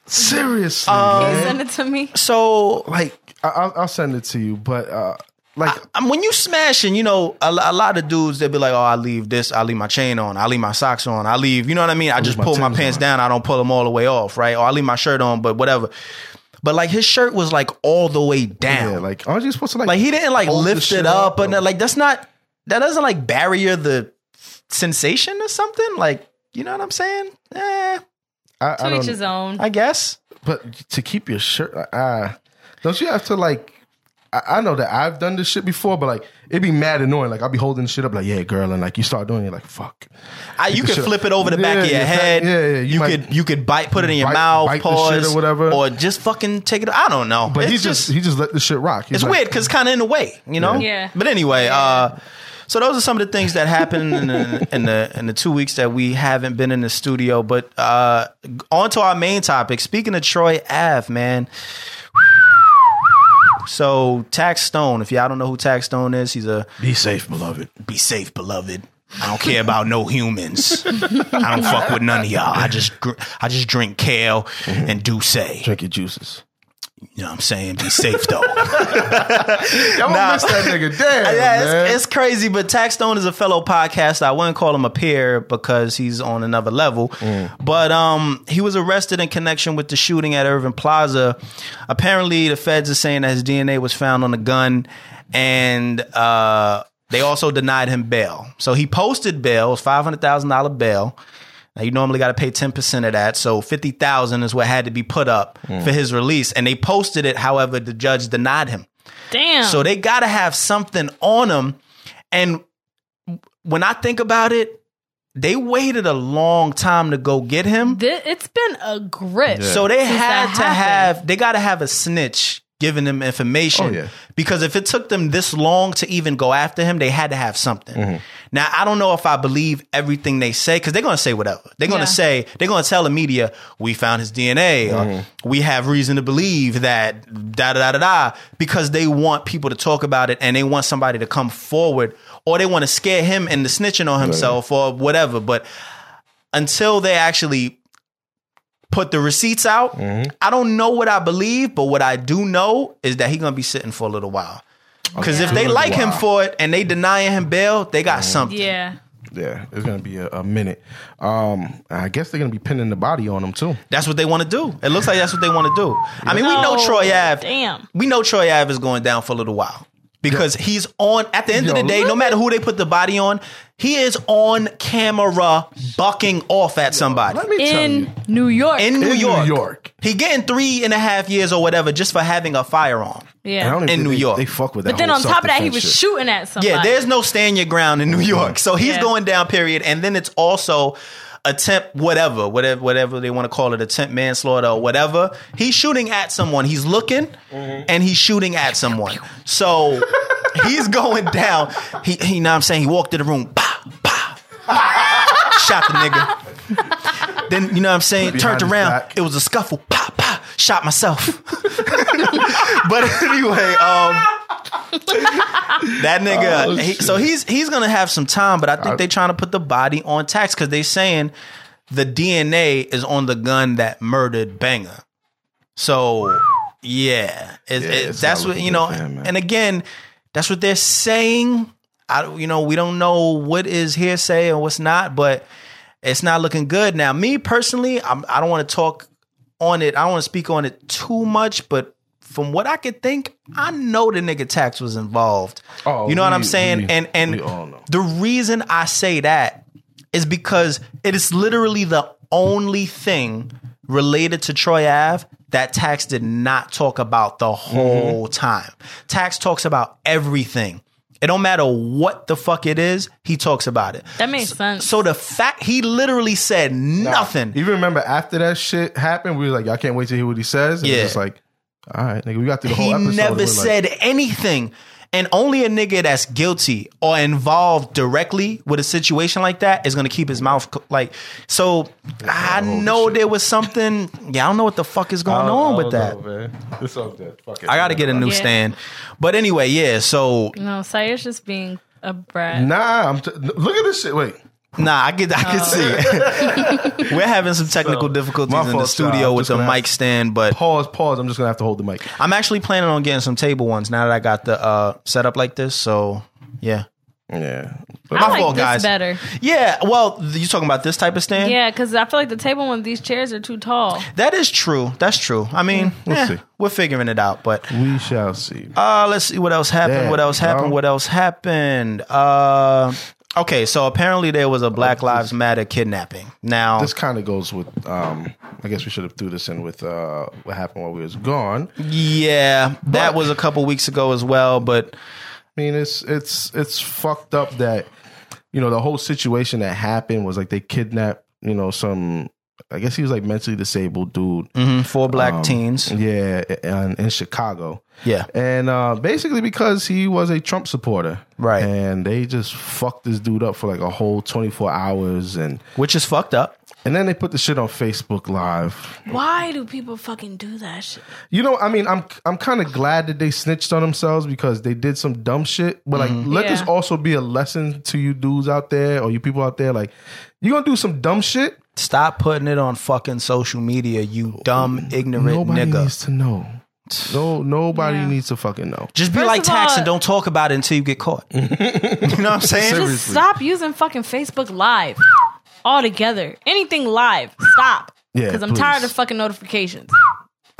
Speaker 6: Seriously,
Speaker 7: Can you
Speaker 6: man.
Speaker 7: send it to me.
Speaker 5: So like.
Speaker 6: I- I'll, I'll send it to you, but uh, like
Speaker 5: um, when you smashing, you know, a, lo- a lot of dudes they be like, "Oh, I leave this, I leave my chain on, I leave my socks on, I leave." You know what I mean? I just
Speaker 6: my
Speaker 5: pull my
Speaker 6: Tim's
Speaker 5: pants
Speaker 6: on."
Speaker 5: down, I don't pull them all the way off, right? Or I leave my shirt on, but whatever. But like his shirt was like all the way down.
Speaker 6: yeah,
Speaker 5: like,
Speaker 6: like aren't you supposed to like
Speaker 5: he didn't like
Speaker 6: hold the
Speaker 5: lift
Speaker 6: shit
Speaker 5: it up,
Speaker 6: or-
Speaker 5: and like that's not that doesn't like barrier the sensation or something. Like You know what I'm saying? Eh,
Speaker 6: I, I
Speaker 7: To each
Speaker 6: don't,
Speaker 7: his own.
Speaker 5: I guess.
Speaker 6: but to keep your shirt, uh, don't you have to like? I, I know that I've done this shit before, but like it'd be mad annoying. Like I'll be holding the shit up, like yeah, girl, and like you start doing it, like fuck.
Speaker 5: I, you
Speaker 6: the
Speaker 5: could
Speaker 6: shit-
Speaker 5: flip it over the back
Speaker 6: Yeah,
Speaker 5: of your
Speaker 6: yeah,
Speaker 5: head.
Speaker 6: yeah, yeah,
Speaker 5: You,
Speaker 6: you might-
Speaker 5: could you could bite, put it in your
Speaker 6: Bite-
Speaker 5: mouth,
Speaker 6: bite the
Speaker 5: pause
Speaker 6: shit or whatever.
Speaker 5: or just fucking take it. I don't know.
Speaker 6: But
Speaker 5: it's
Speaker 6: he just, he just let the shit rock. He's
Speaker 5: it's
Speaker 6: like,
Speaker 5: weird because kind of in a way, you know.
Speaker 7: Yeah.
Speaker 5: But anyway, uh, so those are some of the things that happened in, the, in the in the two weeks that we haven't been in the studio. But uh, on to our main topic. Speaking of Troy Ave, man. So Tax Stone, if y'all don't know who Tax Stone is, he's a
Speaker 6: Be safe, beloved.
Speaker 5: be safe, beloved. I don't care about no humans. I don't fuck with none of y'all. I just gr- I just drink kale and Douce. You
Speaker 6: Drink your juices.
Speaker 5: know what I'm saying? Be safe though.
Speaker 6: Y'all miss that <laughs> nigga. Damn,
Speaker 5: yeah,
Speaker 6: man.
Speaker 5: it's, it's crazy. But Tax Stone is a fellow podcaster. I wouldn't call him a peer because he's on another level. But um, he was arrested in connection with the shooting at Irving Plaza. Apparently, the feds are saying that his DNA was found on the gun, and uh, they also denied him bail. So he posted bail, five hundred thousand dollar bail. Now you normally got to pay ten percent of that, so fifty thousand is what had to be put up for his release. And they posted it. However, the judge denied him.
Speaker 7: Damn.
Speaker 5: So they got to have something on them. And when I think about it, they waited a long time to go get him.
Speaker 7: Thi- it's been a grip.
Speaker 5: So they
Speaker 7: since
Speaker 5: had
Speaker 7: that
Speaker 5: to
Speaker 7: happened.
Speaker 5: have they got to have a snitch giving them information.
Speaker 6: Oh, yeah.
Speaker 5: Because if it took them this long to even go after him, they had to have something.
Speaker 6: Mm-hmm.
Speaker 5: Now, I don't know if I believe everything they say cuz they're going to say whatever. They're going to
Speaker 7: Yeah.
Speaker 5: say they're going to tell the media we found his DNA
Speaker 6: Mm-hmm.
Speaker 5: or we have reason to believe that da da da da da because they want people to talk about it and they want somebody to come forward or they want to scare him into snitching on himself or whatever, but until they actually put the receipts out.
Speaker 6: Mm-hmm.
Speaker 5: I don't know what I believe, but what I do know is that he gonna be sitting for a little while. Because if they
Speaker 6: Good
Speaker 5: like him
Speaker 6: while. Mm-hmm.
Speaker 5: for it and they denying him bail, they got something.
Speaker 7: Yeah.
Speaker 6: yeah, it's gonna be a, a minute. Um, I guess they're gonna be pinning the body on him too.
Speaker 5: That's what they want to do. It looks like that's what they want to do. I mean, we know
Speaker 7: Oh,
Speaker 5: Troy Ave.
Speaker 7: Damn.
Speaker 5: We know Troy Ave is going down for a little while because he's on. At the end of
Speaker 6: Yo,
Speaker 5: the day, no matter who they put the body on, he is on camera bucking off at somebody.
Speaker 6: Let me tell you,
Speaker 7: In New York.
Speaker 5: in New
Speaker 6: in
Speaker 5: York,
Speaker 6: New York.
Speaker 5: he getting three and a half years or whatever just for having a firearm.
Speaker 6: And I
Speaker 7: yeah.
Speaker 6: don't even
Speaker 5: In
Speaker 6: think
Speaker 5: New
Speaker 6: they-
Speaker 5: York.
Speaker 6: They fuck with that.
Speaker 7: But then
Speaker 6: whole
Speaker 7: on top of that, he was
Speaker 6: self-defense shit.
Speaker 7: shooting at somebody.
Speaker 5: Yeah, there's no stand your ground in New York. So he's
Speaker 7: Yeah.
Speaker 5: going down period and then it's also attempt whatever, whatever whatever they want to call it, attempt manslaughter or whatever. He's shooting at someone. He's looking
Speaker 6: Mm-hmm.
Speaker 5: and he's shooting at someone. So he's going down. He he you know what I'm saying he walked in the room. Bah, bah, bah, shot the nigga. Then you know what I'm saying?
Speaker 6: Behind
Speaker 5: Turned
Speaker 6: his
Speaker 5: around.
Speaker 6: back.
Speaker 5: It was a scuffle. Pop, pop. Shot myself. <laughs> but anyway, um, that nigga.
Speaker 6: Oh,
Speaker 5: he-
Speaker 6: shit.
Speaker 5: so he's he's gonna have some time, but I think
Speaker 6: I-
Speaker 5: they're trying to put the body on tax because they saying the DNA is on the gun that murdered Banger. So yeah, it, it-
Speaker 6: Yeah, it's
Speaker 5: that's what
Speaker 6: not looking
Speaker 5: you
Speaker 6: good
Speaker 5: know.
Speaker 6: for him, man.
Speaker 5: and again, that's what they're saying. I don't- you know we don't know what is hearsay and what's not, but it's not looking good now. Me personally, I'm, I don't want to talk on it. I don't want to speak on it too much, but from what I could think, I know the nigga Tax was involved.
Speaker 6: Oh,
Speaker 5: you know what I'm
Speaker 6: we-
Speaker 5: saying?
Speaker 6: we-
Speaker 5: and and
Speaker 6: we all know.
Speaker 5: the reason I say that is because it is literally the only thing related to Troy Ave that Tax did not talk about the
Speaker 6: Mm-hmm.
Speaker 5: whole time. Tax talks about everything. It don't matter what the fuck it is, he talks about it.
Speaker 7: That makes sense.
Speaker 5: So the fact he literally said nothing.
Speaker 6: You remember after that shit happened, we were like, "Y'all can't wait to hear what he says." And
Speaker 5: Yeah.
Speaker 6: it's just like, all right, nigga, we got through the whole
Speaker 5: he
Speaker 6: episode.
Speaker 5: never
Speaker 6: We're like,
Speaker 5: said anything. And only a nigga that's guilty or involved directly with a situation like that is gonna keep his mouth co- like. So I
Speaker 6: oh,
Speaker 5: know
Speaker 6: shit.
Speaker 5: there was something. Yeah, I don't know what the fuck is going on with that.
Speaker 6: It's up there. Fuck it.
Speaker 5: I gotta get a new
Speaker 7: Yeah.
Speaker 5: stand. But anyway, yeah. So
Speaker 7: no, Sayer's just being a brat.
Speaker 6: Nah, I'm t- look at this shit. Wait,
Speaker 5: nah, I get. I can see it. <laughs> We're having some technical difficulties
Speaker 6: my
Speaker 5: in the
Speaker 6: fault, y'all.
Speaker 5: studio
Speaker 6: I'm
Speaker 5: with
Speaker 6: just
Speaker 5: the
Speaker 6: gonna have
Speaker 5: mic
Speaker 6: to-
Speaker 5: stand, but
Speaker 6: pause, pause. I'm just gonna have to hold the mic.
Speaker 5: I'm actually planning on getting some table ones now that I got the uh, setup like this. So yeah,
Speaker 6: Yeah,
Speaker 5: my
Speaker 7: I like
Speaker 5: fault,
Speaker 7: this
Speaker 5: guys.
Speaker 7: better.
Speaker 5: yeah. Well, you talking about this type of stand?
Speaker 7: Yeah, because I feel like the table when these chairs are too tall.
Speaker 5: That is true. That's true. I mean,
Speaker 6: We'll
Speaker 5: eh,
Speaker 6: see.
Speaker 5: we're figuring it out. But
Speaker 6: we shall see.
Speaker 5: uh, let's see what else happened.
Speaker 6: Yeah,
Speaker 5: what else happened?
Speaker 6: bro.
Speaker 5: What else happened? Uh, Okay, so apparently there was a Black Lives Matter kidnapping. Now,
Speaker 6: This kind of goes with. Um, I guess we should have threw this in with uh, what happened while we was gone. I
Speaker 5: yeah, that
Speaker 6: But-
Speaker 5: was a couple weeks ago as well, but
Speaker 6: mean, it's it's it's fucked up that you know the whole situation that happened was like they kidnapped you know some. I guess he was like mentally disabled dude.
Speaker 5: mhm, four black teens.
Speaker 6: Um, Yeah, in, in Chicago.
Speaker 5: Yeah.
Speaker 6: And uh, basically because he was a Trump supporter.
Speaker 5: Right.
Speaker 6: And they just fucked this dude up for like a whole 24 hours. And,
Speaker 5: which is fucked up.
Speaker 6: and then they put the shit on Facebook Live.
Speaker 7: Why do people fucking do that shit?
Speaker 6: You know, I mean, I'm I'm kind of glad that they snitched on themselves because they did some dumb shit. But like,
Speaker 5: Mm-hmm.
Speaker 6: let this
Speaker 7: Yeah.
Speaker 6: also be a lesson to you dudes out there or you people out there. Like, you're going to do some dumb shit.
Speaker 5: Stop putting it on fucking social media, you dumb, ignorant
Speaker 6: Nobody
Speaker 5: nigga.
Speaker 6: needs to know. No, nobody
Speaker 7: Yeah.
Speaker 6: needs to fucking know.
Speaker 5: Just be
Speaker 7: First
Speaker 5: like
Speaker 7: of
Speaker 5: tax
Speaker 7: all-
Speaker 5: and don't talk about it until you get caught. you know what I'm saying?
Speaker 7: Just stop using fucking Facebook Live altogether. Anything live, stop.
Speaker 6: Yeah,
Speaker 7: because I'm
Speaker 6: please.
Speaker 7: tired of fucking notifications.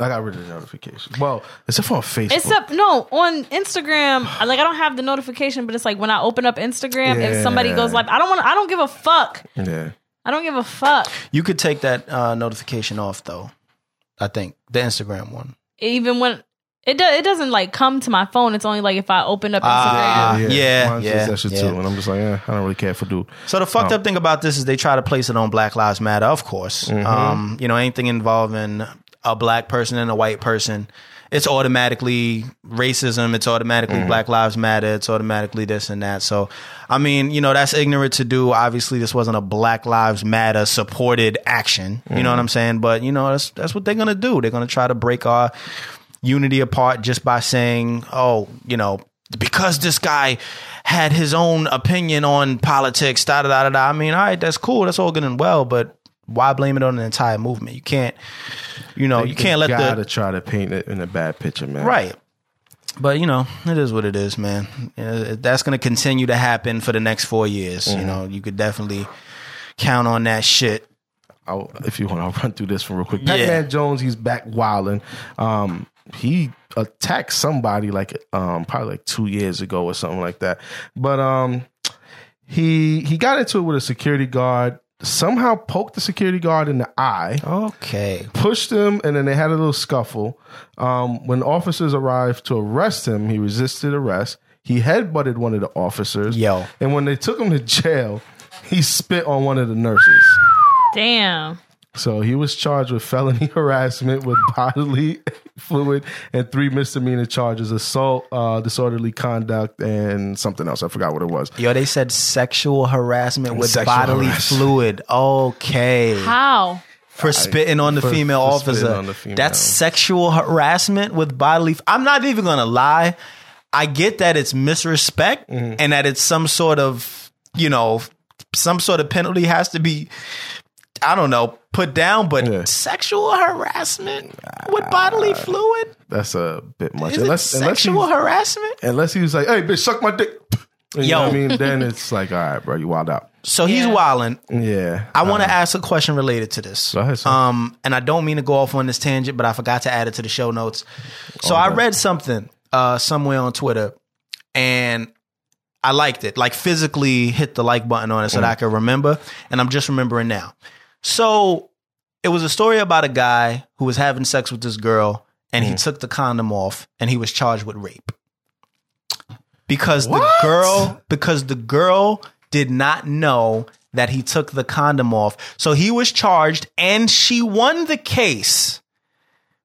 Speaker 6: I got rid of the notifications. Well, except for on Facebook.
Speaker 7: Except no, on Instagram, I- like I don't have the notification, but it's like when I open up Instagram, if somebody
Speaker 6: Yeah.
Speaker 7: goes live, I don't want. to. I don't give a fuck.
Speaker 6: yeah.
Speaker 7: I don't give a fuck.
Speaker 5: You could take that uh, notification off though. I think the Instagram one.
Speaker 7: Even when it do, it doesn't like come to my phone. It's only like if I open up Instagram.
Speaker 5: Ah, Yeah,
Speaker 6: Mine's
Speaker 5: yeah,
Speaker 6: just that shit
Speaker 5: yeah.
Speaker 6: too. And I'm just like, eh, I don't really care for dude.
Speaker 5: So the fucked up thing about this is they try to place it on Black Lives Matter, of course. Um, you know, anything involving a black person and a white person, it's automatically racism, it's automatically Black Lives Matter, it's automatically this and that. So I mean, you know, that's ignorant to do. Obviously this wasn't a Black Lives Matter supported action. You know what I'm saying? But you know, that's that's what they're gonna do. They're gonna try to break our unity apart just by saying, oh, you know, because this guy had his own opinion on politics, da da da da. da. I mean, all right, that's cool, that's all good and well, but why blame it on an entire movement? You can't, you know, you can't let
Speaker 6: gotta
Speaker 5: the
Speaker 6: try to paint it in a bad picture, man.
Speaker 5: right. But you know, it is what it is, man. Uh, That's going to continue to happen for the next four years.
Speaker 6: Mm-hmm.
Speaker 5: You know, you could definitely count on that shit.
Speaker 6: I'll, if you want, I'll <laughs> run through this from real quick.
Speaker 5: Yeah.
Speaker 6: Pac-Man Jones, he's back wilding. Um, he attacked somebody like um probably like two years ago or something like that. But um, he he got into it with a security guard. Somehow poked the security guard in the eye.
Speaker 5: Okay.
Speaker 6: pushed him, and then they had a little scuffle. Um, when officers arrived to arrest him, he resisted arrest. He headbutted one of the officers.
Speaker 5: Yo.
Speaker 6: And when they took him to jail, he spit on one of the nurses.
Speaker 7: Damn.
Speaker 6: So he was charged with felony <laughs> harassment with bodily <laughs> fluid and three misdemeanor charges assault, uh, disorderly conduct, and something else. I forgot what it was.
Speaker 5: Yo, they said sexual harassment with
Speaker 6: Sexual
Speaker 5: bodily
Speaker 6: harassment.
Speaker 5: fluid. Okay.
Speaker 7: How?
Speaker 5: for spitting on the
Speaker 6: for-
Speaker 5: female
Speaker 6: for
Speaker 5: officer.
Speaker 6: spitting on the female.
Speaker 5: That's sexual harassment with bodily. I'm not even gonna lie. I get that it's misrespect
Speaker 6: Mm-hmm.
Speaker 5: and that it's some sort of you know some sort of penalty has to be. I don't know, put down, but
Speaker 6: Yeah.
Speaker 5: sexual harassment with bodily fluid
Speaker 6: That's a bit much.
Speaker 5: is it sexual
Speaker 6: unless, he,
Speaker 5: harassment?
Speaker 6: unless he was like, "Hey, bitch, suck my dick." <laughs> You
Speaker 5: Yo.
Speaker 6: know what I mean, then it's like, all right, bro, you
Speaker 5: <laughs>
Speaker 6: wild out.
Speaker 5: So he's
Speaker 7: Yeah.
Speaker 5: wilding.
Speaker 6: Yeah,
Speaker 5: I want to ask a question related to this.
Speaker 6: Uh-huh. Go ahead, son.
Speaker 5: um, and I don't mean to go off on this tangent, but I forgot to add it to the show notes. So I read something uh, somewhere on Twitter, and I liked it. Like physically hit the like button on it so that
Speaker 6: Mm.
Speaker 5: I could remember, and I'm just remembering now. So it was a story about a guy who was having sex with this girl, and
Speaker 6: Mm.
Speaker 5: he took the condom off, and he was charged with rape because
Speaker 6: What?
Speaker 5: the girl because the girl did not know that he took the condom off. So he was charged and she won the case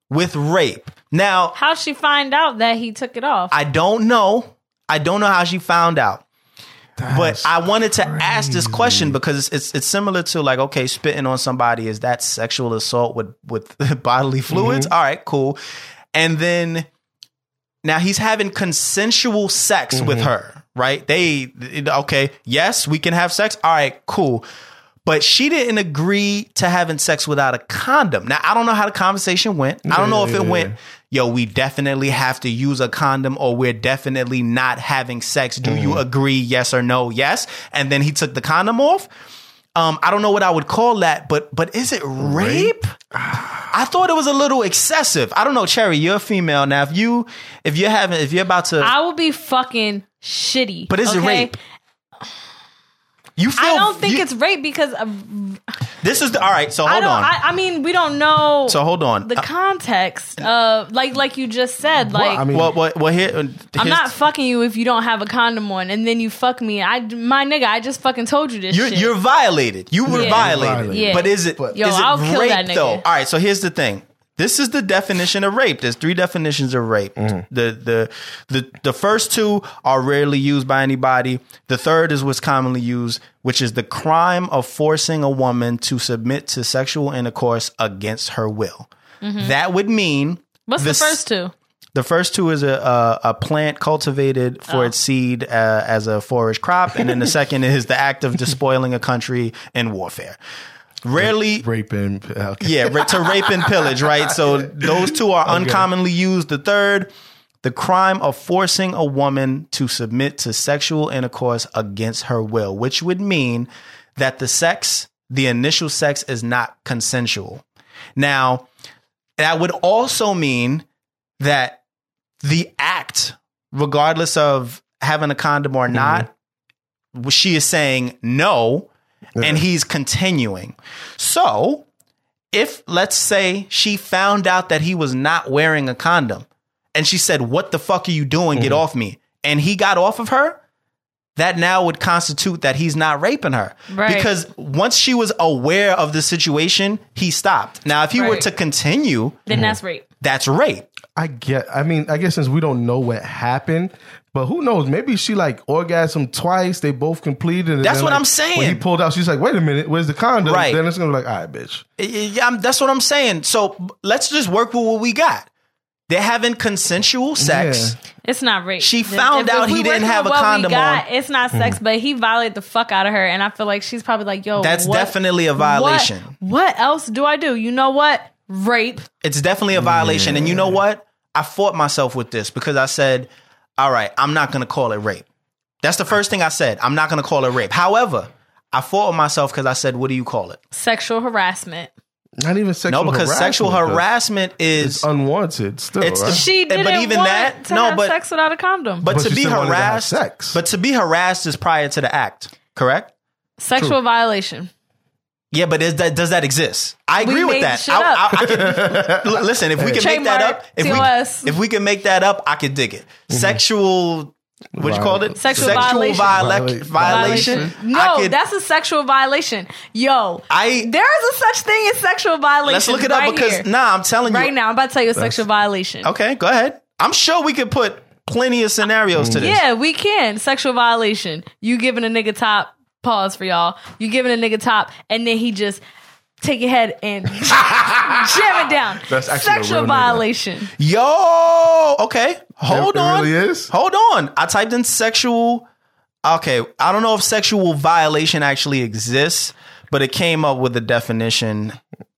Speaker 5: with rape. Now,
Speaker 7: How'd she find out that he took it off?
Speaker 5: I don't know. I don't know how she found out. but I wanted to ask this question because it's, it's it's similar to like okay, spitting on somebody is that sexual assault with with <laughs> bodily fluids? All right, cool. And then now he's having consensual sex with her, right? They okay, yes, we can have sex. All right, cool. But she didn't agree to having sex without a condom. Now I don't know how the conversation went. I don't know if it went, yo, we definitely have to use a condom or we're definitely not having sex. Do
Speaker 6: Mm-hmm.
Speaker 5: you agree? Yes or no? Yes. And then he took the condom off. Um, I don't know what I would call that, but but is it rape? I thought it was a little excessive. I don't know, Cherry. You're a female now. If you if you're having if you're about to,
Speaker 7: I will be fucking shitty.
Speaker 5: but is
Speaker 7: okay?
Speaker 5: it rape? You feel
Speaker 7: I don't think
Speaker 5: you-
Speaker 7: it's rape because uh,
Speaker 5: this is the all right. So
Speaker 7: I
Speaker 5: hold
Speaker 7: don't.
Speaker 5: on.
Speaker 7: I, I mean, we don't know.
Speaker 5: so hold on.
Speaker 7: the
Speaker 5: Uh,
Speaker 7: context of like like you just said like
Speaker 6: I mean,
Speaker 5: well, well, well, here, uh,
Speaker 7: I'm
Speaker 5: here's-
Speaker 7: not fucking you if you don't have a condom on, and then you fuck me. I, my nigga, I just fucking told you this
Speaker 5: You're,
Speaker 7: shit.
Speaker 5: you're violated. You were
Speaker 7: Yeah.
Speaker 5: violated.
Speaker 7: Yeah.
Speaker 5: But is it
Speaker 6: But-
Speaker 7: Yo,
Speaker 5: is it
Speaker 7: I'll kill
Speaker 5: rape
Speaker 7: that nigga.
Speaker 5: though? All right. So here's the thing. This is the definition of rape. There's three definitions of rape. The, the the the first two are rarely used by anybody. The third is what's commonly used, which is the crime of forcing a woman to submit to sexual intercourse against her will. That would mean
Speaker 7: Mm-hmm. What's the
Speaker 5: this-
Speaker 7: first two?
Speaker 5: the first two is a a, a plant cultivated for its seed uh, as a forage crop, and then the second is the act of despoiling a country in warfare. Rarely,
Speaker 6: raping. Okay.
Speaker 5: yeah, ra- to rape and pillage, right? So those two are uncommonly used. The third, the crime of forcing a woman to submit to sexual intercourse against her will, which would mean that the sex, the initial sex, is not consensual. Now, that would also mean that the act, regardless of having a condom or not, she is saying no, and he's continuing. So, if let's say she found out that he was not wearing a condom and she said, What the fuck are you doing? Get off me. And he got off of her, that now would constitute that he's not raping her.
Speaker 7: Right.
Speaker 5: Because once she was aware of the situation, he stopped. Now, if he were
Speaker 7: Right.
Speaker 5: to continue,
Speaker 7: Then that's rape.
Speaker 5: that's rape.
Speaker 6: I get. I mean, I guess since we don't know what happened, but who knows? Maybe she like orgasmed twice. They both completed. and
Speaker 5: That's
Speaker 6: then,
Speaker 5: what
Speaker 6: like,
Speaker 5: I'm saying.
Speaker 6: When he pulled out, she's like, "Wait a minute, where's the condom?"
Speaker 5: Right.
Speaker 6: Then it's gonna be like, "All right, bitch."
Speaker 5: Yeah, I'm- that's what I'm saying. So let's just work with what we got. They're having consensual sex.
Speaker 7: It's not rape.
Speaker 5: She found out he
Speaker 7: we
Speaker 5: didn't
Speaker 7: working
Speaker 5: have a
Speaker 7: with what we
Speaker 5: condom
Speaker 7: got,
Speaker 5: on. Mm-hmm.
Speaker 7: It's not sex, but he violated the fuck out of her, and I feel like she's probably like, "Yo,
Speaker 5: That's
Speaker 7: what-
Speaker 5: definitely a violation.
Speaker 7: What, what else do I do? You know what? Rape.
Speaker 5: It's definitely a violation. And you know what? I fought myself with this because I said, all right, I'm not going to call it rape. That's the first thing I said. I'm not going to call it rape. However, I fought with myself because I said, what do you call it?
Speaker 7: Sexual harassment.
Speaker 6: Not even sexual.
Speaker 5: No, because
Speaker 6: harassment,
Speaker 5: sexual
Speaker 6: though.
Speaker 5: harassment
Speaker 6: It's
Speaker 5: is.
Speaker 6: unwanted. Still,
Speaker 5: It's the
Speaker 6: right?
Speaker 5: sh-
Speaker 7: She
Speaker 5: And- Eh, but
Speaker 7: didn't
Speaker 5: even
Speaker 7: want
Speaker 5: that-
Speaker 7: to
Speaker 5: no,
Speaker 7: have
Speaker 5: but-
Speaker 7: sex without a condom.
Speaker 5: But,
Speaker 6: But
Speaker 5: to
Speaker 6: she
Speaker 5: be
Speaker 6: still wanted to have
Speaker 5: harassed,
Speaker 6: sex.
Speaker 5: but to be harassed is prior to the act, correct?
Speaker 7: sexual violation.
Speaker 5: Yeah, but is that does that exist? I
Speaker 7: We
Speaker 5: agree with
Speaker 7: made
Speaker 5: that.
Speaker 7: the shit
Speaker 5: I- I-
Speaker 7: up.
Speaker 5: I can- <laughs> l- listen, if we can make that
Speaker 7: Trademark,
Speaker 5: up, if
Speaker 7: TOS.
Speaker 5: we if we can make that up, I could dig it. Sexual, what you called it?
Speaker 7: Sexual violation.
Speaker 5: violation.
Speaker 6: Viola-
Speaker 5: violation.
Speaker 7: No,
Speaker 5: I could-
Speaker 7: that's a sexual violation. Yo,
Speaker 5: I-
Speaker 7: there is a such thing as sexual violation.
Speaker 5: Let's look it up
Speaker 7: right
Speaker 5: because
Speaker 7: here.
Speaker 5: nah, I'm telling
Speaker 7: right
Speaker 5: you.
Speaker 7: now, I'm about to tell you a sexual violation.
Speaker 5: Okay, go ahead. I'm sure we could put plenty of scenarios to this.
Speaker 7: Yeah, we can sexual violation. You giving a nigga top. Pause for y'all. You giving a nigga top, and then he just take your head
Speaker 5: <laughs>
Speaker 7: and jam it down.
Speaker 6: That's actually a real
Speaker 7: sexual
Speaker 6: nigga.
Speaker 7: violation.
Speaker 5: Yo, okay. Hold
Speaker 6: It- it
Speaker 5: on.
Speaker 6: really is?
Speaker 5: Hold on. I typed in sexual. Okay, I don't know if sexual violation actually exists, but it came up with the definition.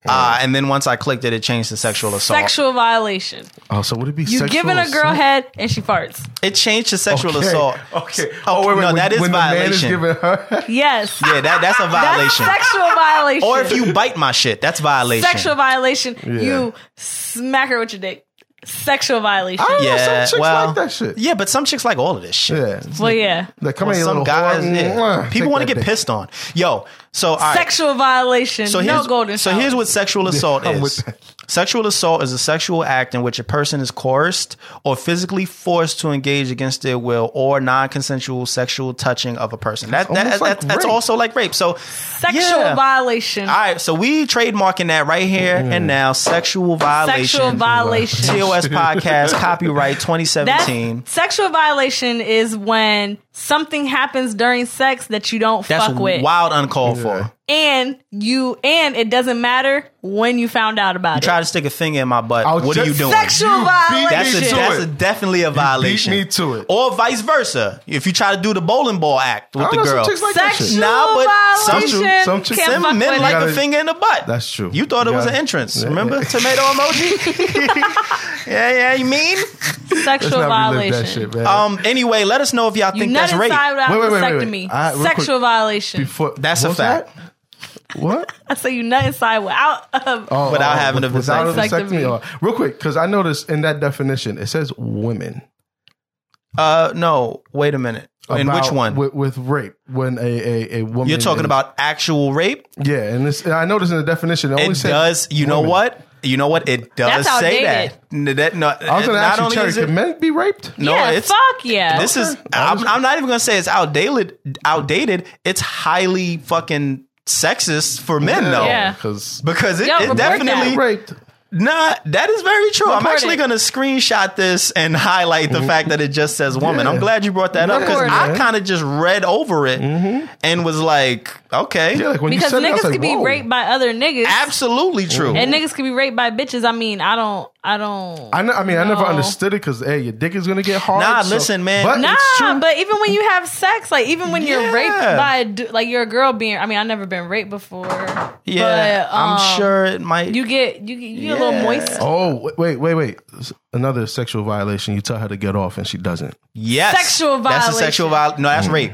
Speaker 5: Uh, and then once I clicked it, it changed to sexual assault.
Speaker 7: Sexual violation.
Speaker 6: oh, so would it be
Speaker 7: You
Speaker 6: sexual
Speaker 7: giving a girl
Speaker 6: assault?
Speaker 7: head and she farts.
Speaker 5: It changed to sexual
Speaker 6: Okay.
Speaker 5: assault.
Speaker 6: Okay.
Speaker 5: Oh,
Speaker 6: wait, wait,
Speaker 5: no,
Speaker 6: when-
Speaker 5: that is
Speaker 6: when
Speaker 5: violation.
Speaker 6: The man is giving her.
Speaker 7: Yes.
Speaker 5: yeah, that, that's a
Speaker 7: That's
Speaker 5: violation.
Speaker 7: <laughs> sexual violation.
Speaker 5: or if you bite my shit, that's violation.
Speaker 7: sexual violation,
Speaker 6: Yeah.
Speaker 7: you smack her with your dick. Sexual violation.
Speaker 6: I don't know, some
Speaker 5: Ah, Yeah,
Speaker 6: chicks
Speaker 5: well,
Speaker 6: like that shit.
Speaker 5: Yeah, but some chicks like all of this shit.
Speaker 6: Yeah.
Speaker 7: well, yeah.
Speaker 6: Like, come
Speaker 5: Well,
Speaker 6: here, you
Speaker 5: some
Speaker 6: little
Speaker 5: guys,
Speaker 6: whore.
Speaker 5: yeah.
Speaker 6: Mwah.
Speaker 5: people
Speaker 6: Take
Speaker 5: want to
Speaker 6: that
Speaker 5: get
Speaker 6: dick.
Speaker 5: pissed on. Yo, so all right.
Speaker 7: Sexual violation.
Speaker 5: So here's
Speaker 7: no golden.
Speaker 5: so
Speaker 7: shower.
Speaker 5: here's what sexual assault
Speaker 6: I'm
Speaker 5: is.
Speaker 6: with that.
Speaker 5: Sexual assault is a sexual act in which a person is coerced or physically forced to engage against their will or non-consensual sexual touching of a person. That, that,
Speaker 6: almost like
Speaker 5: that- that's
Speaker 6: rape.
Speaker 5: also like rape. So
Speaker 7: sexual
Speaker 5: yeah.
Speaker 7: violation.
Speaker 5: All right, so we trademarking that right here
Speaker 6: Mm.
Speaker 5: and now. Sexual violation.
Speaker 7: Sexual violation.
Speaker 6: <laughs>
Speaker 5: TOS podcast copyright
Speaker 7: That
Speaker 5: 2017.
Speaker 7: sexual violation is when something happens during sex that you don't
Speaker 5: That's
Speaker 7: fuck with,
Speaker 5: wild, uncalled for.
Speaker 7: and you and it doesn't matter when you found out about it.
Speaker 5: Try to stick a finger in my butt.
Speaker 6: I was
Speaker 5: what are
Speaker 6: just-
Speaker 5: you doing?
Speaker 7: Sexual
Speaker 6: You beat me
Speaker 5: That's, a,
Speaker 7: violation.
Speaker 6: to
Speaker 5: that's a
Speaker 6: it.
Speaker 5: definitely a violation.
Speaker 6: me to it.
Speaker 5: Or vice versa. If you try to do the bowling ball act with
Speaker 6: I
Speaker 5: the
Speaker 6: know some
Speaker 5: girl.
Speaker 6: chicks like that shit.
Speaker 7: Sexual
Speaker 5: Nah, but some
Speaker 7: violation.
Speaker 6: chicks- some chicks-
Speaker 7: Can't
Speaker 5: Some
Speaker 7: fuck with
Speaker 5: men
Speaker 7: it.
Speaker 5: like
Speaker 6: You
Speaker 5: a
Speaker 6: gotta-
Speaker 5: finger in the butt.
Speaker 6: That's true.
Speaker 5: You thought it
Speaker 6: You
Speaker 5: was an
Speaker 6: gotta-
Speaker 5: entrance.
Speaker 6: Yeah.
Speaker 5: <laughs> Remember? Tomato emoji? <laughs> yeah, yeah, you mean?
Speaker 7: sexual
Speaker 6: Let's not relive
Speaker 7: violation.
Speaker 6: that shit, man.
Speaker 5: Um, anyway, let us know if y'all
Speaker 7: You
Speaker 5: think
Speaker 7: nut
Speaker 5: that's
Speaker 7: inside
Speaker 5: rape.
Speaker 7: without
Speaker 6: Wait, wait, wait, wait,
Speaker 7: vasectomy.
Speaker 6: wait. All right, real quick.
Speaker 7: Sexual violation.
Speaker 6: Before-
Speaker 5: That's a
Speaker 6: what was
Speaker 5: fact.
Speaker 6: that? What?
Speaker 7: I say you nut inside without. Uh,
Speaker 6: Oh,
Speaker 5: Without having a
Speaker 6: without a
Speaker 7: vasectomy.
Speaker 6: vasectomy. Oh, real quick, because I noticed in that definition it says women.
Speaker 5: Uh, no, wait a minute. In
Speaker 6: about-
Speaker 5: which one?
Speaker 6: With, with rape, when a, a, a woman.
Speaker 5: You're talking
Speaker 6: is-
Speaker 5: about actual rape.
Speaker 6: Yeah, and, this, and I noticed in the definition, it, only
Speaker 5: It
Speaker 6: said
Speaker 5: does. You know
Speaker 6: women.
Speaker 5: what? You know what? It does
Speaker 7: That's
Speaker 5: say
Speaker 7: outdated.
Speaker 5: that. N- that no,
Speaker 6: I was going to
Speaker 5: not
Speaker 6: ask you,
Speaker 5: only
Speaker 6: Cherry,
Speaker 5: is it-
Speaker 6: can men be raped?
Speaker 5: no,
Speaker 7: yeah,
Speaker 5: it's
Speaker 7: fuck yeah.
Speaker 5: This is I'm, I'm not even gonna say it's outdated. Outdated. It's highly fucking sexist for men though,
Speaker 7: Yeah.
Speaker 6: Because
Speaker 5: because it,
Speaker 7: Yo,
Speaker 5: it
Speaker 7: report
Speaker 5: definitely
Speaker 7: that.
Speaker 6: raped.
Speaker 5: nah. That is very true. I'm
Speaker 7: Report
Speaker 5: actually
Speaker 7: it.
Speaker 5: gonna screenshot this and highlight the fact that it just says woman. I'm
Speaker 6: Yeah.
Speaker 5: glad you brought that up because
Speaker 7: Report Mm-hmm.
Speaker 5: I
Speaker 6: it.
Speaker 5: kind of just read over it and was like, okay,
Speaker 6: Yeah, like when
Speaker 7: because
Speaker 6: you said it, I
Speaker 7: niggas
Speaker 6: was like,
Speaker 7: could be
Speaker 6: whoa.
Speaker 7: raped by other niggas.
Speaker 5: absolutely true.
Speaker 7: And niggas could be raped by bitches. I mean, I don't, I don't.
Speaker 6: I, know, I mean, I never
Speaker 7: No.
Speaker 6: understood it because hey, your dick is gonna get hard.
Speaker 5: Nah,
Speaker 6: so-
Speaker 5: listen, man.
Speaker 6: But
Speaker 7: Nah,
Speaker 6: it's true.
Speaker 7: but even when you have sex, like even when
Speaker 5: Yeah.
Speaker 7: you're raped by a du- like you're a girl being, I mean, I've never been raped before.
Speaker 5: yeah,
Speaker 7: but,
Speaker 5: I'm
Speaker 7: um,
Speaker 5: sure it might.
Speaker 7: you get you get, you get a little
Speaker 5: Yeah.
Speaker 7: moist.
Speaker 6: oh wait, wait, wait, wait. S- Another sexual violation. You tell her to get off and she doesn't.
Speaker 5: Yes.
Speaker 7: Sexual
Speaker 5: That's a sexual violation.
Speaker 7: violation.
Speaker 5: No, that's rape.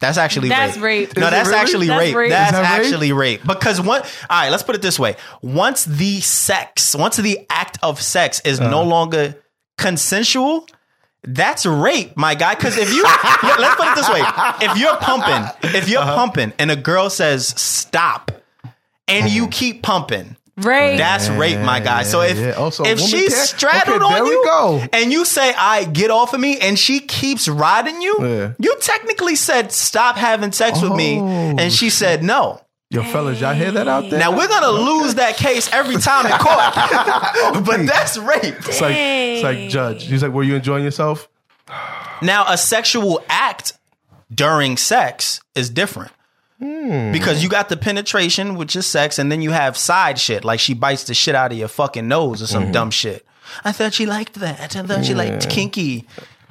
Speaker 5: That's actually
Speaker 7: That's
Speaker 5: rape.
Speaker 7: rape.
Speaker 5: No,
Speaker 7: Is it
Speaker 5: that's
Speaker 6: really?
Speaker 5: actually
Speaker 7: That's
Speaker 5: rape.
Speaker 7: rape.
Speaker 5: That's
Speaker 6: Is that rape?
Speaker 5: actually rape. Because one, all right, let's put it this way. Once the sex, once the act of sex is no longer consensual, that's rape, my guy. Because if you, <laughs> let- let's put it this way. If you're pumping, if you're pumping and a girl says stop and you keep pumping,
Speaker 7: Rape.
Speaker 5: that's rape, my guy. So if
Speaker 6: yeah. Also, a
Speaker 5: if
Speaker 6: woman
Speaker 5: she's
Speaker 6: can't-
Speaker 5: straddled
Speaker 6: Okay, there
Speaker 5: on
Speaker 6: we
Speaker 5: you
Speaker 6: go.
Speaker 5: and you say, "I get off of me," and she keeps riding you,
Speaker 6: Yeah.
Speaker 5: you technically said, "Stop having sex with me,"
Speaker 6: Oh,
Speaker 5: and she said, "No."
Speaker 6: Yo, fellas, y'all hear that out there?
Speaker 5: Now we're gonna lose that case every time in
Speaker 6: <laughs>
Speaker 5: court, but that's rape.
Speaker 6: it's like it's like judge. He's like, were you enjoying yourself?
Speaker 5: Now, a sexual act during sex is different. Because you got the penetration, which is sex, and then you have side shit, like she bites the shit out of your fucking nose or some
Speaker 6: Mm-hmm.
Speaker 5: dumb shit. I thought she liked that. I thought she liked kinky.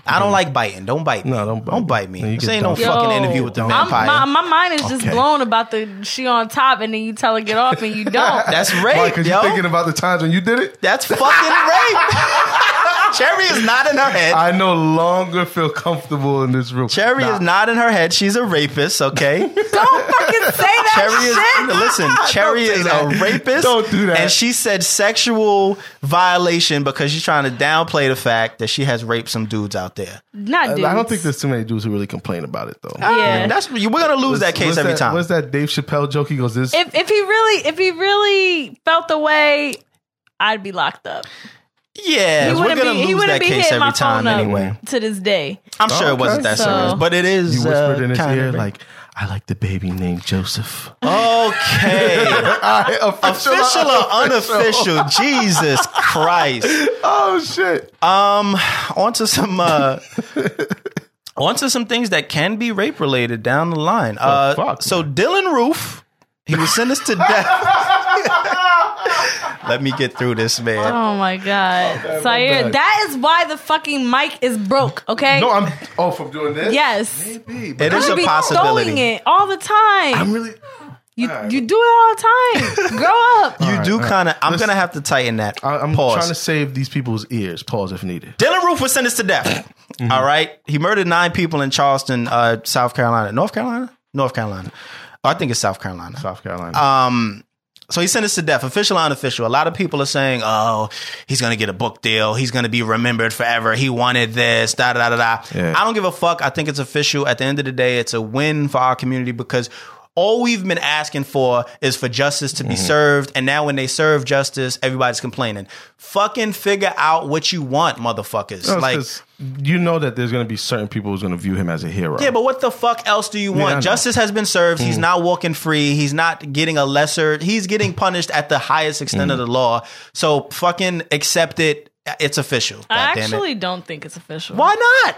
Speaker 5: I don't like biting. Don't bite. Me.
Speaker 6: No, don't bite.
Speaker 5: Don't bite me.
Speaker 6: No, you
Speaker 5: this
Speaker 6: get
Speaker 5: ain't no
Speaker 6: dumped.
Speaker 5: fucking
Speaker 7: Yo,
Speaker 5: interview with the
Speaker 6: I'm-
Speaker 5: vampire.
Speaker 7: My, my mind is just
Speaker 6: Okay.
Speaker 7: blown about the she on top, and then you tell her get
Speaker 6: <laughs>
Speaker 7: off, and you don't.
Speaker 5: That's
Speaker 6: Why?
Speaker 5: rape,
Speaker 6: Because
Speaker 5: yo.
Speaker 6: you're thinking about the times when you did it.
Speaker 5: That's fucking
Speaker 6: <laughs>
Speaker 5: rape. Cherry is not in her head.
Speaker 6: I no longer feel comfortable in this room.
Speaker 5: Cherry
Speaker 6: Nah.
Speaker 5: is not in her head. She's a rapist. Okay.
Speaker 7: don't fucking say that
Speaker 5: Cherry is <laughs>
Speaker 7: shit.
Speaker 5: listen. Cherry
Speaker 6: Don't
Speaker 5: is
Speaker 6: do
Speaker 5: a
Speaker 6: that.
Speaker 5: rapist.
Speaker 6: Don't do that.
Speaker 5: And she said sexual violation because she's trying to downplay the fact that she has raped some dudes out there.
Speaker 7: Not dudes.
Speaker 6: I don't think there's too many dudes who really complain about it though.
Speaker 7: Yeah.
Speaker 5: That's we're gonna lose that case
Speaker 6: What's
Speaker 5: every time.
Speaker 6: What's that Dave Chappelle joke? He goes, "This
Speaker 7: if if he really if he really felt the way, I'd be locked up.
Speaker 5: yeah,
Speaker 7: He
Speaker 5: we're
Speaker 7: wouldn't
Speaker 5: gonna
Speaker 7: be he
Speaker 5: lose that
Speaker 7: wouldn't be
Speaker 5: case
Speaker 7: hitting my
Speaker 5: every
Speaker 7: phone
Speaker 5: time
Speaker 7: up
Speaker 5: anyway.
Speaker 7: to this day.
Speaker 5: I'm sure it wasn't that
Speaker 7: So-
Speaker 5: serious, but it is.
Speaker 6: You whispered
Speaker 5: uh,
Speaker 6: in his
Speaker 5: kinda
Speaker 6: ear
Speaker 5: rape.
Speaker 6: like, "I like the baby named Joseph."
Speaker 5: <laughs> okay,
Speaker 6: I, <laughs> official, uh,
Speaker 5: official or unofficial? Jesus Christ.
Speaker 6: Oh shit!
Speaker 5: Um, onto some
Speaker 6: <laughs>
Speaker 5: uh, onto some things that can be rape related down the line. Uh,
Speaker 6: Oh, fuck,
Speaker 5: so Dylan Roof, he was sentenced to
Speaker 6: <laughs>
Speaker 5: death. Let me get through this, man.
Speaker 7: Oh my god, Sire,
Speaker 6: bad.
Speaker 7: that is why the fucking mic is broke. Okay,
Speaker 6: No, I'm oh from doing this.
Speaker 7: yes,
Speaker 6: Maybe, but
Speaker 5: it is
Speaker 7: I
Speaker 5: a
Speaker 7: be throwing
Speaker 5: possibility.
Speaker 7: it all the time.
Speaker 6: I'm really.
Speaker 7: you you do it all
Speaker 6: <laughs>
Speaker 7: the time. Grow up.
Speaker 5: You do kind of. I'm gonna have to tighten that.
Speaker 6: I, I'm
Speaker 5: Pause.
Speaker 6: trying to save these people's ears. Pause if needed.
Speaker 5: Dylan Roof was sentenced to death.
Speaker 6: Mm-hmm.
Speaker 5: All right. He murdered nine people in Charleston, uh, South Carolina. North Carolina? North Carolina. I think it's South Carolina.
Speaker 6: South Carolina.
Speaker 5: Uh, So he sentenced to death, official or unofficial. A lot of people are saying, oh, he's going to get a book deal. He's going to be remembered forever. He wanted this, da da da da.
Speaker 6: Yeah.
Speaker 5: I don't give a fuck. I think it's official. At the end of the day, it's a win for our community because all we've been asking for is for justice to be
Speaker 6: Mm-hmm.
Speaker 5: served. And now when they serve justice, everybody's complaining. Fucking figure out what you want, motherfuckers.
Speaker 6: No, it's
Speaker 5: like,
Speaker 6: 'cause you know that there's gonna be certain people who's gonna view him as a hero.
Speaker 5: yeah, but what the fuck else do you
Speaker 6: I
Speaker 5: want?
Speaker 6: know. Mm.
Speaker 5: Justice has been served. He's not walking free. He's not getting a lesser. He's getting punished at the highest extent
Speaker 6: Mm.
Speaker 5: of the law. So fucking accept it. It's official.
Speaker 7: I
Speaker 5: God damn it.
Speaker 7: actually don't think it's official.
Speaker 5: Why not?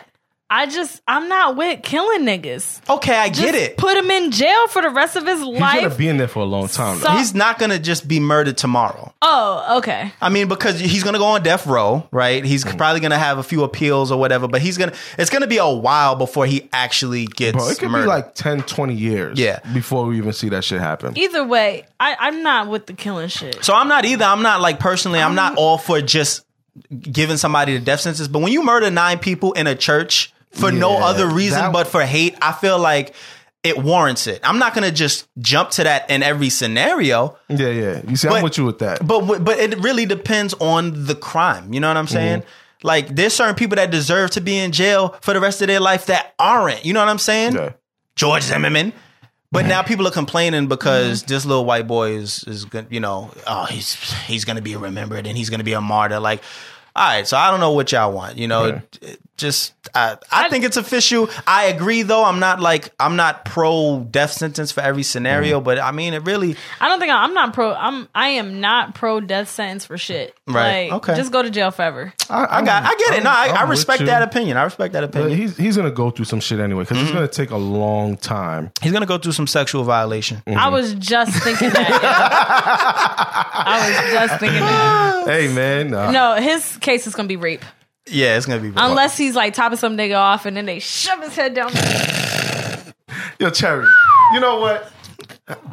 Speaker 7: I just I'm not with killing niggas.
Speaker 5: Okay, I
Speaker 7: Just
Speaker 5: get it.
Speaker 7: Put him in jail for the rest of his
Speaker 6: he's gonna
Speaker 7: life.
Speaker 6: be in there for a long time.
Speaker 7: So-
Speaker 5: He's not gonna just be murdered tomorrow.
Speaker 7: oh, okay.
Speaker 5: I mean, because he's gonna go on death row, right? He's
Speaker 6: Mm.
Speaker 5: probably gonna have a few appeals or whatever, but he's gonna it's gonna be a while before he actually gets
Speaker 6: Bro, it could
Speaker 5: murdered.
Speaker 6: be like 10, 20 years
Speaker 5: Yeah.
Speaker 6: before we even see that shit happen.
Speaker 7: Either way, I, I'm not with the killing shit.
Speaker 5: So I'm not either. I'm not like personally. I'm not all for just giving somebody the death sentence. But when you murder nine people in a church for no
Speaker 6: Yeah,
Speaker 5: other reason
Speaker 6: that-
Speaker 5: but for hate, I feel like it warrants it. I'm not gonna just jump to that in every scenario.
Speaker 6: Yeah, yeah. You see,
Speaker 5: But-
Speaker 6: I'm with you with that.
Speaker 5: But but it really depends on the crime. You know what I'm saying? Like there's certain people that deserve to be in jail for the rest of their life that aren't. You know what I'm saying?
Speaker 6: Yeah.
Speaker 5: George Zimmerman. But now people are complaining because this little white boy is is gonna you know oh he's he's gonna be remembered and he's gonna be a martyr. Like, all right, so I don't know what y'all want. You know, It- just I, I think it's official. I agree though. I'm not like I'm not pro death sentence for every scenario, but I mean it really
Speaker 7: I don't think I, I'm not pro. I'm I am not pro death sentence for shit.
Speaker 5: Right.
Speaker 7: Like,
Speaker 5: Okay.
Speaker 7: Just go to jail forever.
Speaker 5: I got I get it. No, I,
Speaker 6: I'm
Speaker 5: I
Speaker 6: with
Speaker 5: respect
Speaker 6: you.
Speaker 5: that opinion. Mm-hmm. I respect that
Speaker 6: But
Speaker 5: opinion.
Speaker 6: he's he's gonna go through some shit anyway because it's gonna take a long time.
Speaker 5: He's gonna go through some sexual violation.
Speaker 7: I was just thinking that. yeah. I was just thinking that.
Speaker 5: Oh.
Speaker 6: Hey man, nah.
Speaker 7: No, his case is gonna be rape
Speaker 5: Yeah, it's gonna be. real.
Speaker 7: unless he's like topping some nigga off and then they shove his head down.
Speaker 6: yo Cherry, you know what?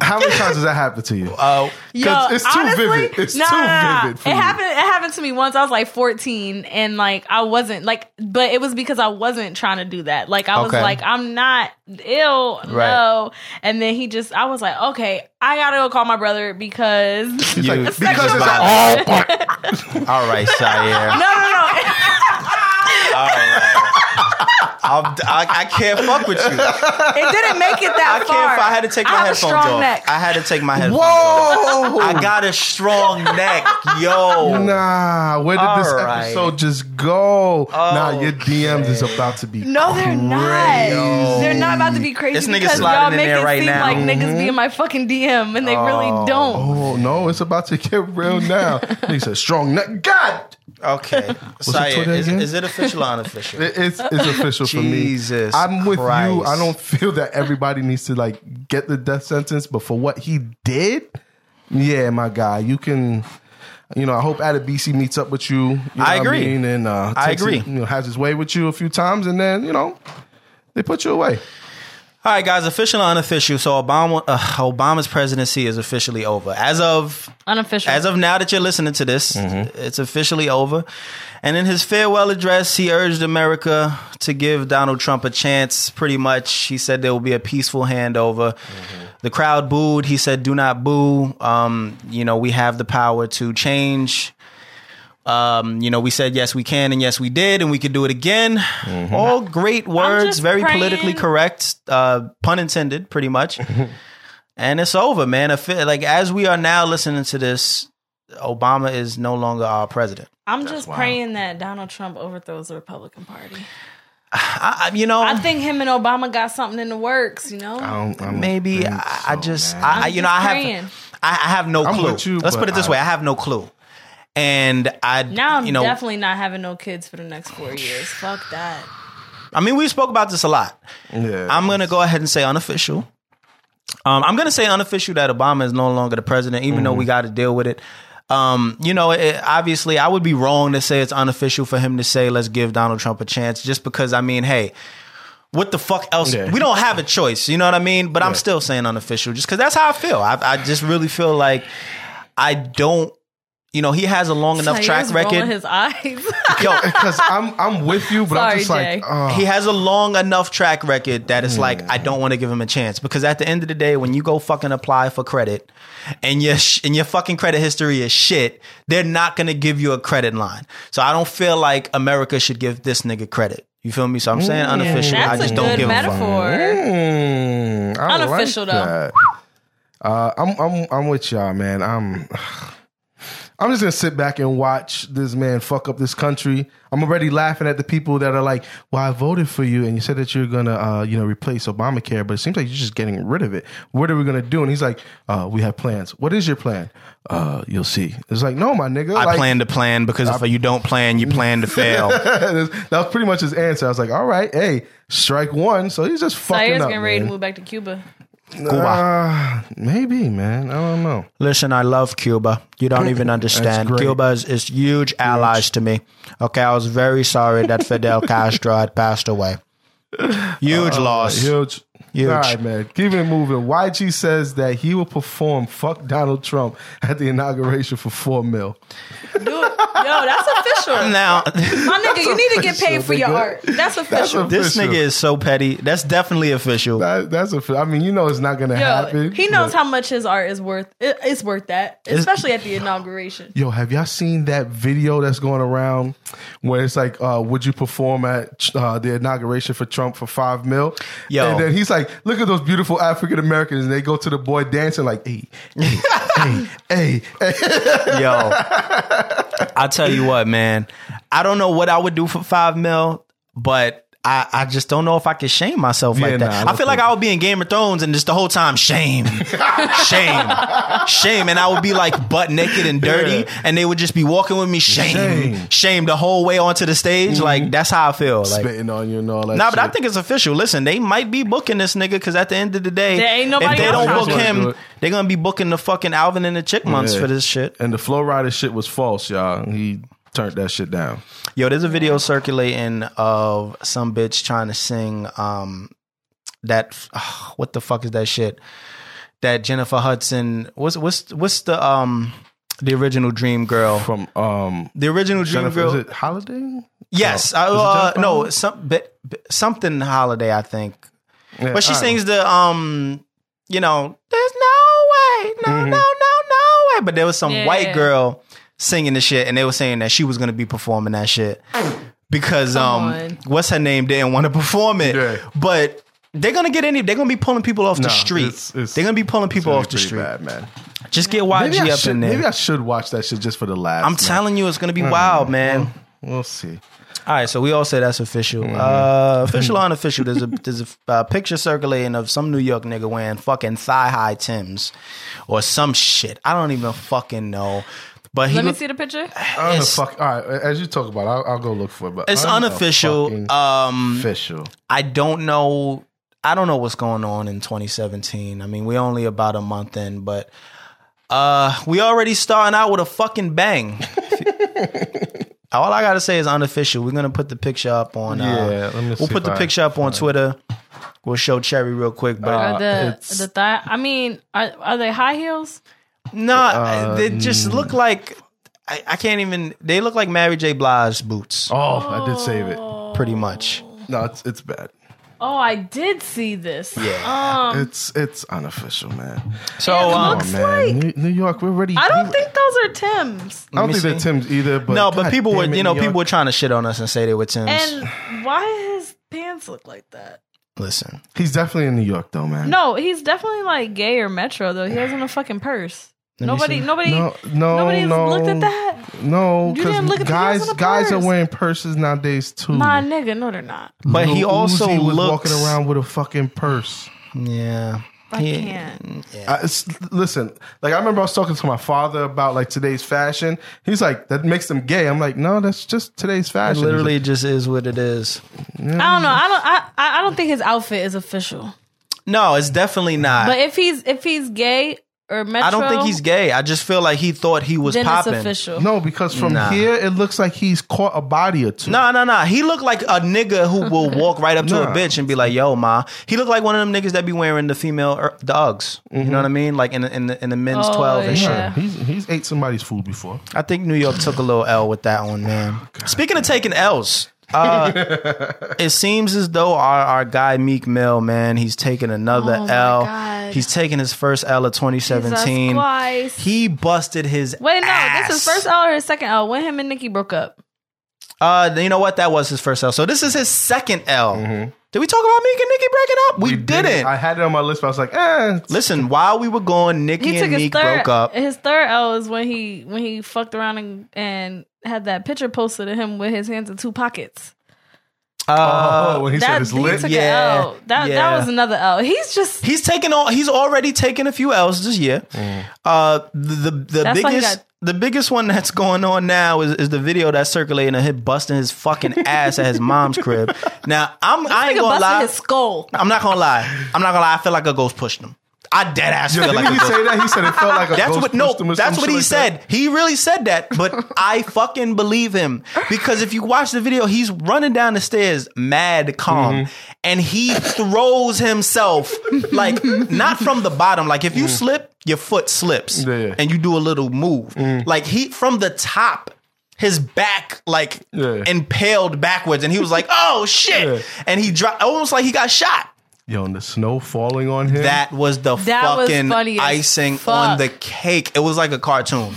Speaker 6: How many times does that happen to you?
Speaker 5: Oh,
Speaker 7: Yo,
Speaker 6: it's too vivid. It's too vivid for
Speaker 7: It
Speaker 6: me.
Speaker 7: happened. It happened to me once. I was like 14, and like I wasn't like, but it was because I wasn't trying to do that. Like I was
Speaker 5: Okay.
Speaker 7: like, I'm not ill, no. And then he just, I was like, okay, I gotta go call my brother because <laughs>
Speaker 6: He's
Speaker 5: you-
Speaker 6: like, because it's oh,
Speaker 5: Sexual <laughs>
Speaker 6: all
Speaker 5: all right, Sire.
Speaker 7: no, no, no.
Speaker 5: All right. I'll, I, I can't fuck with you. I
Speaker 7: It didn't make it that
Speaker 5: can't.
Speaker 7: far.
Speaker 5: If I had to take my
Speaker 7: I have a
Speaker 5: headphones
Speaker 7: strong
Speaker 5: off.
Speaker 7: neck.
Speaker 5: I had to take my headphones.
Speaker 6: whoa.
Speaker 5: I got a strong neck, yo.
Speaker 6: Nah, where did
Speaker 5: All
Speaker 6: this
Speaker 5: right. Oh,
Speaker 6: episode just go? nah, your DMs is about to be.
Speaker 7: No, they're not. They're not about to be crazy.
Speaker 5: This nigga
Speaker 7: because
Speaker 5: sliding
Speaker 7: y'all
Speaker 5: in
Speaker 7: make
Speaker 5: there
Speaker 7: it
Speaker 5: right
Speaker 7: seem
Speaker 5: now.
Speaker 7: like niggas be in my fucking DM and they really don't.
Speaker 6: Mm-hmm. Oh no, it's about to get real now. he said, "Strong neck." God,
Speaker 5: Okay, Sire,
Speaker 6: Twitter
Speaker 5: is,
Speaker 6: again?
Speaker 5: is it official or unofficial?
Speaker 6: It- it's it's official for me.
Speaker 5: Jesus
Speaker 6: I'm with you.
Speaker 5: Christ.
Speaker 6: I don't feel that everybody needs to like get the death sentence, but for what he did, yeah, my guy, you can. You know, I hope Adam BC meets up with you. you know
Speaker 5: I
Speaker 6: what
Speaker 5: agree.
Speaker 6: mean? And uh,
Speaker 5: I
Speaker 6: takes
Speaker 5: agree.
Speaker 6: It, you know, has his way with you a few times, and then you know they put you away.
Speaker 5: All right, guys, official or unofficial? So Obama, uh, Obama's presidency is officially over as of
Speaker 7: Unofficial.
Speaker 5: As of now that you're listening to this, it's officially over. And in his farewell address, he urged America to give Donald Trump a chance, pretty much. He said there will be a peaceful handover. The crowd booed. He said, do not boo. Um, you know, we have the power to change. Um, you know, we said, yes, we can, and yes, we did, and we could do it again.
Speaker 6: Mm-hmm.
Speaker 5: All great words,
Speaker 7: just
Speaker 5: very
Speaker 7: praying-
Speaker 5: politically correct, uh, pun intended, pretty
Speaker 6: <laughs>
Speaker 5: much. and it's over, man. If it- Like, as we are now listening to this, Obama is no longer our president.
Speaker 7: I'm just praying that Donald Trump overthrows the Republican Party.
Speaker 5: I, I- you know,
Speaker 7: I think him and Obama got something in the works, you know?
Speaker 5: Uh,
Speaker 6: I don't, I don't
Speaker 5: maybe
Speaker 6: think
Speaker 5: I, I
Speaker 6: so,
Speaker 5: just,
Speaker 6: man.
Speaker 5: I, I- you know, I
Speaker 7: just
Speaker 5: have,
Speaker 7: praying.
Speaker 5: I, I have no
Speaker 6: I'm
Speaker 5: clue.
Speaker 6: with you,
Speaker 5: Let's
Speaker 6: but
Speaker 5: put it this
Speaker 6: I-
Speaker 5: way: I have no clue, and I,
Speaker 7: now I'm
Speaker 5: you know,
Speaker 7: definitely not having no kids for the next four years. Fuck that.
Speaker 5: I mean, we spoke about this a lot.
Speaker 6: yeah.
Speaker 5: I'm
Speaker 6: <laughs>
Speaker 5: gonna go ahead and say unofficial. Um, I'm gonna say unofficial that Obama is no longer the president, even though we got to deal with it. Um, you know, it, obviously, I would be wrong to say it's unofficial for him to say let's give Donald Trump a chance, just because I mean, hey, what the fuck else?
Speaker 6: Yeah.
Speaker 5: We don't have a choice, you know what I mean? But I'm still saying unofficial, just because that's how I feel. I, I just really feel like I don't. You know, he has a long enough
Speaker 7: Tyree's
Speaker 5: track
Speaker 7: rolling
Speaker 5: record.
Speaker 7: His eyes.
Speaker 5: <laughs> Yo,
Speaker 6: because I'm I'm with you, but I'm
Speaker 7: Sorry,
Speaker 6: just
Speaker 7: Jay.
Speaker 6: like, oh,
Speaker 5: he has a long enough track record that it's like I don't want to give him a chance because at the end of the day, when you go fucking apply for credit and your sh- and your fucking credit history is shit, they're not gonna give you a credit line. So I don't feel like America should give this nigga credit. You feel me? So I'm saying unofficial. I
Speaker 7: Mm, That's
Speaker 5: just
Speaker 7: a
Speaker 5: don't
Speaker 7: good
Speaker 5: give a fuck.
Speaker 7: metaphor.
Speaker 6: Mm, I
Speaker 7: Unofficial, though.
Speaker 6: that. Uh, I'm I'm I'm with y'all, man. I'm I'm just gonna sit back and watch this man fuck up this country. I'm already laughing at the people that are like, "Well, I voted for you, and you said that you're gonna, uh, you know, replace Obamacare, but it seems like you're just getting rid of it. What are we gonna do?" And he's like, uh, "We have plans. What is your plan? Uh, you'll see." It's like, no, my nigga.
Speaker 5: I
Speaker 6: like,
Speaker 5: plan to plan because if you don't plan, you plan to fail.
Speaker 6: <laughs> that was pretty much his answer. I was like, "All right, hey, strike one." So he's just fucking
Speaker 7: Tyree's
Speaker 6: up.
Speaker 7: getting ready to
Speaker 6: man.
Speaker 7: move back to Cuba.
Speaker 6: Uh, maybe, man. I don't know.
Speaker 5: Listen, I love Cuba. You don't
Speaker 6: <laughs>
Speaker 5: even understand.
Speaker 6: great.
Speaker 5: Cuba is, is huge allies to me. Okay, I was very sorry that
Speaker 6: <laughs>
Speaker 5: Fidel Castro had passed away. Huge loss.
Speaker 6: Oh, Huge.
Speaker 5: Huge.
Speaker 6: All right, man. Keeping it moving. YG says that he will perform "Fuck Donald Trump" at the inauguration for four mil.
Speaker 7: Do it. that's
Speaker 5: <laughs>
Speaker 7: official.
Speaker 6: <laughs>
Speaker 5: Now,
Speaker 7: My nigga, you need to
Speaker 5: <laughs>
Speaker 7: get paid for your art. That's official.
Speaker 5: this
Speaker 6: Official.
Speaker 5: nigga is so petty. That's definitely official.
Speaker 6: That, that's a. I mean, you know, it's not gonna
Speaker 7: Yo,
Speaker 6: happen.
Speaker 7: he knows
Speaker 6: but-
Speaker 7: how much his art is worth. It, it's worth that, especially at the inauguration.
Speaker 6: Yo, have y'all seen that video that's going around where it's like, uh, would you perform at uh, the inauguration for Trump for five mil?
Speaker 5: Yo.
Speaker 6: And then he's like, look at those beautiful African Americans. And they go to the boy dancing like, hey, hey, <laughs> hey, hey, hey.
Speaker 5: Yo, I tell you what, man. I don't know what I would do for five mil, but I, I just don't know if I could shame myself
Speaker 6: Yeah,
Speaker 5: like
Speaker 6: nah, I
Speaker 5: that. I
Speaker 6: don't
Speaker 5: feel like
Speaker 6: think-
Speaker 5: I would be in Game of Thrones and just the whole time
Speaker 6: <laughs>
Speaker 5: shame, shame, shame, and I would be like butt naked and dirty, and they would just be walking with me shame, shame,
Speaker 6: Shame.
Speaker 5: the whole way onto the stage. Like that's how I feel. Like
Speaker 6: spitting on you and all that.
Speaker 5: Nah, but I
Speaker 6: shit.
Speaker 5: think it's official. Listen, they might be booking this nigga because at the end of the day,
Speaker 7: There ain't
Speaker 5: if
Speaker 7: nobody
Speaker 5: they
Speaker 7: else
Speaker 5: don't
Speaker 7: out
Speaker 5: book
Speaker 6: there.
Speaker 5: him, they're gonna be booking the fucking Alvin and the Chickmunks
Speaker 6: Yeah.
Speaker 5: for this shit.
Speaker 6: And the Flow Rider shit was false, y'all. He turned that shit down.
Speaker 5: Yo, there's a video circulating of some bitch trying to sing um that ah, what the fuck is that shit? That Jennifer Hudson what's what's what's the um the original Dream Girl?
Speaker 6: From um,
Speaker 5: The original Dream
Speaker 6: Jennifer,
Speaker 5: Girl.
Speaker 6: is it Holiday?
Speaker 5: yes,
Speaker 6: is it
Speaker 5: uh,
Speaker 6: Jennifer?
Speaker 5: no, some but, but something holiday I think.
Speaker 6: Yeah,
Speaker 5: But she
Speaker 6: I don't-
Speaker 5: sings the um, you know, there's no way, no,
Speaker 6: Mm-hmm.
Speaker 5: no, no, no way. But there was some
Speaker 7: Yeah.
Speaker 5: white girl singing the shit, and they were saying that she was gonna be performing that shit because
Speaker 7: Come
Speaker 5: um,
Speaker 7: on.
Speaker 5: what's her name didn't want to perform it.
Speaker 6: Yeah.
Speaker 5: But they're gonna get any. They're gonna be pulling people off the
Speaker 6: Nah,
Speaker 5: street.
Speaker 6: it's- it's-
Speaker 5: they're gonna be pulling people
Speaker 6: Pretty-
Speaker 5: off the
Speaker 6: pretty
Speaker 5: street.
Speaker 6: bad, man.
Speaker 5: Just get
Speaker 6: Maybe
Speaker 5: YG
Speaker 6: I,
Speaker 5: up
Speaker 6: should,
Speaker 5: in there.
Speaker 6: maybe I Mm-hmm. should watch that shit just for the laughs.
Speaker 5: I'm
Speaker 6: man.
Speaker 5: telling you, it's gonna be wild, man.
Speaker 6: We'll see.
Speaker 5: All right, so we all say that's official.
Speaker 6: Mm-hmm.
Speaker 5: Uh, official,
Speaker 6: <laughs>
Speaker 5: or unofficial. There's a there's a uh, picture circulating of some New York nigga wearing fucking thigh high Tims, or some shit. I don't even fucking know. But he
Speaker 7: Let me
Speaker 5: look-
Speaker 7: see the picture.
Speaker 6: I don't know.
Speaker 5: It's-
Speaker 6: Fuck. All right. As you talk about, it, I'll, I'll go look for it. But
Speaker 5: it's
Speaker 6: I'm a
Speaker 5: unofficial.
Speaker 6: fucking
Speaker 5: Um,
Speaker 6: official.
Speaker 5: I don't know. I don't know what's going on in 2017. I mean, we only about a month in, but uh, we already starting out with a fucking
Speaker 6: <laughs>
Speaker 5: bang. All I gotta say is unofficial. We're gonna put the picture up on.
Speaker 6: Yeah,
Speaker 5: Uh,
Speaker 6: let me see
Speaker 5: we'll put
Speaker 6: if
Speaker 5: the
Speaker 6: I-
Speaker 5: picture up on Twitter. We'll show Cherry real quick, but
Speaker 7: Are the
Speaker 6: it's-
Speaker 7: the thigh? I mean, are, are they high heels?
Speaker 5: no,
Speaker 6: Uh,
Speaker 5: nah, they just
Speaker 6: mm.
Speaker 5: look like I, I can't even. They look like Mary J. Blige boots,
Speaker 6: Oh, I did save it.
Speaker 5: pretty much.
Speaker 6: No, it's it's bad.
Speaker 7: Oh, I did see this.
Speaker 5: Yeah.
Speaker 7: Um,
Speaker 6: It's it's unofficial, man.
Speaker 5: So
Speaker 7: It
Speaker 5: um,
Speaker 7: looks
Speaker 6: Come on, man.
Speaker 7: like-
Speaker 6: New, New York, we're ready.
Speaker 7: I don't think those are Tim's.
Speaker 6: I
Speaker 5: Let
Speaker 6: don't
Speaker 5: me
Speaker 6: think they're
Speaker 5: see.
Speaker 6: Tim's either. But
Speaker 5: no, but
Speaker 6: God
Speaker 5: people
Speaker 6: damn
Speaker 5: were
Speaker 6: it,
Speaker 5: you know
Speaker 6: New York.
Speaker 5: people were trying to shit on us and say they were Tim's.
Speaker 7: And why his pants look like that?
Speaker 5: Listen.
Speaker 6: He's definitely in New York though, man.
Speaker 7: No, he's definitely like gay or metro though. He has on a fucking purse. Nobody,
Speaker 5: see.
Speaker 7: nobody,
Speaker 6: No, no,
Speaker 7: nobody's
Speaker 6: no.
Speaker 7: looked at that.
Speaker 6: no,
Speaker 7: You didn't look
Speaker 6: because
Speaker 7: at the
Speaker 6: guys
Speaker 7: heels on the
Speaker 6: guys are
Speaker 7: purse.
Speaker 6: wearing purses nowadays too.
Speaker 7: My nigga, no, they're not.
Speaker 5: But he
Speaker 6: Lil
Speaker 5: also
Speaker 6: Uzi was
Speaker 5: looks-
Speaker 6: walking around with a fucking purse.
Speaker 5: Yeah.
Speaker 7: I
Speaker 5: Yeah.
Speaker 7: can't.
Speaker 6: I, it's, listen, like I remember I was talking to my father about like today's fashion. He's like, that makes them gay. I'm like, no, that's just today's
Speaker 5: It
Speaker 6: fashion.
Speaker 5: literally just is what it is.
Speaker 7: I don't know. I don't. I, I I don't think his outfit is official.
Speaker 5: No, it's definitely not.
Speaker 7: But if he's if he's gay or metro,
Speaker 5: I don't think he's gay. I just feel like he thought he was
Speaker 7: Then
Speaker 5: popping.
Speaker 7: it's official.
Speaker 6: no, because from
Speaker 5: Nah.
Speaker 6: here it looks like he's caught a body or two.
Speaker 5: No, no, no. He looked like a nigga who will walk right up to a
Speaker 6: Nah.
Speaker 5: bitch and be like, "Yo, ma." He looked like one of them niggas that be wearing the female er, the Uggs. You know what I mean? Like in the, in the, in the men's
Speaker 7: Oh,
Speaker 5: twelve and
Speaker 7: yeah.
Speaker 5: shit.
Speaker 6: He's he's ate somebody's food before.
Speaker 5: I think New York took a little L with that one, man. Speaking of taking L's, uh, it seems as though our, our guy Meek Mill, man, he's taking another
Speaker 7: Oh my
Speaker 5: L.
Speaker 7: God.
Speaker 5: He's taking his first L of 2017.
Speaker 7: twice.
Speaker 5: He busted his
Speaker 7: Wait, no,
Speaker 5: ass.
Speaker 7: this is first L or his second L. When him and Nikki broke up,
Speaker 5: Uh, you know what? That was his first L. So this is his second L. Did we talk about Meek and Nicki breaking up? We, didn't.
Speaker 6: Mm-hmm. I had it on my list, but I was like, eh.
Speaker 5: Listen, while we were going, Nicki
Speaker 7: he took
Speaker 5: and
Speaker 7: his
Speaker 5: Meek
Speaker 7: third.
Speaker 5: broke up.
Speaker 7: His third L is when he when he fucked around and and had that picture posted of him with his hands in two pockets.
Speaker 5: Uh,
Speaker 6: oh, when he said his
Speaker 7: he
Speaker 6: lip.
Speaker 7: took
Speaker 5: yeah,
Speaker 7: an L. That
Speaker 5: yeah.
Speaker 7: that was another L. He's just
Speaker 5: He's taken all. He's already taken a few L's this year.
Speaker 6: Mm.
Speaker 5: Uh, the the, the
Speaker 7: That's why he
Speaker 5: biggest
Speaker 7: got-
Speaker 5: the biggest one that's going on now is, is the video that's circulating of him busting his
Speaker 7: <laughs>
Speaker 5: fucking ass at his mom's crib. Now I'm I ain't
Speaker 7: nigga
Speaker 5: gonna
Speaker 7: busted
Speaker 5: lie.
Speaker 7: his skull.
Speaker 5: I'm not gonna lie. I'm not gonna lie. I feel like a ghost pushed him. I dead ass
Speaker 6: Yo,
Speaker 5: feel
Speaker 6: <laughs> didn't
Speaker 5: like a
Speaker 6: he
Speaker 5: ghost.
Speaker 6: say that? He said it felt like a
Speaker 5: That's
Speaker 6: ghost
Speaker 5: what no.
Speaker 6: pushed him or
Speaker 5: That's
Speaker 6: some
Speaker 5: what
Speaker 6: shit
Speaker 5: he
Speaker 6: like
Speaker 5: said.
Speaker 6: that.
Speaker 5: He really said that,
Speaker 6: <laughs>
Speaker 5: but I fucking believe him because if you watch the video, he's running down the stairs, mad calm,
Speaker 6: Mm-hmm.
Speaker 5: and he throws himself like not from the bottom. Like if you slip, your foot slips,
Speaker 6: Mm. Yeah. Mm.
Speaker 5: and you do a little move. Like he from the top. his back like
Speaker 6: Yeah.
Speaker 5: impaled backwards, and he was like, "Oh shit!"
Speaker 6: Yeah.
Speaker 5: And he dropped almost like he got shot.
Speaker 6: Yo, and the snow falling on him.
Speaker 5: That was the
Speaker 7: That was
Speaker 5: fucking
Speaker 7: funny as
Speaker 5: icing
Speaker 7: fuck.
Speaker 5: on the cake. It was like a cartoon.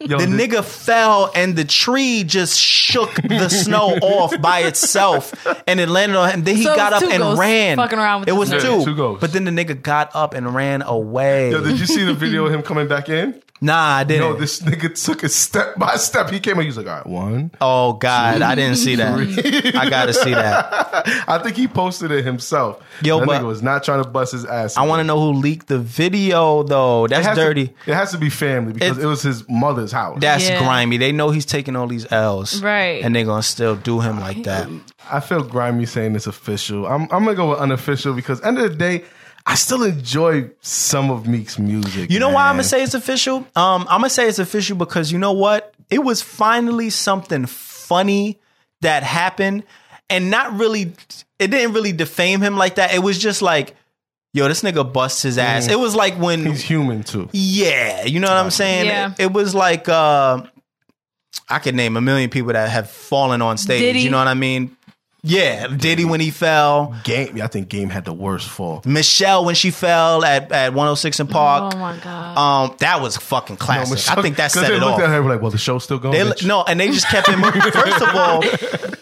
Speaker 6: Yo,
Speaker 5: The
Speaker 6: Oh, the-
Speaker 5: nigga fell and the tree just shook the
Speaker 6: <laughs>
Speaker 5: snow off by itself and it landed on him. Then he
Speaker 7: So it
Speaker 5: got
Speaker 7: was
Speaker 5: up
Speaker 7: two
Speaker 5: and
Speaker 7: ghosts
Speaker 5: ran.
Speaker 7: fucking around with
Speaker 5: it
Speaker 7: the
Speaker 5: was
Speaker 7: snow.
Speaker 5: two.
Speaker 6: Yeah, two ghosts.
Speaker 5: But then the nigga got up and ran away.
Speaker 6: Yo, did you see the video of him coming back in?
Speaker 5: nah, I didn't.
Speaker 6: Yo, this nigga took it step by step. He came in. He was like, all right, one.
Speaker 5: oh God, I didn't see
Speaker 6: <laughs>
Speaker 5: that. I gotta see that.
Speaker 6: I think he posted it himself.
Speaker 5: Yo,
Speaker 6: that
Speaker 5: but-
Speaker 6: nigga was not trying to bust his ass.
Speaker 5: I want to know who leaked the video though. That's dirty.
Speaker 6: it has to be family because
Speaker 5: It-
Speaker 6: it, was his mother's house.
Speaker 5: That's
Speaker 7: Yeah.
Speaker 5: grimy. They know he's taking all these L's,
Speaker 7: Right.
Speaker 5: And they're gonna still do him like that.
Speaker 6: I feel grimy saying it's official. I'm, I'm gonna go with unofficial because end of the day, I still enjoy some of Meek's music.
Speaker 5: You know
Speaker 6: man.
Speaker 5: why I'm gonna say it's official? Um, I'm gonna say it's official because you know what? It was finally something funny that happened, and not really. It didn't really defame him like that. It was just like, yo, this nigga busts his ass. It was like when
Speaker 6: <laughs> he's human too.
Speaker 5: yeah, you know what I'm saying?
Speaker 7: Yeah.
Speaker 5: It, it was like uh I could name a million people that have fallen on stage.
Speaker 7: Diddy.
Speaker 5: You know what I mean? Yeah, Diddy when he fell,
Speaker 6: Game, yeah, I think Game had the worst fall.
Speaker 5: Michelle when she fell at, at 106 and Park.
Speaker 7: Oh my god.
Speaker 5: um, that was fucking classic. I
Speaker 6: <laughs>
Speaker 5: think that set
Speaker 6: they
Speaker 5: it
Speaker 6: looked
Speaker 5: off.
Speaker 6: At her, like, well, the show's still going.
Speaker 5: They,
Speaker 6: bitch.
Speaker 5: no, and they just kept it
Speaker 6: <laughs>
Speaker 5: moving. First of all,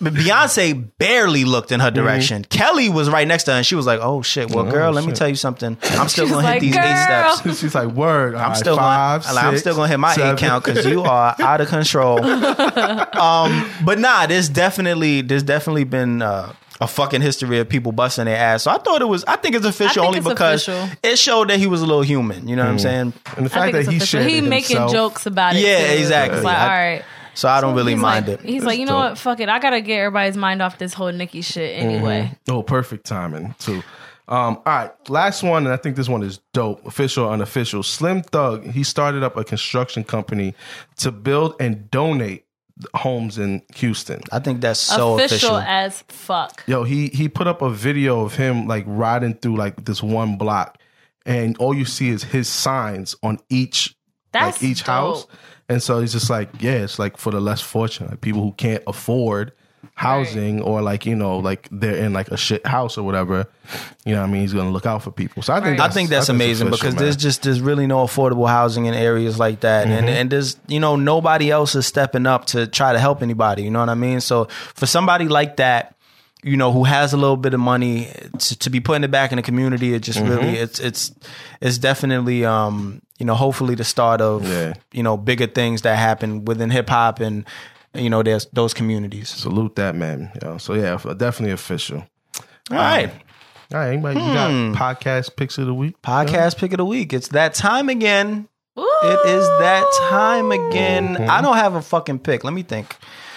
Speaker 5: Beyonce barely looked in her direction. Kelly was right next to her, and she was like, "Oh shit! Well,
Speaker 6: Mm-hmm. Oh,
Speaker 5: girl, let me
Speaker 6: shit.
Speaker 5: tell you something. I'm still
Speaker 7: She's
Speaker 5: gonna
Speaker 7: like,
Speaker 5: hit these eight
Speaker 7: "Girl."
Speaker 5: steps.
Speaker 6: <laughs> She's like, word.
Speaker 5: I'm still
Speaker 6: five,
Speaker 5: gonna, like, I'm
Speaker 6: six,
Speaker 5: still gonna hit my
Speaker 6: seven.
Speaker 5: eight count because
Speaker 6: <laughs>
Speaker 5: you are out of control. um, but nah, there's definitely there's definitely been uh, a fucking history of people busting their ass. So I thought it was I think it's official
Speaker 7: think
Speaker 5: only
Speaker 7: it's
Speaker 5: because
Speaker 7: official.
Speaker 5: it showed that he was a little human. You know what I'm saying?
Speaker 6: Mm. And the
Speaker 7: I
Speaker 6: fact
Speaker 7: think it's
Speaker 6: that he
Speaker 7: official.
Speaker 6: shared
Speaker 7: He
Speaker 6: it
Speaker 7: making
Speaker 6: himself,
Speaker 7: jokes about it.
Speaker 5: Yeah,
Speaker 7: too. It's
Speaker 5: exactly.
Speaker 7: like,
Speaker 5: I-
Speaker 7: all right.
Speaker 5: So I don't really
Speaker 7: He's
Speaker 5: mind
Speaker 7: like,
Speaker 5: it.
Speaker 7: He's like, you know
Speaker 6: dope.
Speaker 7: what? Fuck it. I gotta get everybody's mind off this whole Nicki shit
Speaker 5: Mm-hmm.
Speaker 7: anyway.
Speaker 6: Oh, perfect timing too. Um, all right, last one, and I think this one is dope. Official, or unofficial. Slim Thug. He started up a construction company to build and donate homes in Houston.
Speaker 5: I think that's so official.
Speaker 7: official, as fuck.
Speaker 6: Yo, he he put up a video of him like riding through like this one block, and all you see is his signs on each
Speaker 7: That's
Speaker 6: like each
Speaker 7: dope.
Speaker 6: house. And so he's just like, yeah, it's like for the less fortunate, like people who can't afford housing or like you know like they're in like a shit house or whatever. You know, what I mean, he's gonna look out for people. So I think
Speaker 5: I think that's amazing
Speaker 6: official,
Speaker 5: because
Speaker 6: man.
Speaker 5: there's just there's really no affordable housing in areas like that,
Speaker 6: Mm-hmm.
Speaker 5: and and there's you know nobody else is stepping up to try to help anybody. You know what I mean? So for somebody like that, you know, who has a little bit of money to, to be putting it back in the community, it just
Speaker 6: Mm-hmm.
Speaker 5: really it's it's it's definitely um you know hopefully the start of
Speaker 6: Yeah.
Speaker 5: you know bigger things that happen within hip hop and you know there's those communities.
Speaker 6: salute that man. You know? So yeah, f- definitely official.
Speaker 5: All right.
Speaker 6: All right, anybody you got podcast picks of the week?
Speaker 5: Hmm. Podcast pick of the week. It's that time again.
Speaker 7: Ooh.
Speaker 5: It is that time again. I don't have a fucking pick. Let me think.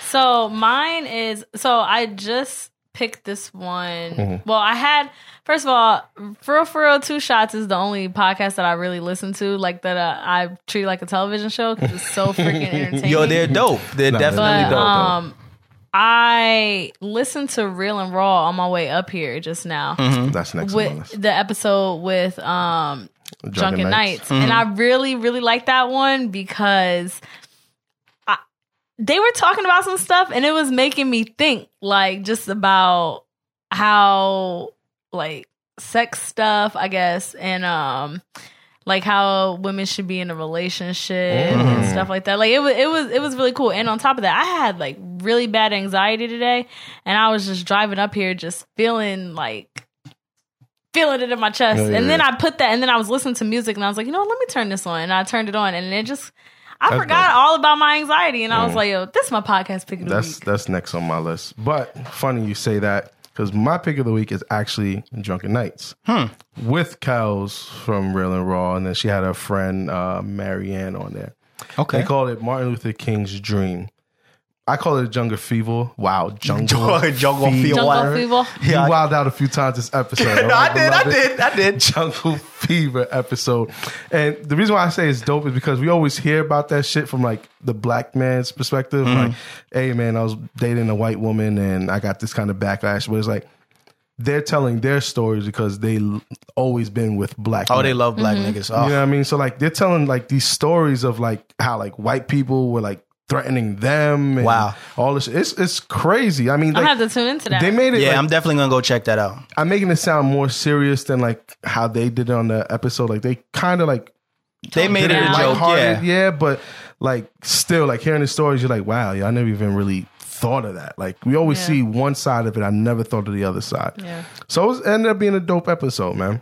Speaker 7: So mine is so I just picked this one.
Speaker 5: Mm-hmm.
Speaker 7: Well, I had first of all, for real, for real, two shots is the only podcast that I really listen to, like that uh, I treat like a television show because it's so
Speaker 5: <laughs>
Speaker 7: freaking entertaining.
Speaker 5: Yo, they're dope. They're definitely
Speaker 7: But
Speaker 5: dope.
Speaker 7: um, I listened to Real and Raw on my way up here just now.
Speaker 5: Mm-hmm.
Speaker 6: That's
Speaker 5: Mm.
Speaker 6: next on my
Speaker 7: With
Speaker 6: list.
Speaker 7: the episode with um Drunken Nights.
Speaker 6: Nights.
Speaker 7: And I really, really like that one because I, they were talking about some stuff and it was making me think, like, just about how, like, sex stuff, I guess, and, um, like how women should be in a relationship and
Speaker 6: Mm-hmm.
Speaker 7: stuff like that. Like it was, it was, it was really cool. And on top of that, I had like really bad anxiety today, and I was just driving up here, just feeling like feeling it in my chest.
Speaker 6: Oh, yeah.
Speaker 7: And then I put that, and then I was listening to music, and I was like, you know, what, let me turn this on, and I turned it on, and it just, I
Speaker 6: That's
Speaker 7: forgot
Speaker 6: dope. Mm.
Speaker 7: all about my anxiety, and I was like, yo, this is my podcast pick of the
Speaker 6: That's
Speaker 7: week.
Speaker 6: that's next on my list. But funny you say that because my pick of the week is actually Drunken Nights
Speaker 5: Hmm.
Speaker 6: with Kels from Real and Raw, and then she had her friend uh, Marianne on there.
Speaker 5: okay.
Speaker 6: They called it Martin Luther King's Dream. I call it jungle fever. Wow, jungle.
Speaker 5: <laughs> Jungle
Speaker 6: Fever.
Speaker 5: Fever.
Speaker 7: Jungle Fever.
Speaker 6: You
Speaker 5: Yeah, I-
Speaker 6: wowed out a few times this episode.
Speaker 5: <laughs> No, I did. I
Speaker 6: beloved.
Speaker 5: did. I did.
Speaker 6: Jungle Fever episode. And the reason why I say it's dope is because we always hear about that shit from like the black man's perspective.
Speaker 5: Mm-hmm.
Speaker 6: Like, hey man, I was dating a white woman and I got this kind of backlash. But it's like they're telling their stories because they l- always been with
Speaker 5: <laughs>
Speaker 6: black.
Speaker 5: Oh,
Speaker 6: men.
Speaker 5: they love black niggas. Oh.
Speaker 6: You know what I mean? So like they're telling like these stories of like how like white people were like threatening them. and
Speaker 5: Wow.
Speaker 6: all this it's it's crazy. I mean,
Speaker 7: I'll
Speaker 6: like,
Speaker 7: have to tune into that.
Speaker 6: they made it.
Speaker 5: Yeah,
Speaker 6: like,
Speaker 5: I'm definitely gonna go check that out.
Speaker 6: I'm making it sound more serious than like how they did it on the episode. Like they kind of like
Speaker 5: They made
Speaker 6: did
Speaker 5: it a
Speaker 7: Yeah.
Speaker 5: joke.
Speaker 6: lighthearted,
Speaker 5: Yeah.
Speaker 6: but like still, like hearing the stories, you're like, wow, yeah, I never even really thought of that. Like we always
Speaker 7: Yeah.
Speaker 6: see one side of it, I never thought of the other side.
Speaker 7: Yeah.
Speaker 6: So it was, ended up being a dope episode, man.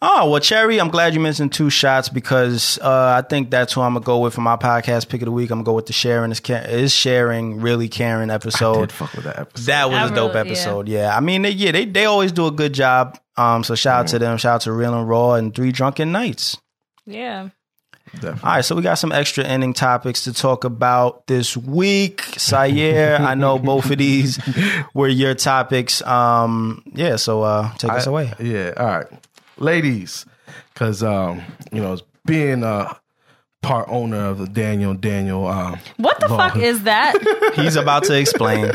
Speaker 5: Oh well, Cherry, I'm glad you mentioned two shots because uh, I think that's who I'm gonna go with for my podcast pick of the week. I'm gonna go with the sharing is, Ca- is sharing really caring episode.
Speaker 6: Did fuck with that episode.
Speaker 5: That was
Speaker 7: I
Speaker 5: a dope
Speaker 7: really- yeah.
Speaker 5: episode. Yeah. I mean, they, yeah, they they always do a good job. Um, so shout out to them. Shout out to Real and Raw and Three Drunken Nights.
Speaker 7: yeah.
Speaker 5: All right, so we got some extra ending topics to talk about this week. <laughs> Sayer, I know both of these were your topics. Um, yeah, so uh, take us away.
Speaker 6: Yeah, all right, ladies, because um, you know, being uh part owner of the Daniel Daniel um
Speaker 7: What the
Speaker 6: Lord.
Speaker 7: fuck
Speaker 6: <laughs>
Speaker 7: is that?
Speaker 5: <laughs> He's about to explain.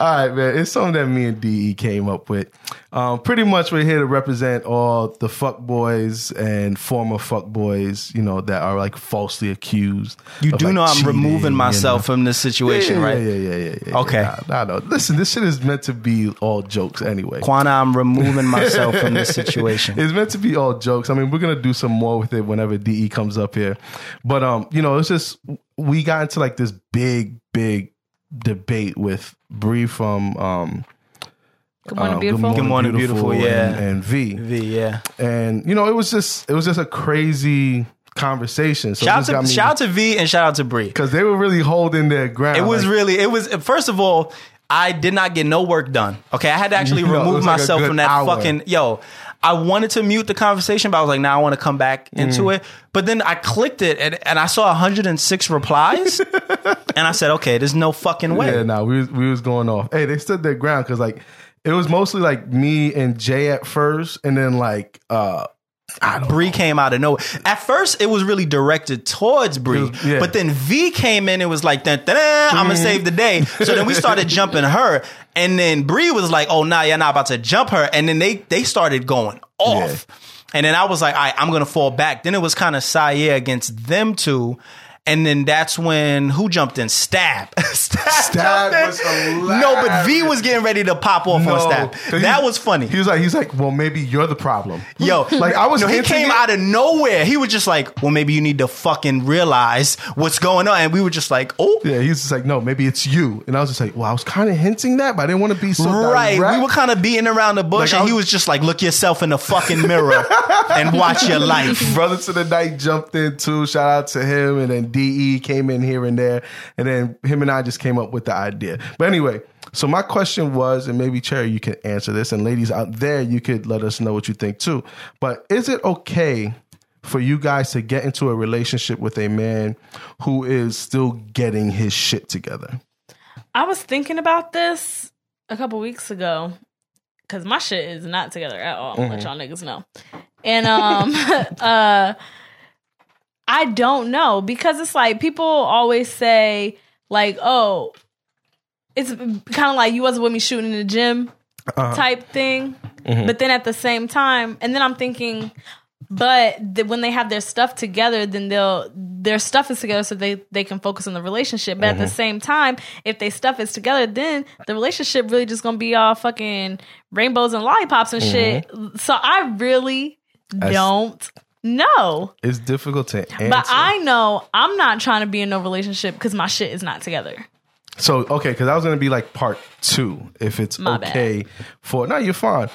Speaker 6: All right, man. It's something that me and DE came up with. Um, pretty much, we're here to represent all the fuck boys and former fuck boys, you know, that are like falsely accused.
Speaker 5: You
Speaker 6: of,
Speaker 5: do
Speaker 6: like,
Speaker 5: know I'm
Speaker 6: cheating
Speaker 5: removing
Speaker 6: and-
Speaker 5: myself from this situation,
Speaker 6: yeah,
Speaker 5: right?
Speaker 6: Yeah, yeah, yeah, yeah, yeah.
Speaker 5: Okay.
Speaker 6: Nah, nah, no. Listen, this shit is meant to be all jokes anyway.
Speaker 5: Quana, I'm <laughs> removing myself from
Speaker 6: <laughs>
Speaker 5: this situation.
Speaker 6: It's meant to be all jokes. I mean, we're gonna do some more with it whenever DE comes up here. But um, you know, it's just we got into like this big, big debate with Bree from um
Speaker 7: Good morning,
Speaker 6: uh,
Speaker 7: beautiful.
Speaker 5: Good Morning Beautiful, yeah.
Speaker 6: and, and V.
Speaker 5: V, yeah.
Speaker 6: and you know it was just it was just a crazy conversation. So
Speaker 5: Shout out to shout out to V and shout out to Bree.
Speaker 6: because they were really holding their ground.
Speaker 5: It was
Speaker 6: like,
Speaker 5: really. It was first of all. I did not get no work done. Okay, I had to
Speaker 6: <laughs>
Speaker 5: actually
Speaker 6: No, it
Speaker 5: remove
Speaker 6: was like a
Speaker 5: myself
Speaker 6: good
Speaker 5: from that
Speaker 6: hour.
Speaker 5: fucking yo. I wanted to mute the conversation, but I was like, now I want to come back into
Speaker 6: Mm.
Speaker 5: it. But then I clicked it and, and I saw 106
Speaker 6: <laughs>
Speaker 5: replies, and I said, okay, there's no fucking way.
Speaker 6: yeah, no, we was, we was going off. Hey, they stood their ground because like it was mostly like me and Jay at first, and then like uh I don't.
Speaker 5: Bree came out of nowhere. At first, it was really directed towards Bree,
Speaker 6: was- yeah. Mm-hmm.
Speaker 5: but then V came in and was like, dun, dun, dun, "I'm gonna save the day." So then we
Speaker 6: <laughs>
Speaker 5: started jumping her, and then Bree was like, "Oh, nah, you're not about to jump her." And then they they started going off, and then I was like, "All right, I'm gonna fall back." Then it was kind of Sayer against them two. And then that's when who jumped in? Stab. <laughs> Stab,
Speaker 6: Stab
Speaker 5: jumped in.
Speaker 6: was
Speaker 5: No, but V was getting ready to pop off
Speaker 6: No.
Speaker 5: on Stab.
Speaker 6: 'Cause he-
Speaker 5: That was funny.
Speaker 6: He was like, he's like, well, maybe you're the problem.
Speaker 5: Yo,
Speaker 6: <laughs> like I was.
Speaker 5: No, he
Speaker 6: hinting
Speaker 5: came
Speaker 6: it.
Speaker 5: out of nowhere. He was just like, "Well, maybe you need to fucking realize what's going on." And we were just like, "Oh,
Speaker 6: Yeah, he was just like, no, maybe it's you. And I was just like, well, I was kind of hinting that, but I didn't want to be so
Speaker 5: right."
Speaker 6: direct.
Speaker 5: We were kind of beating around the bush,
Speaker 6: Like, I
Speaker 5: and
Speaker 6: was-
Speaker 5: he was just like, "Look yourself in the fucking <laughs> mirror and watch your life."
Speaker 6: <laughs> Brother to the Night jumped in too. Shout out to him. And then DE came in here and there. And then him and I just came up with the idea. But anyway, so my question was, and maybe Cherry, you can answer this. And ladies out there, you could let us know what you think too. But is it okay for you guys to get into a relationship with a man who is still getting his shit together?
Speaker 7: I was thinking about this a couple weeks ago because my shit is not together at all, which y'all niggas know. And um, <laughs> uh, I don't know because it's like people always say like, oh, it's kind of like you wasn't with me shooting in the gym type thing. But then at the same time, and then I'm thinking, but th- when they have their stuff together then they'll their stuff is together so they they can focus on the relationship but at the same time if they stuff is together then the relationship really just gonna be all fucking rainbows and lollipops and shit so i really don't know
Speaker 6: It's difficult to answer.
Speaker 7: but i know i'm not trying to be in no relationship because my shit is not together
Speaker 6: So okay, because I was gonna be like part two, if it's
Speaker 7: My bad.
Speaker 6: okay for no, you're fine,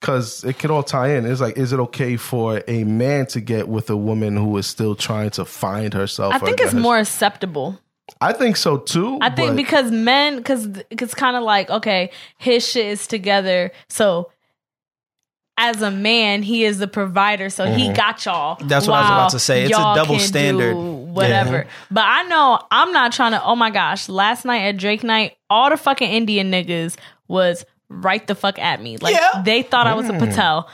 Speaker 6: because it could all tie in. It's like, is it okay for a man to get with a woman who is still trying to find herself?
Speaker 7: i
Speaker 6: or
Speaker 7: think
Speaker 6: get
Speaker 7: it's
Speaker 6: her-
Speaker 7: more acceptable
Speaker 6: I think so too.
Speaker 7: I think
Speaker 6: but-
Speaker 7: because men, because it's kind of like okay, his shit is together. So as a man, he is the provider, so he got y'all.
Speaker 5: Mm-hmm. That's what I was about
Speaker 7: while
Speaker 5: to say. It's a
Speaker 7: y'all
Speaker 5: double
Speaker 7: can do
Speaker 5: standard.
Speaker 7: whatever. But I know I'm not trying to. Oh my gosh! Last night at Drake night, all the fucking Indian niggas was right the fuck at me. Like
Speaker 5: Yeah. Mm.
Speaker 7: they thought I was a Patel.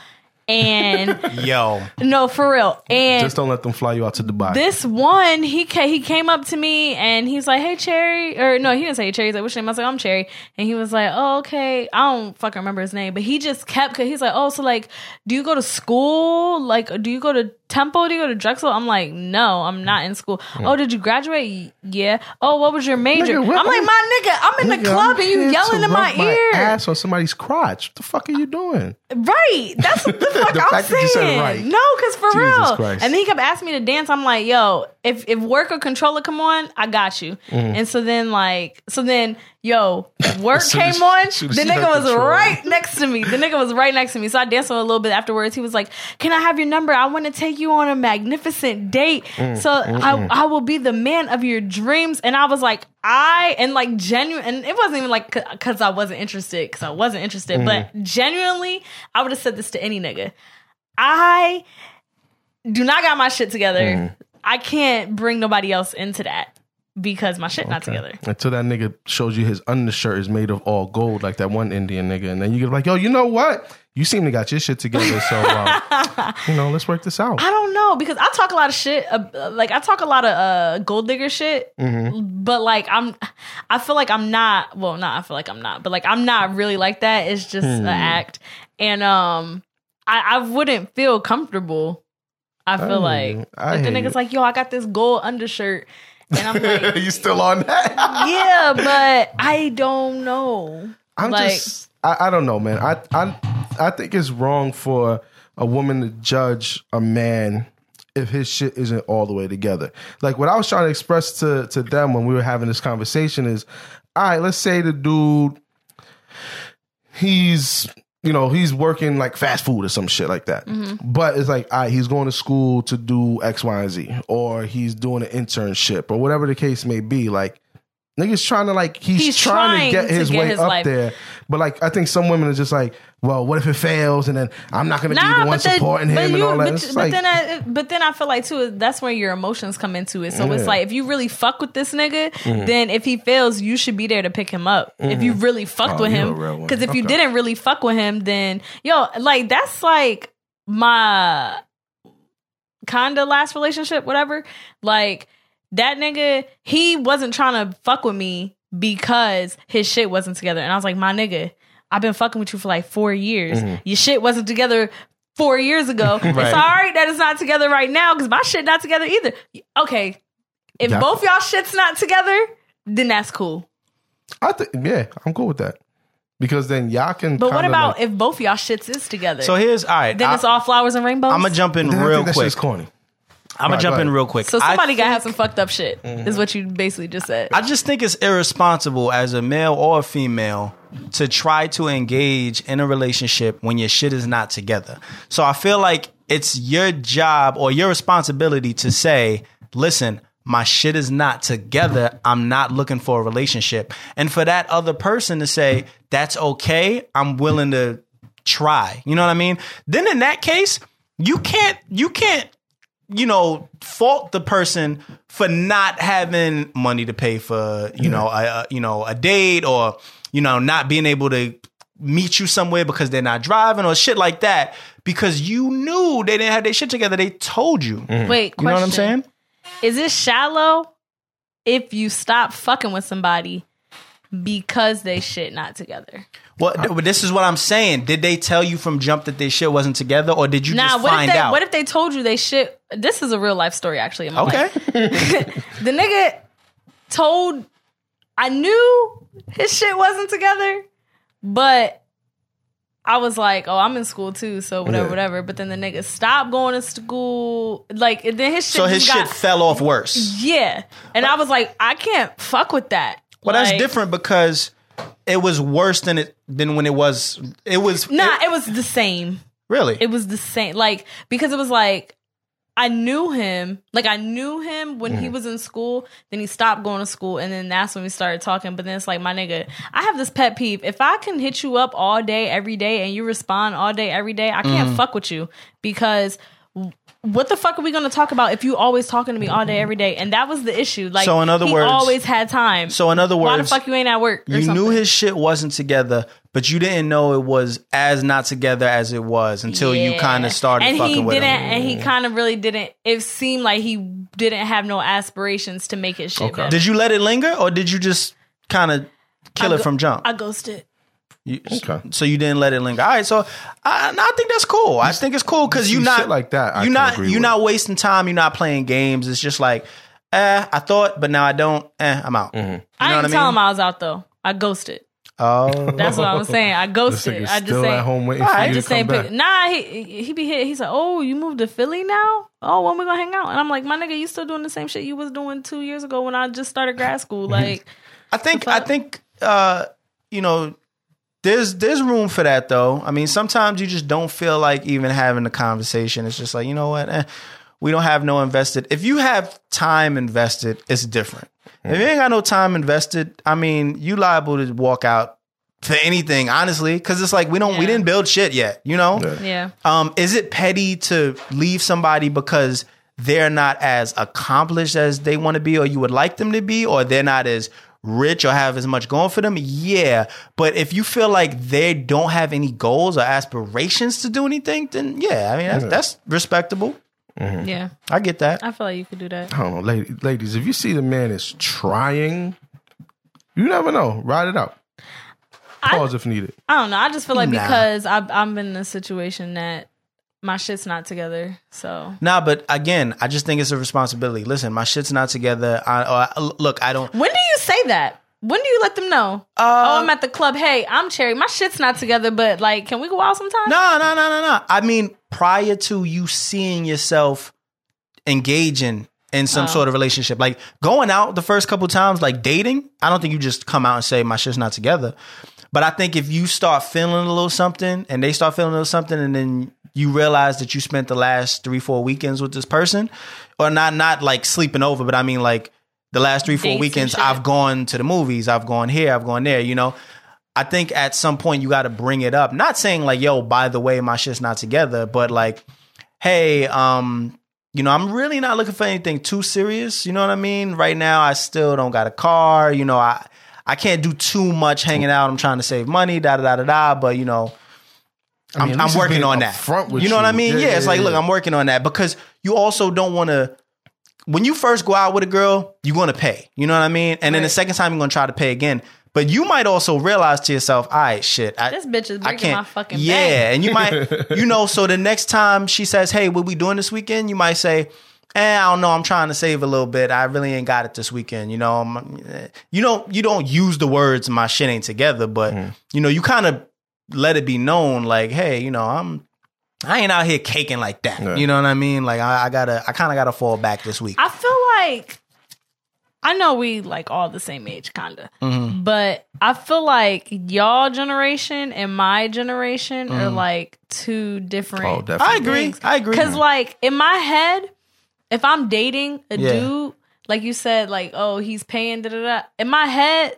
Speaker 7: And
Speaker 5: Yo,
Speaker 7: no, for real. And
Speaker 6: Just don't let them fly you out to Dubai.
Speaker 7: this one, he ca- he came up to me and he's like, "Hey, Cherry," or no, he didn't say Cherry. He's like, "What's your name?" I was like, "I'm Cherry," and he was like, "Oh, okay." I don't fucking remember his name, but he just kept. Cause he's like, "Oh, so like, do you go to school? Like, do you go to Temple? Do you go to Drexel?" I'm like, "No, I'm not in school." Oh, did you graduate? Y- Yeah. Oh, what was your major?
Speaker 6: Nigga, what-
Speaker 7: I'm like, "My nigga, I'm in the
Speaker 6: Nigga,
Speaker 7: club
Speaker 6: I'm
Speaker 7: and you
Speaker 6: here
Speaker 7: yelling
Speaker 6: to
Speaker 7: in my
Speaker 6: rub
Speaker 7: ear."
Speaker 6: ass on somebody's crotch. What the fuck are you doing?
Speaker 7: Right.
Speaker 6: <laughs>
Speaker 7: That's what the fuck
Speaker 6: The
Speaker 7: I'm
Speaker 6: fact that
Speaker 7: saying.
Speaker 6: you said right.
Speaker 7: No, because for
Speaker 6: Jesus
Speaker 7: real.
Speaker 6: Christ.
Speaker 7: And then he kept asking me to dance. I'm like, yo, if if work or controller come on, I got you.
Speaker 6: Mm-hmm.
Speaker 7: And so then like, so then, yo, work
Speaker 6: soon
Speaker 7: came
Speaker 6: as-
Speaker 7: on.
Speaker 6: as soon as
Speaker 7: The
Speaker 6: she
Speaker 7: nigga
Speaker 6: heard
Speaker 7: was
Speaker 6: Controller.
Speaker 7: right next to me. The nigga was right next to me. So I danced with him a little bit afterwards. He was like, can I have your number? I want to take you on a magnificent date.
Speaker 6: Mm,
Speaker 7: so I, I will be the man of your dreams. And I was like, I and like genuine, and it wasn't even like because I wasn't interested, because I wasn't interested,
Speaker 6: Mm.
Speaker 7: but genuinely, I would have said this to any nigga. I do not got my shit together.
Speaker 6: Mm.
Speaker 7: I can't bring nobody else into that because my shit not together.
Speaker 6: Until that nigga shows you his undershirt is made of all gold, like that one Indian nigga, and then you get like, yo, you know what? You seem to got your shit together, so uh,
Speaker 7: <laughs>
Speaker 6: you know, let's work this out.
Speaker 7: I don't know because I talk a lot of shit. Uh, uh, like I talk a lot of uh, gold digger shit,
Speaker 6: Mm-hmm.
Speaker 7: but like I'm, I feel like I'm not. Well, not I feel like I'm not, but like I'm not really like that. It's just
Speaker 6: Hmm.
Speaker 7: an act, and um, I, I wouldn't feel comfortable. I feel
Speaker 6: hear you.
Speaker 7: like
Speaker 6: I
Speaker 7: if the
Speaker 6: hear you.
Speaker 7: nigga's like, yo, I got this gold undershirt, and I'm
Speaker 6: <laughs>
Speaker 7: like,
Speaker 6: you still on that?
Speaker 7: yeah, but I don't know.
Speaker 6: <laughs> I'm
Speaker 7: Like-
Speaker 6: just I, I don't know, man. I I I think it's wrong for a woman to judge a man if his shit isn't all the way together. Like what I was trying to express to to them when we were having this conversation is, all right, let's say the dude he's you know he's working like fast food or some shit like that
Speaker 7: Mm-hmm.
Speaker 6: but it's like all right, he's going to school to do x y and z or he's doing an internship or whatever the case may be like niggas trying to like he's,
Speaker 7: He's
Speaker 6: trying, to
Speaker 7: trying
Speaker 6: get
Speaker 7: to
Speaker 6: his
Speaker 7: get
Speaker 6: way
Speaker 7: his
Speaker 6: up
Speaker 7: life.
Speaker 6: there but like i think some women are just like well what if it fails and then i'm not gonna be the one
Speaker 7: then-
Speaker 6: supporting him
Speaker 7: but
Speaker 6: and
Speaker 7: you-
Speaker 6: all
Speaker 7: But,
Speaker 6: that It's
Speaker 7: but
Speaker 6: like,
Speaker 7: then, I, but then I feel like too that's where your emotions come into it. So
Speaker 6: Yeah. Mm-hmm.
Speaker 7: it's like if you really fuck with this nigga, then if he fails, you should be there to pick him up. If you really fucked
Speaker 6: Oh,
Speaker 7: with
Speaker 6: you a
Speaker 7: him,
Speaker 6: real one.
Speaker 7: because if you
Speaker 6: Okay.
Speaker 7: didn't really fuck with him, then yo, like that's like my kinda last relationship, whatever. Like that nigga, he wasn't trying to fuck with me because his shit wasn't together. And I was like, my nigga, I've been fucking with you for like four years.
Speaker 5: Mm-hmm.
Speaker 7: Your shit wasn't together four years
Speaker 5: <laughs>
Speaker 7: ago. It's all right that it's not together right now because my shit not together either. Okay, if
Speaker 6: Yeah.
Speaker 7: both y'all shit's not together, then that's cool.
Speaker 6: I think yeah i'm cool with that because then y'all can
Speaker 7: But what
Speaker 6: kinda,
Speaker 7: about
Speaker 6: like,
Speaker 7: if both y'all shits is together?
Speaker 5: so here's all right.
Speaker 7: then
Speaker 5: I,
Speaker 7: it's all flowers and rainbows.
Speaker 5: I'm gonna jump in
Speaker 6: Then I
Speaker 5: real
Speaker 6: think that
Speaker 5: quick.
Speaker 6: shit's corny
Speaker 5: I'm gonna
Speaker 6: Right,
Speaker 5: jump
Speaker 6: go
Speaker 5: in
Speaker 6: ahead.
Speaker 5: real quick.
Speaker 7: so somebody
Speaker 5: I Mm-hmm.
Speaker 7: gotta have some fucked up shit, is what you basically just said.
Speaker 5: I just think it's irresponsible as a male or a female to try to engage in a relationship when your shit is not together. So I feel like it's your job or your responsibility to say, listen, my shit is not together. I'm not looking for a relationship. And for that other person to say, that's okay. I'm willing to try. You know what I mean? Then in that case, you can't, you can't you know, fault the person for not having money to pay for, you know, a, a you know a date or you know not being able to meet you somewhere because they're not driving or shit like that because you knew they didn't have their shit together. They told you.
Speaker 7: Wait,
Speaker 5: You know what I'm
Speaker 7: question.
Speaker 5: saying?
Speaker 7: Is it shallow if you stop fucking with somebody because they shit not together?
Speaker 5: Well, th- but this is what I'm saying. Did they tell you from jump that their shit wasn't together, or did you
Speaker 7: Now,
Speaker 5: just
Speaker 7: what
Speaker 5: find
Speaker 7: if they
Speaker 5: out?
Speaker 7: what if they told you they shit? This is a real life story, actually. In my life. <laughs>
Speaker 5: okay,
Speaker 7: the nigga told I knew his shit wasn't together, but I was like, oh, I'm in school too, so whatever,
Speaker 6: Yeah.
Speaker 7: whatever. But then the nigga stopped going to school, like and then his shit.
Speaker 5: so his
Speaker 7: just
Speaker 5: shit
Speaker 7: got,
Speaker 5: fell off worse.
Speaker 7: <laughs> Yeah, and I was like, I can't fuck with that.
Speaker 5: Well,
Speaker 7: Like,
Speaker 5: that's different because it was worse than it than when it was. It was
Speaker 7: Nah, it was the same.
Speaker 5: really.
Speaker 7: It was the same. Like, because it was like, I knew him. Like, I knew him when
Speaker 5: Mm.
Speaker 7: he was in school. Then he stopped going to school. And then that's when we started talking. But then it's like, my nigga, I have this pet peeve. If I can
Speaker 5: Mm.
Speaker 7: hit you up all day, every day, and you respond all day, every day, I can't fuck with you because what the fuck are we going to talk about if you always talking to me all day every day? And that was the issue. Like,
Speaker 5: So in other
Speaker 7: he
Speaker 5: words-
Speaker 7: always had time.
Speaker 5: So in other
Speaker 7: why the
Speaker 5: words,
Speaker 7: fuck you ain't at work? Or
Speaker 5: you
Speaker 7: something?
Speaker 5: knew his shit wasn't together, but you didn't know it was as not together as it was until you
Speaker 7: Yeah.
Speaker 5: kind of started
Speaker 7: and
Speaker 5: fucking
Speaker 7: he
Speaker 5: with
Speaker 7: didn't,
Speaker 5: him.
Speaker 7: and he kind of really didn't. It seemed like he didn't have no aspirations to make his shit.
Speaker 6: Okay.
Speaker 7: better.
Speaker 5: Did you let it linger, or did you just kind of kill
Speaker 7: I
Speaker 5: it
Speaker 7: go-
Speaker 5: from jump?
Speaker 7: I ghosted.
Speaker 5: You-
Speaker 6: Okay.
Speaker 5: So you didn't let it linger. All right. So I, I think that's cool. I think it's cool because
Speaker 6: you
Speaker 5: you
Speaker 6: see
Speaker 5: not
Speaker 6: shit like that, I
Speaker 5: You
Speaker 6: can
Speaker 5: not
Speaker 6: agree
Speaker 5: you
Speaker 6: with.
Speaker 5: not wasting time. You're not playing games. It's just like, eh, I thought, but now I don't. Eh, I'm out.
Speaker 6: Mm-hmm.
Speaker 7: I
Speaker 5: know
Speaker 7: didn't
Speaker 5: what I
Speaker 7: tell
Speaker 5: mean?
Speaker 7: him I was out though. I ghosted.
Speaker 5: Oh,
Speaker 7: That's what I was saying.
Speaker 6: <laughs>
Speaker 7: I
Speaker 6: This
Speaker 7: ghosted.
Speaker 6: nigga's
Speaker 7: I just
Speaker 6: still
Speaker 7: say
Speaker 6: at home waiting
Speaker 5: I
Speaker 6: for you to
Speaker 7: just
Speaker 6: come
Speaker 7: saying,
Speaker 6: back.
Speaker 7: pick- nah, he he be hit. He said, "Oh, you moved to Philly now? Oh, when we gonna hang out?" And I'm like, "My nigga, you still doing the same shit you was doing two years ago when I just started grad
Speaker 6: <laughs>
Speaker 7: school? Like,
Speaker 5: I think I think uh, you know there's there's room for that though. I mean, sometimes you just don't feel like even having the conversation. It's just like you know what, eh, we don't have no invested. If you have time invested, it's different. If you ain't got no time invested, I mean, you liable to walk out for anything, honestly, because it's like we don't we
Speaker 7: Yeah.
Speaker 5: didn't build shit yet, you know.
Speaker 7: yeah,
Speaker 5: Um, is it petty to leave somebody because they're not as accomplished as they want to be or you would like them to be, or they're not as rich or have as much going for them? Yeah. But if you feel like they don't have any goals or aspirations to do anything, then yeah, I mean, that's, that's respectable.
Speaker 7: yeah.
Speaker 5: I get that.
Speaker 7: I feel like you could do that.
Speaker 6: I don't know, lady, ladies, if you see the man is trying, you never know. Ride it out. Pause if needed.
Speaker 7: I don't know. I just feel like
Speaker 5: Nah.
Speaker 7: because I, I'm in a situation that my shit's not together, so
Speaker 5: Nah, but again, I just think it's a responsibility. Listen, my shit's not together. I, or I- look, I don't.
Speaker 7: When do you say that? When do you let them know?
Speaker 5: Uh,
Speaker 7: oh, I'm at the club. Hey, I'm Cherry. My shit's not together, but like, can we go out sometime?
Speaker 5: No, no, no, no, no. I mean, prior to you seeing yourself engaging in some sort of relationship, like going out the first couple times, like dating, I don't think you just come out and say, my shit's not together. But I think if you start feeling a little something and they start feeling a little something and then you realize that you spent the last three, four weekends with this person, or not not like sleeping over, but I mean like the last three, four
Speaker 7: Dates and
Speaker 5: weekends,
Speaker 7: shit.
Speaker 5: I've gone to the movies, I've gone here, I've gone there, you know. I think at some point you got to bring it up. Not saying like, yo, by the way, my shit's not together, but like, hey, um, you know, I'm really not looking for anything too serious. You know what I mean? Right now, I still don't got a car. You know, I I can't do too much hanging out. I'm trying to save money, da da da da da. But you know,
Speaker 6: I
Speaker 5: I'm,
Speaker 6: mean, at least
Speaker 5: I'm
Speaker 6: he's
Speaker 5: working
Speaker 6: being
Speaker 5: on that.
Speaker 6: upfront with
Speaker 5: you know what I
Speaker 6: you.
Speaker 5: mean?
Speaker 6: Yeah,
Speaker 5: Yeah, it's
Speaker 6: yeah,
Speaker 5: like, look,
Speaker 6: yeah.
Speaker 5: I'm working on that because you also don't want to. When you first go out with a girl, you're going to pay. You know what I mean? And then the
Speaker 7: Right.
Speaker 5: second time, you're going to try to pay again. But you might also realize to yourself, all right, shit, I,
Speaker 7: This bitch is
Speaker 5: I
Speaker 7: breaking
Speaker 5: can't.
Speaker 7: my fucking
Speaker 5: yeah,
Speaker 7: bank.
Speaker 5: and you
Speaker 7: <laughs>
Speaker 5: might, you know, so the next time she says, hey, what we doing this weekend? You might say, eh, I don't know, I'm trying to save a little bit. I really ain't got it this weekend. You know, I'm- eh. you don't, you don't use the words, my shit ain't together, but you know, you kind of let it be known, like, hey, you know, I'm. I ain't out here caking like that.
Speaker 6: Yeah.
Speaker 5: You know what I mean? Like I, I gotta, I kind of gotta fall back this week.
Speaker 7: I feel like I know we like all the same age, kinda.
Speaker 5: Mm-hmm.
Speaker 7: But I feel like y'all generation and my generation are
Speaker 5: Mm-hmm.
Speaker 7: like two different.
Speaker 6: Oh, definitely.
Speaker 5: I agree. I agree.
Speaker 7: Because like in my head, if I'm dating a
Speaker 5: Yeah.
Speaker 7: dude, like you said, like oh he's paying da da da. In my head,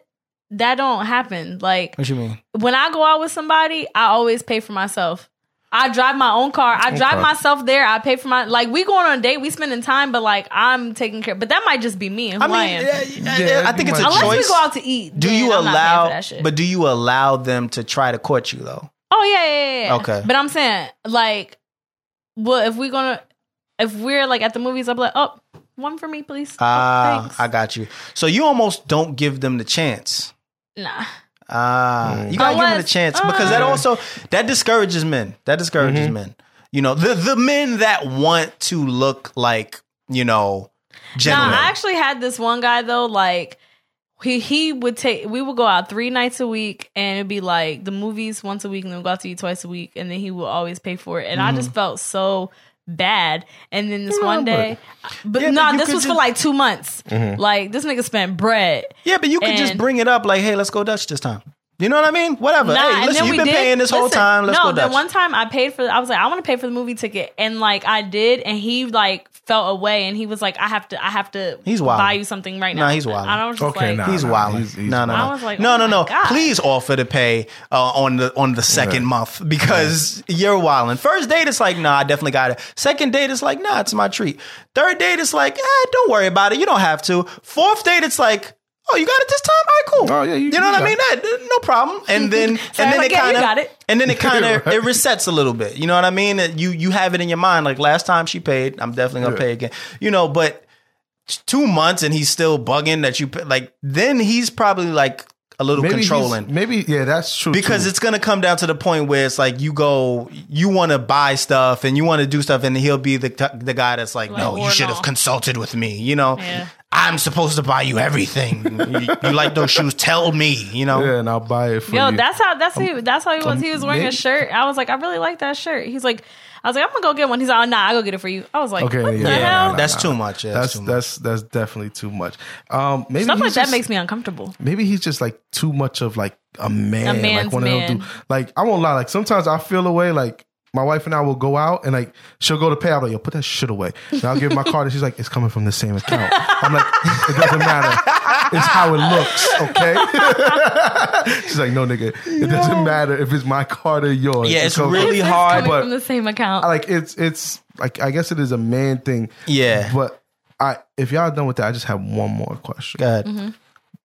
Speaker 7: that don't happen. Like
Speaker 5: what you mean?
Speaker 7: when I go out with somebody, I always pay for myself. I drive my own car. I drive
Speaker 6: Okay.
Speaker 7: myself there. I pay for my like we going on a date. We spending time, but like I'm taking care. But that might just be me and who
Speaker 5: I
Speaker 7: I,
Speaker 5: mean,
Speaker 7: am.
Speaker 5: yeah, yeah,
Speaker 6: Yeah,
Speaker 5: I think it's a
Speaker 7: Unless
Speaker 5: choice.
Speaker 7: we go out to eat.
Speaker 5: do
Speaker 7: then
Speaker 5: you
Speaker 7: I'm not paying for
Speaker 5: allow?
Speaker 7: that shit.
Speaker 5: But do you allow them to try to court you though?
Speaker 7: Oh yeah, yeah, yeah, yeah.
Speaker 5: Okay.
Speaker 7: But I'm saying, like, well, if we're gonna, if we're like at the movies, I'm like, oh, one for me, please. Oh,
Speaker 5: Ah,
Speaker 7: thanks.
Speaker 5: I got you. So you almost don't give them the chance.
Speaker 7: nah.
Speaker 5: Ah, you gotta give them the
Speaker 7: Unless-
Speaker 5: chance because that
Speaker 7: uh.
Speaker 5: also that discourages men. That discourages men. You know, the the men that want to look like you know
Speaker 7: Nah,
Speaker 5: gentlemen.
Speaker 7: I actually had this one guy though, like he he would take we would go out three nights a week and it'd be like the movies once a week and then we go out to eat twice a week and then he would always pay for it. And I
Speaker 5: Mm-hmm.
Speaker 7: just felt so bad. And then this one day but
Speaker 5: Yeah, but
Speaker 7: no, nah,
Speaker 5: you
Speaker 7: this
Speaker 5: could
Speaker 7: was
Speaker 5: just-
Speaker 7: for
Speaker 5: Mm-hmm.
Speaker 7: like two months. Like this nigga spent bread.
Speaker 5: yeah, but you could just
Speaker 7: and-
Speaker 5: bring it up like, hey, let's go Dutch this time. You know what I mean? Whatever.
Speaker 7: Nah,
Speaker 5: hey,
Speaker 7: and
Speaker 5: listen,
Speaker 7: then
Speaker 5: you've
Speaker 7: we
Speaker 5: been
Speaker 7: did-
Speaker 5: paying this whole
Speaker 7: listen,
Speaker 5: time. Let's
Speaker 7: no,
Speaker 5: go
Speaker 7: then
Speaker 5: Dutch.
Speaker 7: one time I paid for. I was like, I want to pay for the movie ticket, and like I did, and he like felt away, and he was like, "I have to, I have to,
Speaker 5: He's wild.
Speaker 7: buy you something right
Speaker 5: Nah,
Speaker 7: now."
Speaker 5: he's wild.
Speaker 7: And I was just
Speaker 6: Okay,
Speaker 7: like,
Speaker 6: nah.
Speaker 5: He's wild.
Speaker 6: he's- he's
Speaker 5: no, no, no.
Speaker 6: wild.
Speaker 7: I was like,
Speaker 5: no,
Speaker 7: oh
Speaker 5: no,
Speaker 7: my
Speaker 5: no.
Speaker 7: God.
Speaker 5: Please offer to pay uh, on the on the second month because you're wilding. First date, it's like, nah, I definitely got it. Second date, it's like, nah, it's my treat. Third date, it's like, eh, don't worry about it. You don't have to. Fourth date, it's like. Oh, you got it this time? All right, cool.
Speaker 6: Oh, yeah, you-
Speaker 5: you, know
Speaker 6: you
Speaker 5: what I
Speaker 6: got
Speaker 5: mean? That- no problem. And then,
Speaker 7: <laughs> Sorry,
Speaker 5: and then
Speaker 7: like,
Speaker 5: it
Speaker 7: yeah, you
Speaker 5: kind
Speaker 7: got it.
Speaker 5: of, and
Speaker 6: <laughs>
Speaker 5: then it kind of it resets a little bit. You know what I mean? That You you have it in your mind. Like last time she paid, I'm definitely gonna pay again. You know, but two months and he's still bugging that you like then he's probably like a little
Speaker 6: Maybe he's-
Speaker 5: controlling
Speaker 6: Maybe yeah, that's true.
Speaker 5: because
Speaker 6: too.
Speaker 5: it's gonna come down to the point where it's like you go you want to buy stuff and you want to do stuff and he'll be the t- the guy that's like,
Speaker 7: Like,
Speaker 5: no
Speaker 7: or
Speaker 5: you should
Speaker 7: no."
Speaker 5: have consulted with me you know
Speaker 7: Yeah.
Speaker 5: I'm supposed to buy you everything
Speaker 6: <laughs>
Speaker 5: you, you like those shoes tell me you know
Speaker 6: yeah, and I'll buy it for
Speaker 7: Yo,
Speaker 6: you.
Speaker 7: that's how that's he that's how he was.
Speaker 6: um,
Speaker 7: He was wearing a
Speaker 6: maybe-
Speaker 7: shirt. I was like, I really like that shirt. He's like, I was like, I'm gonna go get one. He's like, oh, nah, I'll go get it for you. I was like,
Speaker 6: Okay,
Speaker 7: what
Speaker 6: yeah,
Speaker 7: the
Speaker 5: Yeah,
Speaker 7: hell?
Speaker 6: nah,
Speaker 5: that's
Speaker 6: nah.
Speaker 5: too much. Yeah,
Speaker 6: that's
Speaker 5: too much.
Speaker 6: that's that's definitely too much. Um, maybe
Speaker 7: Stuff
Speaker 6: he's
Speaker 7: like that
Speaker 6: just-
Speaker 7: makes me uncomfortable.
Speaker 6: maybe he's just like too much of like a man,
Speaker 7: A man's
Speaker 6: like one of them.
Speaker 7: man.
Speaker 6: Dude. Like I won't lie, like sometimes I feel away. Like my wife and I will go out and like she'll go to pay. I'm like, yo, put that shit away. And I'll give her my card and she's like, it's coming from the same account. I'm like, it doesn't matter. It's how it looks, okay? <laughs> she's like, no, nigga, it doesn't matter if it's my card or yours.
Speaker 5: Yeah, it's
Speaker 6: okay."
Speaker 5: really
Speaker 7: It's
Speaker 5: hard,
Speaker 7: coming
Speaker 6: but-
Speaker 7: from the same account.
Speaker 6: I like it's it's like I guess it is a man thing.
Speaker 5: Yeah.
Speaker 6: But I if y'all done with that, I just have one more question.
Speaker 5: Go ahead.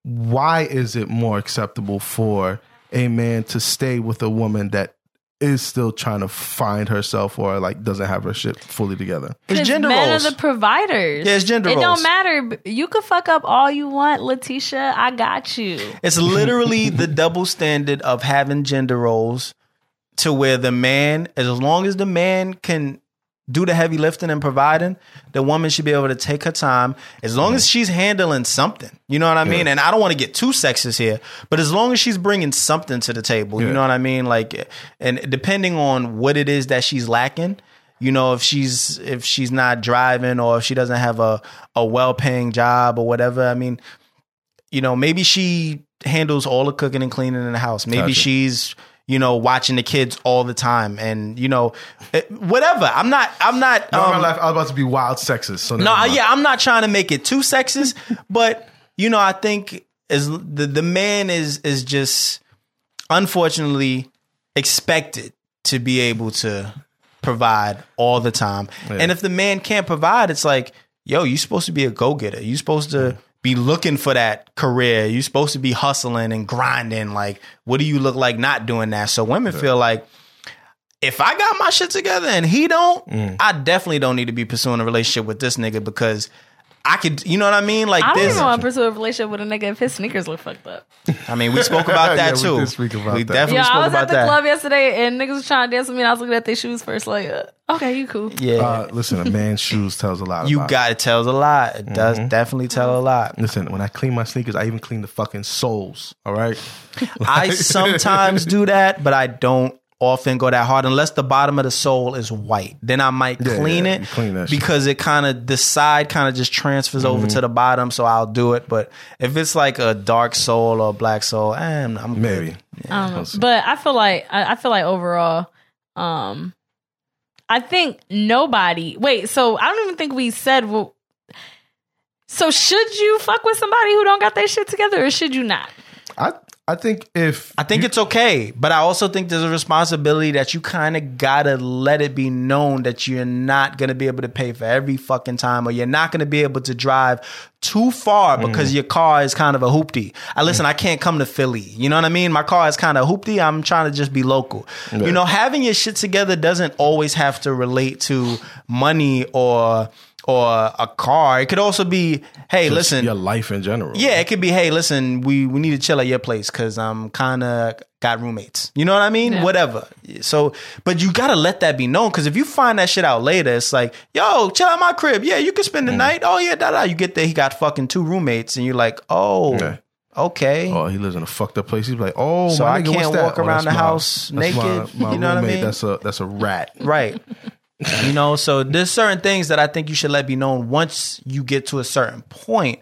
Speaker 6: Why is it more acceptable for a man to stay with a woman that is still trying to find herself or like doesn't have her shit fully together?
Speaker 5: It's
Speaker 7: 'Cause
Speaker 5: gender
Speaker 7: men
Speaker 5: roles.
Speaker 7: are the providers.
Speaker 5: Yeah, it's gender
Speaker 7: It
Speaker 5: roles.
Speaker 7: don't matter. You could fuck up all you want, Letitia. I got you.
Speaker 5: It's literally the double standard of having gender roles to where the man, as long as the man can do the heavy lifting and providing, the woman should be able to take her time as long as she's handling something. You know what I mean? And I don't want to get too sexist here, but as long as she's bringing something to the table, you
Speaker 6: Yeah.
Speaker 5: know what I mean? Like, and depending on what it is that she's lacking, you know, if she's if she's not driving or if she doesn't have a a well paying job or whatever, I mean, you know, maybe she handles all the cooking and cleaning in the house. Maybe
Speaker 6: Gotcha.
Speaker 5: she's, you know, watching the kids all the time, and you know, it- whatever. I'm not. I'm not.
Speaker 6: No, my
Speaker 5: Um,
Speaker 6: life, I was about to be wild sexist. So
Speaker 5: no,
Speaker 6: never mind.
Speaker 5: yeah, I'm not trying to make it too sexist, <laughs> but you know, I think is the the man is is just unfortunately expected to be able to provide all the time. And if the man can't provide, it's like, yo, you're supposed to be a go getter. You're supposed to be looking for that career. You're supposed to be hustling and grinding. Like, what do you look like not doing that? So women feel like if I got my shit together and he don't,
Speaker 6: Mm.
Speaker 5: I definitely don't need to be pursuing a relationship with this nigga because I could, you know what I mean? Like
Speaker 7: I don't
Speaker 5: this.
Speaker 7: even want to pursue a relationship with a nigga if his sneakers look fucked up.
Speaker 5: I mean, we spoke about
Speaker 6: <laughs> Yeah,
Speaker 5: that
Speaker 6: we
Speaker 5: too.
Speaker 6: did speak about
Speaker 5: We
Speaker 6: that.
Speaker 5: definitely
Speaker 7: Yeah,
Speaker 5: spoke
Speaker 7: I was
Speaker 5: about
Speaker 7: at the
Speaker 5: that.
Speaker 7: club yesterday and niggas was trying to dance with me and I was looking at their shoes first, like, uh, okay, you cool.
Speaker 5: Yeah,
Speaker 6: Uh, listen, a man's shoes tells a lot.
Speaker 5: you
Speaker 6: about-
Speaker 5: got it. Tells a lot. It does
Speaker 6: mm-hmm.
Speaker 5: definitely tell a lot.
Speaker 6: Listen, when I clean my sneakers, I even clean the fucking soles. All
Speaker 5: <laughs>
Speaker 6: right. <laughs>
Speaker 5: I sometimes do that, but I don't often go that hard unless the bottom of the sole is white. Then I might
Speaker 6: Yeah,
Speaker 5: clean
Speaker 6: yeah, you
Speaker 5: it
Speaker 6: clean that shit. Mm-hmm.
Speaker 5: because it kind of the side kind of just transfers over to the bottom, so I'll do it. But if it's like a dark sole or a black sole, eh, I'm, I'm good.
Speaker 6: Maybe.
Speaker 7: I don't know.
Speaker 6: Awesome.
Speaker 7: Um, But I feel like I, I feel like overall, um, I think nobody. Wait, so I don't even think we said. Well, so should you fuck with somebody who don't got their shit together, or should you not?
Speaker 6: I I think if
Speaker 5: I think it's okay, but I also think there's a responsibility that you kind of gotta let it be known that you're not gonna be able to pay for every fucking time, or you're not gonna be able to drive too far because your car is kind of a hoopty. I listen, I can't come to Philly. You know what I mean? My car is kind of hoopty. I'm trying to just be local. You know, having your shit together doesn't always have to relate to money or or a car. It could also be, hey, listen,
Speaker 6: your life in general.
Speaker 5: yeah, it could be, hey, listen, we, we need to chill at your place because I'm kind of got roommates. You know what I mean? Whatever. So, but you got to let that be known because if you find that shit out later, it's like, yo, chill out my crib. Yeah, you can spend the night. Oh, yeah, da da. You get there, he got fucking two roommates, and you're like, oh,
Speaker 6: Yeah.
Speaker 5: okay.
Speaker 6: Oh, he lives in a fucked up place. He's like, oh,
Speaker 5: So
Speaker 6: my
Speaker 5: I
Speaker 6: nigga,
Speaker 5: can't
Speaker 6: what's that?
Speaker 5: walk
Speaker 6: Oh,
Speaker 5: around
Speaker 6: that's
Speaker 5: the
Speaker 6: my-
Speaker 5: house
Speaker 6: that's my-
Speaker 5: naked. <laughs>
Speaker 6: my
Speaker 5: You know what I
Speaker 6: roommate.
Speaker 5: mean?
Speaker 6: That's a that's a rat.
Speaker 5: Right. you know, so there's certain things that I think you should let be known once you get to a certain point.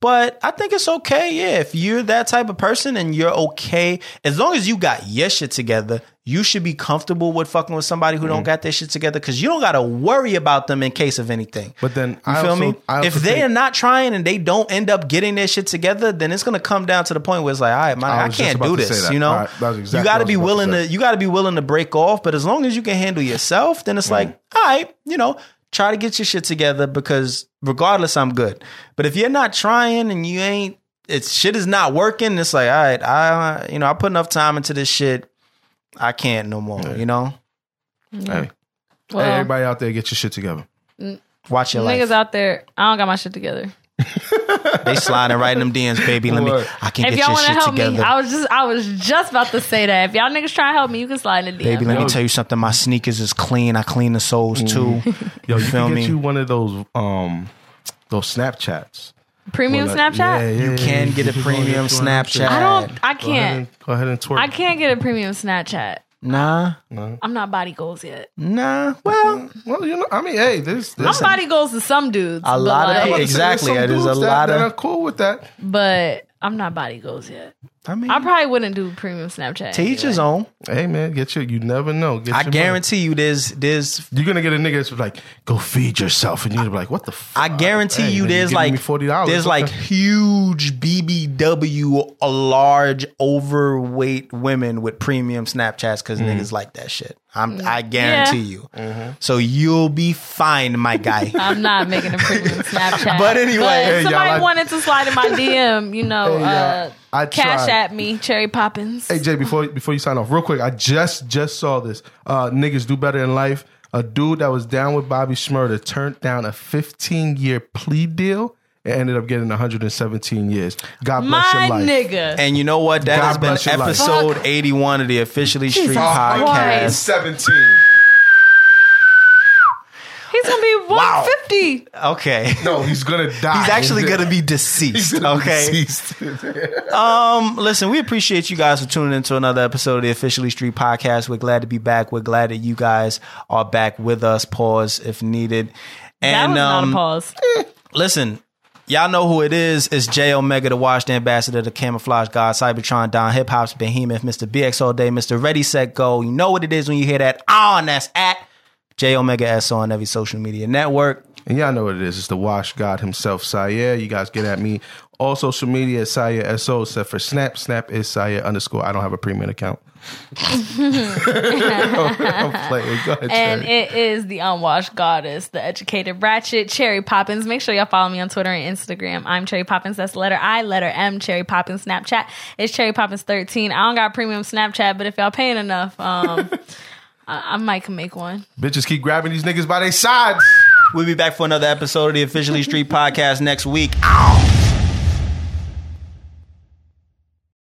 Speaker 5: But I think it's okay, yeah. If you're that type of person and you're okay, as long as you got your shit together, you should be comfortable with fucking with somebody who
Speaker 6: Mm-hmm.
Speaker 5: don't got their shit together because you don't got to worry about them in case of anything.
Speaker 6: But then
Speaker 5: you
Speaker 6: I
Speaker 5: feel
Speaker 6: also-
Speaker 5: me?
Speaker 6: I also
Speaker 5: if they
Speaker 6: think-
Speaker 5: are not trying and they don't end up getting their shit together, then it's gonna come down to the point where it's like, all right, man,
Speaker 6: I
Speaker 5: I,
Speaker 6: was just
Speaker 5: can't
Speaker 6: about
Speaker 5: do
Speaker 6: to say
Speaker 5: this.
Speaker 6: that.
Speaker 5: You know,
Speaker 6: Right. That was exactly
Speaker 5: you got
Speaker 6: what I
Speaker 5: to
Speaker 6: was
Speaker 5: be
Speaker 6: about to
Speaker 5: willing
Speaker 6: say.
Speaker 5: to you got to be willing to break off. But as long as you can handle yourself, then it's like,
Speaker 6: Mm.
Speaker 5: all right, you know, try to get your shit together because regardless, I'm good. But if you're not trying and you ain't, it's shit is not working. It's like, all right, I you know, I put enough time into this shit. I can't no more. You know,
Speaker 6: Hey.
Speaker 5: um,
Speaker 7: Well,
Speaker 6: hey, everybody out there, get your shit together.
Speaker 5: watch your life.
Speaker 7: niggas out there, I don't got my shit together.
Speaker 5: they sliding right in them DMs,
Speaker 6: <laughs>
Speaker 5: baby. Let me.
Speaker 6: Word.
Speaker 5: I can
Speaker 7: if
Speaker 5: get
Speaker 7: y'all
Speaker 5: your
Speaker 7: want to
Speaker 5: shit
Speaker 7: help
Speaker 5: together.
Speaker 7: me, I was just I was just about to say that. If y'all niggas try to help me, you can slide in the DM.
Speaker 5: Baby, let me tell you something. My sneakers is clean. I clean the soles too.
Speaker 6: <laughs> Yo, you
Speaker 5: feel
Speaker 6: can get
Speaker 5: me?
Speaker 6: you one of those um those Snapchats.
Speaker 7: Premium
Speaker 6: Well, like,
Speaker 7: Snapchat.
Speaker 6: yeah, yeah,
Speaker 5: You
Speaker 6: yeah,
Speaker 5: can
Speaker 6: yeah.
Speaker 5: get a
Speaker 6: You
Speaker 5: premium
Speaker 6: go ahead and-
Speaker 5: Snapchat.
Speaker 7: I don't. I
Speaker 6: Go ahead
Speaker 7: can't.
Speaker 6: and, go ahead and twerk.
Speaker 7: I can't get a premium Snapchat.
Speaker 5: Nah,
Speaker 7: I'm not body goals yet.
Speaker 5: nah. Well,
Speaker 6: Well, you know, I mean, hey, this, this
Speaker 7: I'm body goals to some dudes.
Speaker 5: A
Speaker 7: but
Speaker 5: lot of
Speaker 7: like-
Speaker 5: people-
Speaker 6: There's
Speaker 5: Exactly,
Speaker 6: some
Speaker 5: yeah, there's a
Speaker 6: dudes that-
Speaker 5: lot
Speaker 6: that
Speaker 5: of-
Speaker 6: are cool with that.
Speaker 7: but I'm not body goals yet.
Speaker 5: I mean,
Speaker 7: I probably wouldn't do premium Snapchat.
Speaker 5: to each his own.
Speaker 6: Hey, man, get your. You never know. Get
Speaker 5: I
Speaker 6: your
Speaker 5: guarantee you, there's there's.
Speaker 6: money. You're gonna get a nigga that's like, go feed yourself, and you're gonna be like, what the? fuck?
Speaker 5: I guarantee
Speaker 6: Uh, Hey,
Speaker 5: you,
Speaker 6: man,
Speaker 5: there's
Speaker 6: giving
Speaker 5: like
Speaker 6: me forty dollars.
Speaker 5: There's like huge BBW, a large overweight women with premium Snapchats because
Speaker 6: Mm.
Speaker 5: niggas like that shit. I'm, I guarantee you.
Speaker 6: Mm-hmm.
Speaker 5: So you'll be fine, my
Speaker 7: <laughs>
Speaker 5: guy.
Speaker 7: I'm not making a
Speaker 6: <laughs>
Speaker 7: premium Snapchat.
Speaker 5: But anyway, hey,
Speaker 7: if somebody
Speaker 6: y'all, I-
Speaker 7: wanted to slide in my DM, you know,
Speaker 6: Hey, y'all,
Speaker 7: uh,
Speaker 6: I
Speaker 7: cash
Speaker 6: tried.
Speaker 7: at me, Cherry Poppins.
Speaker 6: Hey Jay, before before you sign off, real quick, I just just saw this. Uh, niggas do better in life. A dude that was down with Bobby Schmurda turned down a 15 year plea deal and ended up getting 117 years. God bless
Speaker 7: my
Speaker 6: your life.
Speaker 7: nigga.
Speaker 5: And you know what? That
Speaker 6: God
Speaker 5: has
Speaker 6: bless your
Speaker 5: been
Speaker 6: life.
Speaker 5: episode 81 of the Officially Street Podcast.
Speaker 7: Christ.
Speaker 6: 17.
Speaker 7: He's gonna be 150.
Speaker 5: Okay.
Speaker 6: No, he's gonna die.
Speaker 5: <laughs> He's actually going to be deceased.
Speaker 6: <laughs>
Speaker 5: okay. Um, listen, we appreciate you guys for tuning in to another episode of the Officially Street Podcast. We're glad to be back. We're glad that you guys are back with us. Pause if needed.
Speaker 7: That
Speaker 5: And
Speaker 7: was not
Speaker 5: um,
Speaker 7: a pause.
Speaker 5: listen, y'all know who it is. It's J Omega, the washed ambassador, the camouflage god, Cybertron, Don Hip Hop's Behemoth, Mr. BX All Day, Mr. Ready Set Go. You know what it is when you hear that on. That's at J Omega S on every social media network.
Speaker 6: And y'all know what it is. It's the Wash God himself, Sayer. You guys get at me. All social media, Sayer SO, except for Snap. Snap is Sayer underscore. I don't have a premium account.
Speaker 7: <laughs>
Speaker 6: <laughs> I'm playing. Go ahead,
Speaker 7: And
Speaker 6: Cherry.
Speaker 7: it is the unwashed goddess, the educated ratchet, Cherry Poppins. Make sure y'all follow me on Twitter and Instagram. I'm Cherry Poppins. That's the letter I, letter M, Cherry Poppins. Snapchat It's Cherry Poppins 13. I don't got premium Snapchat, but if y'all paying enough, um, I, I might can make one.
Speaker 6: Bitches keep grabbing these niggas by their sides.
Speaker 5: We'll be back for another episode of the Officially Street Podcast next week. Ow!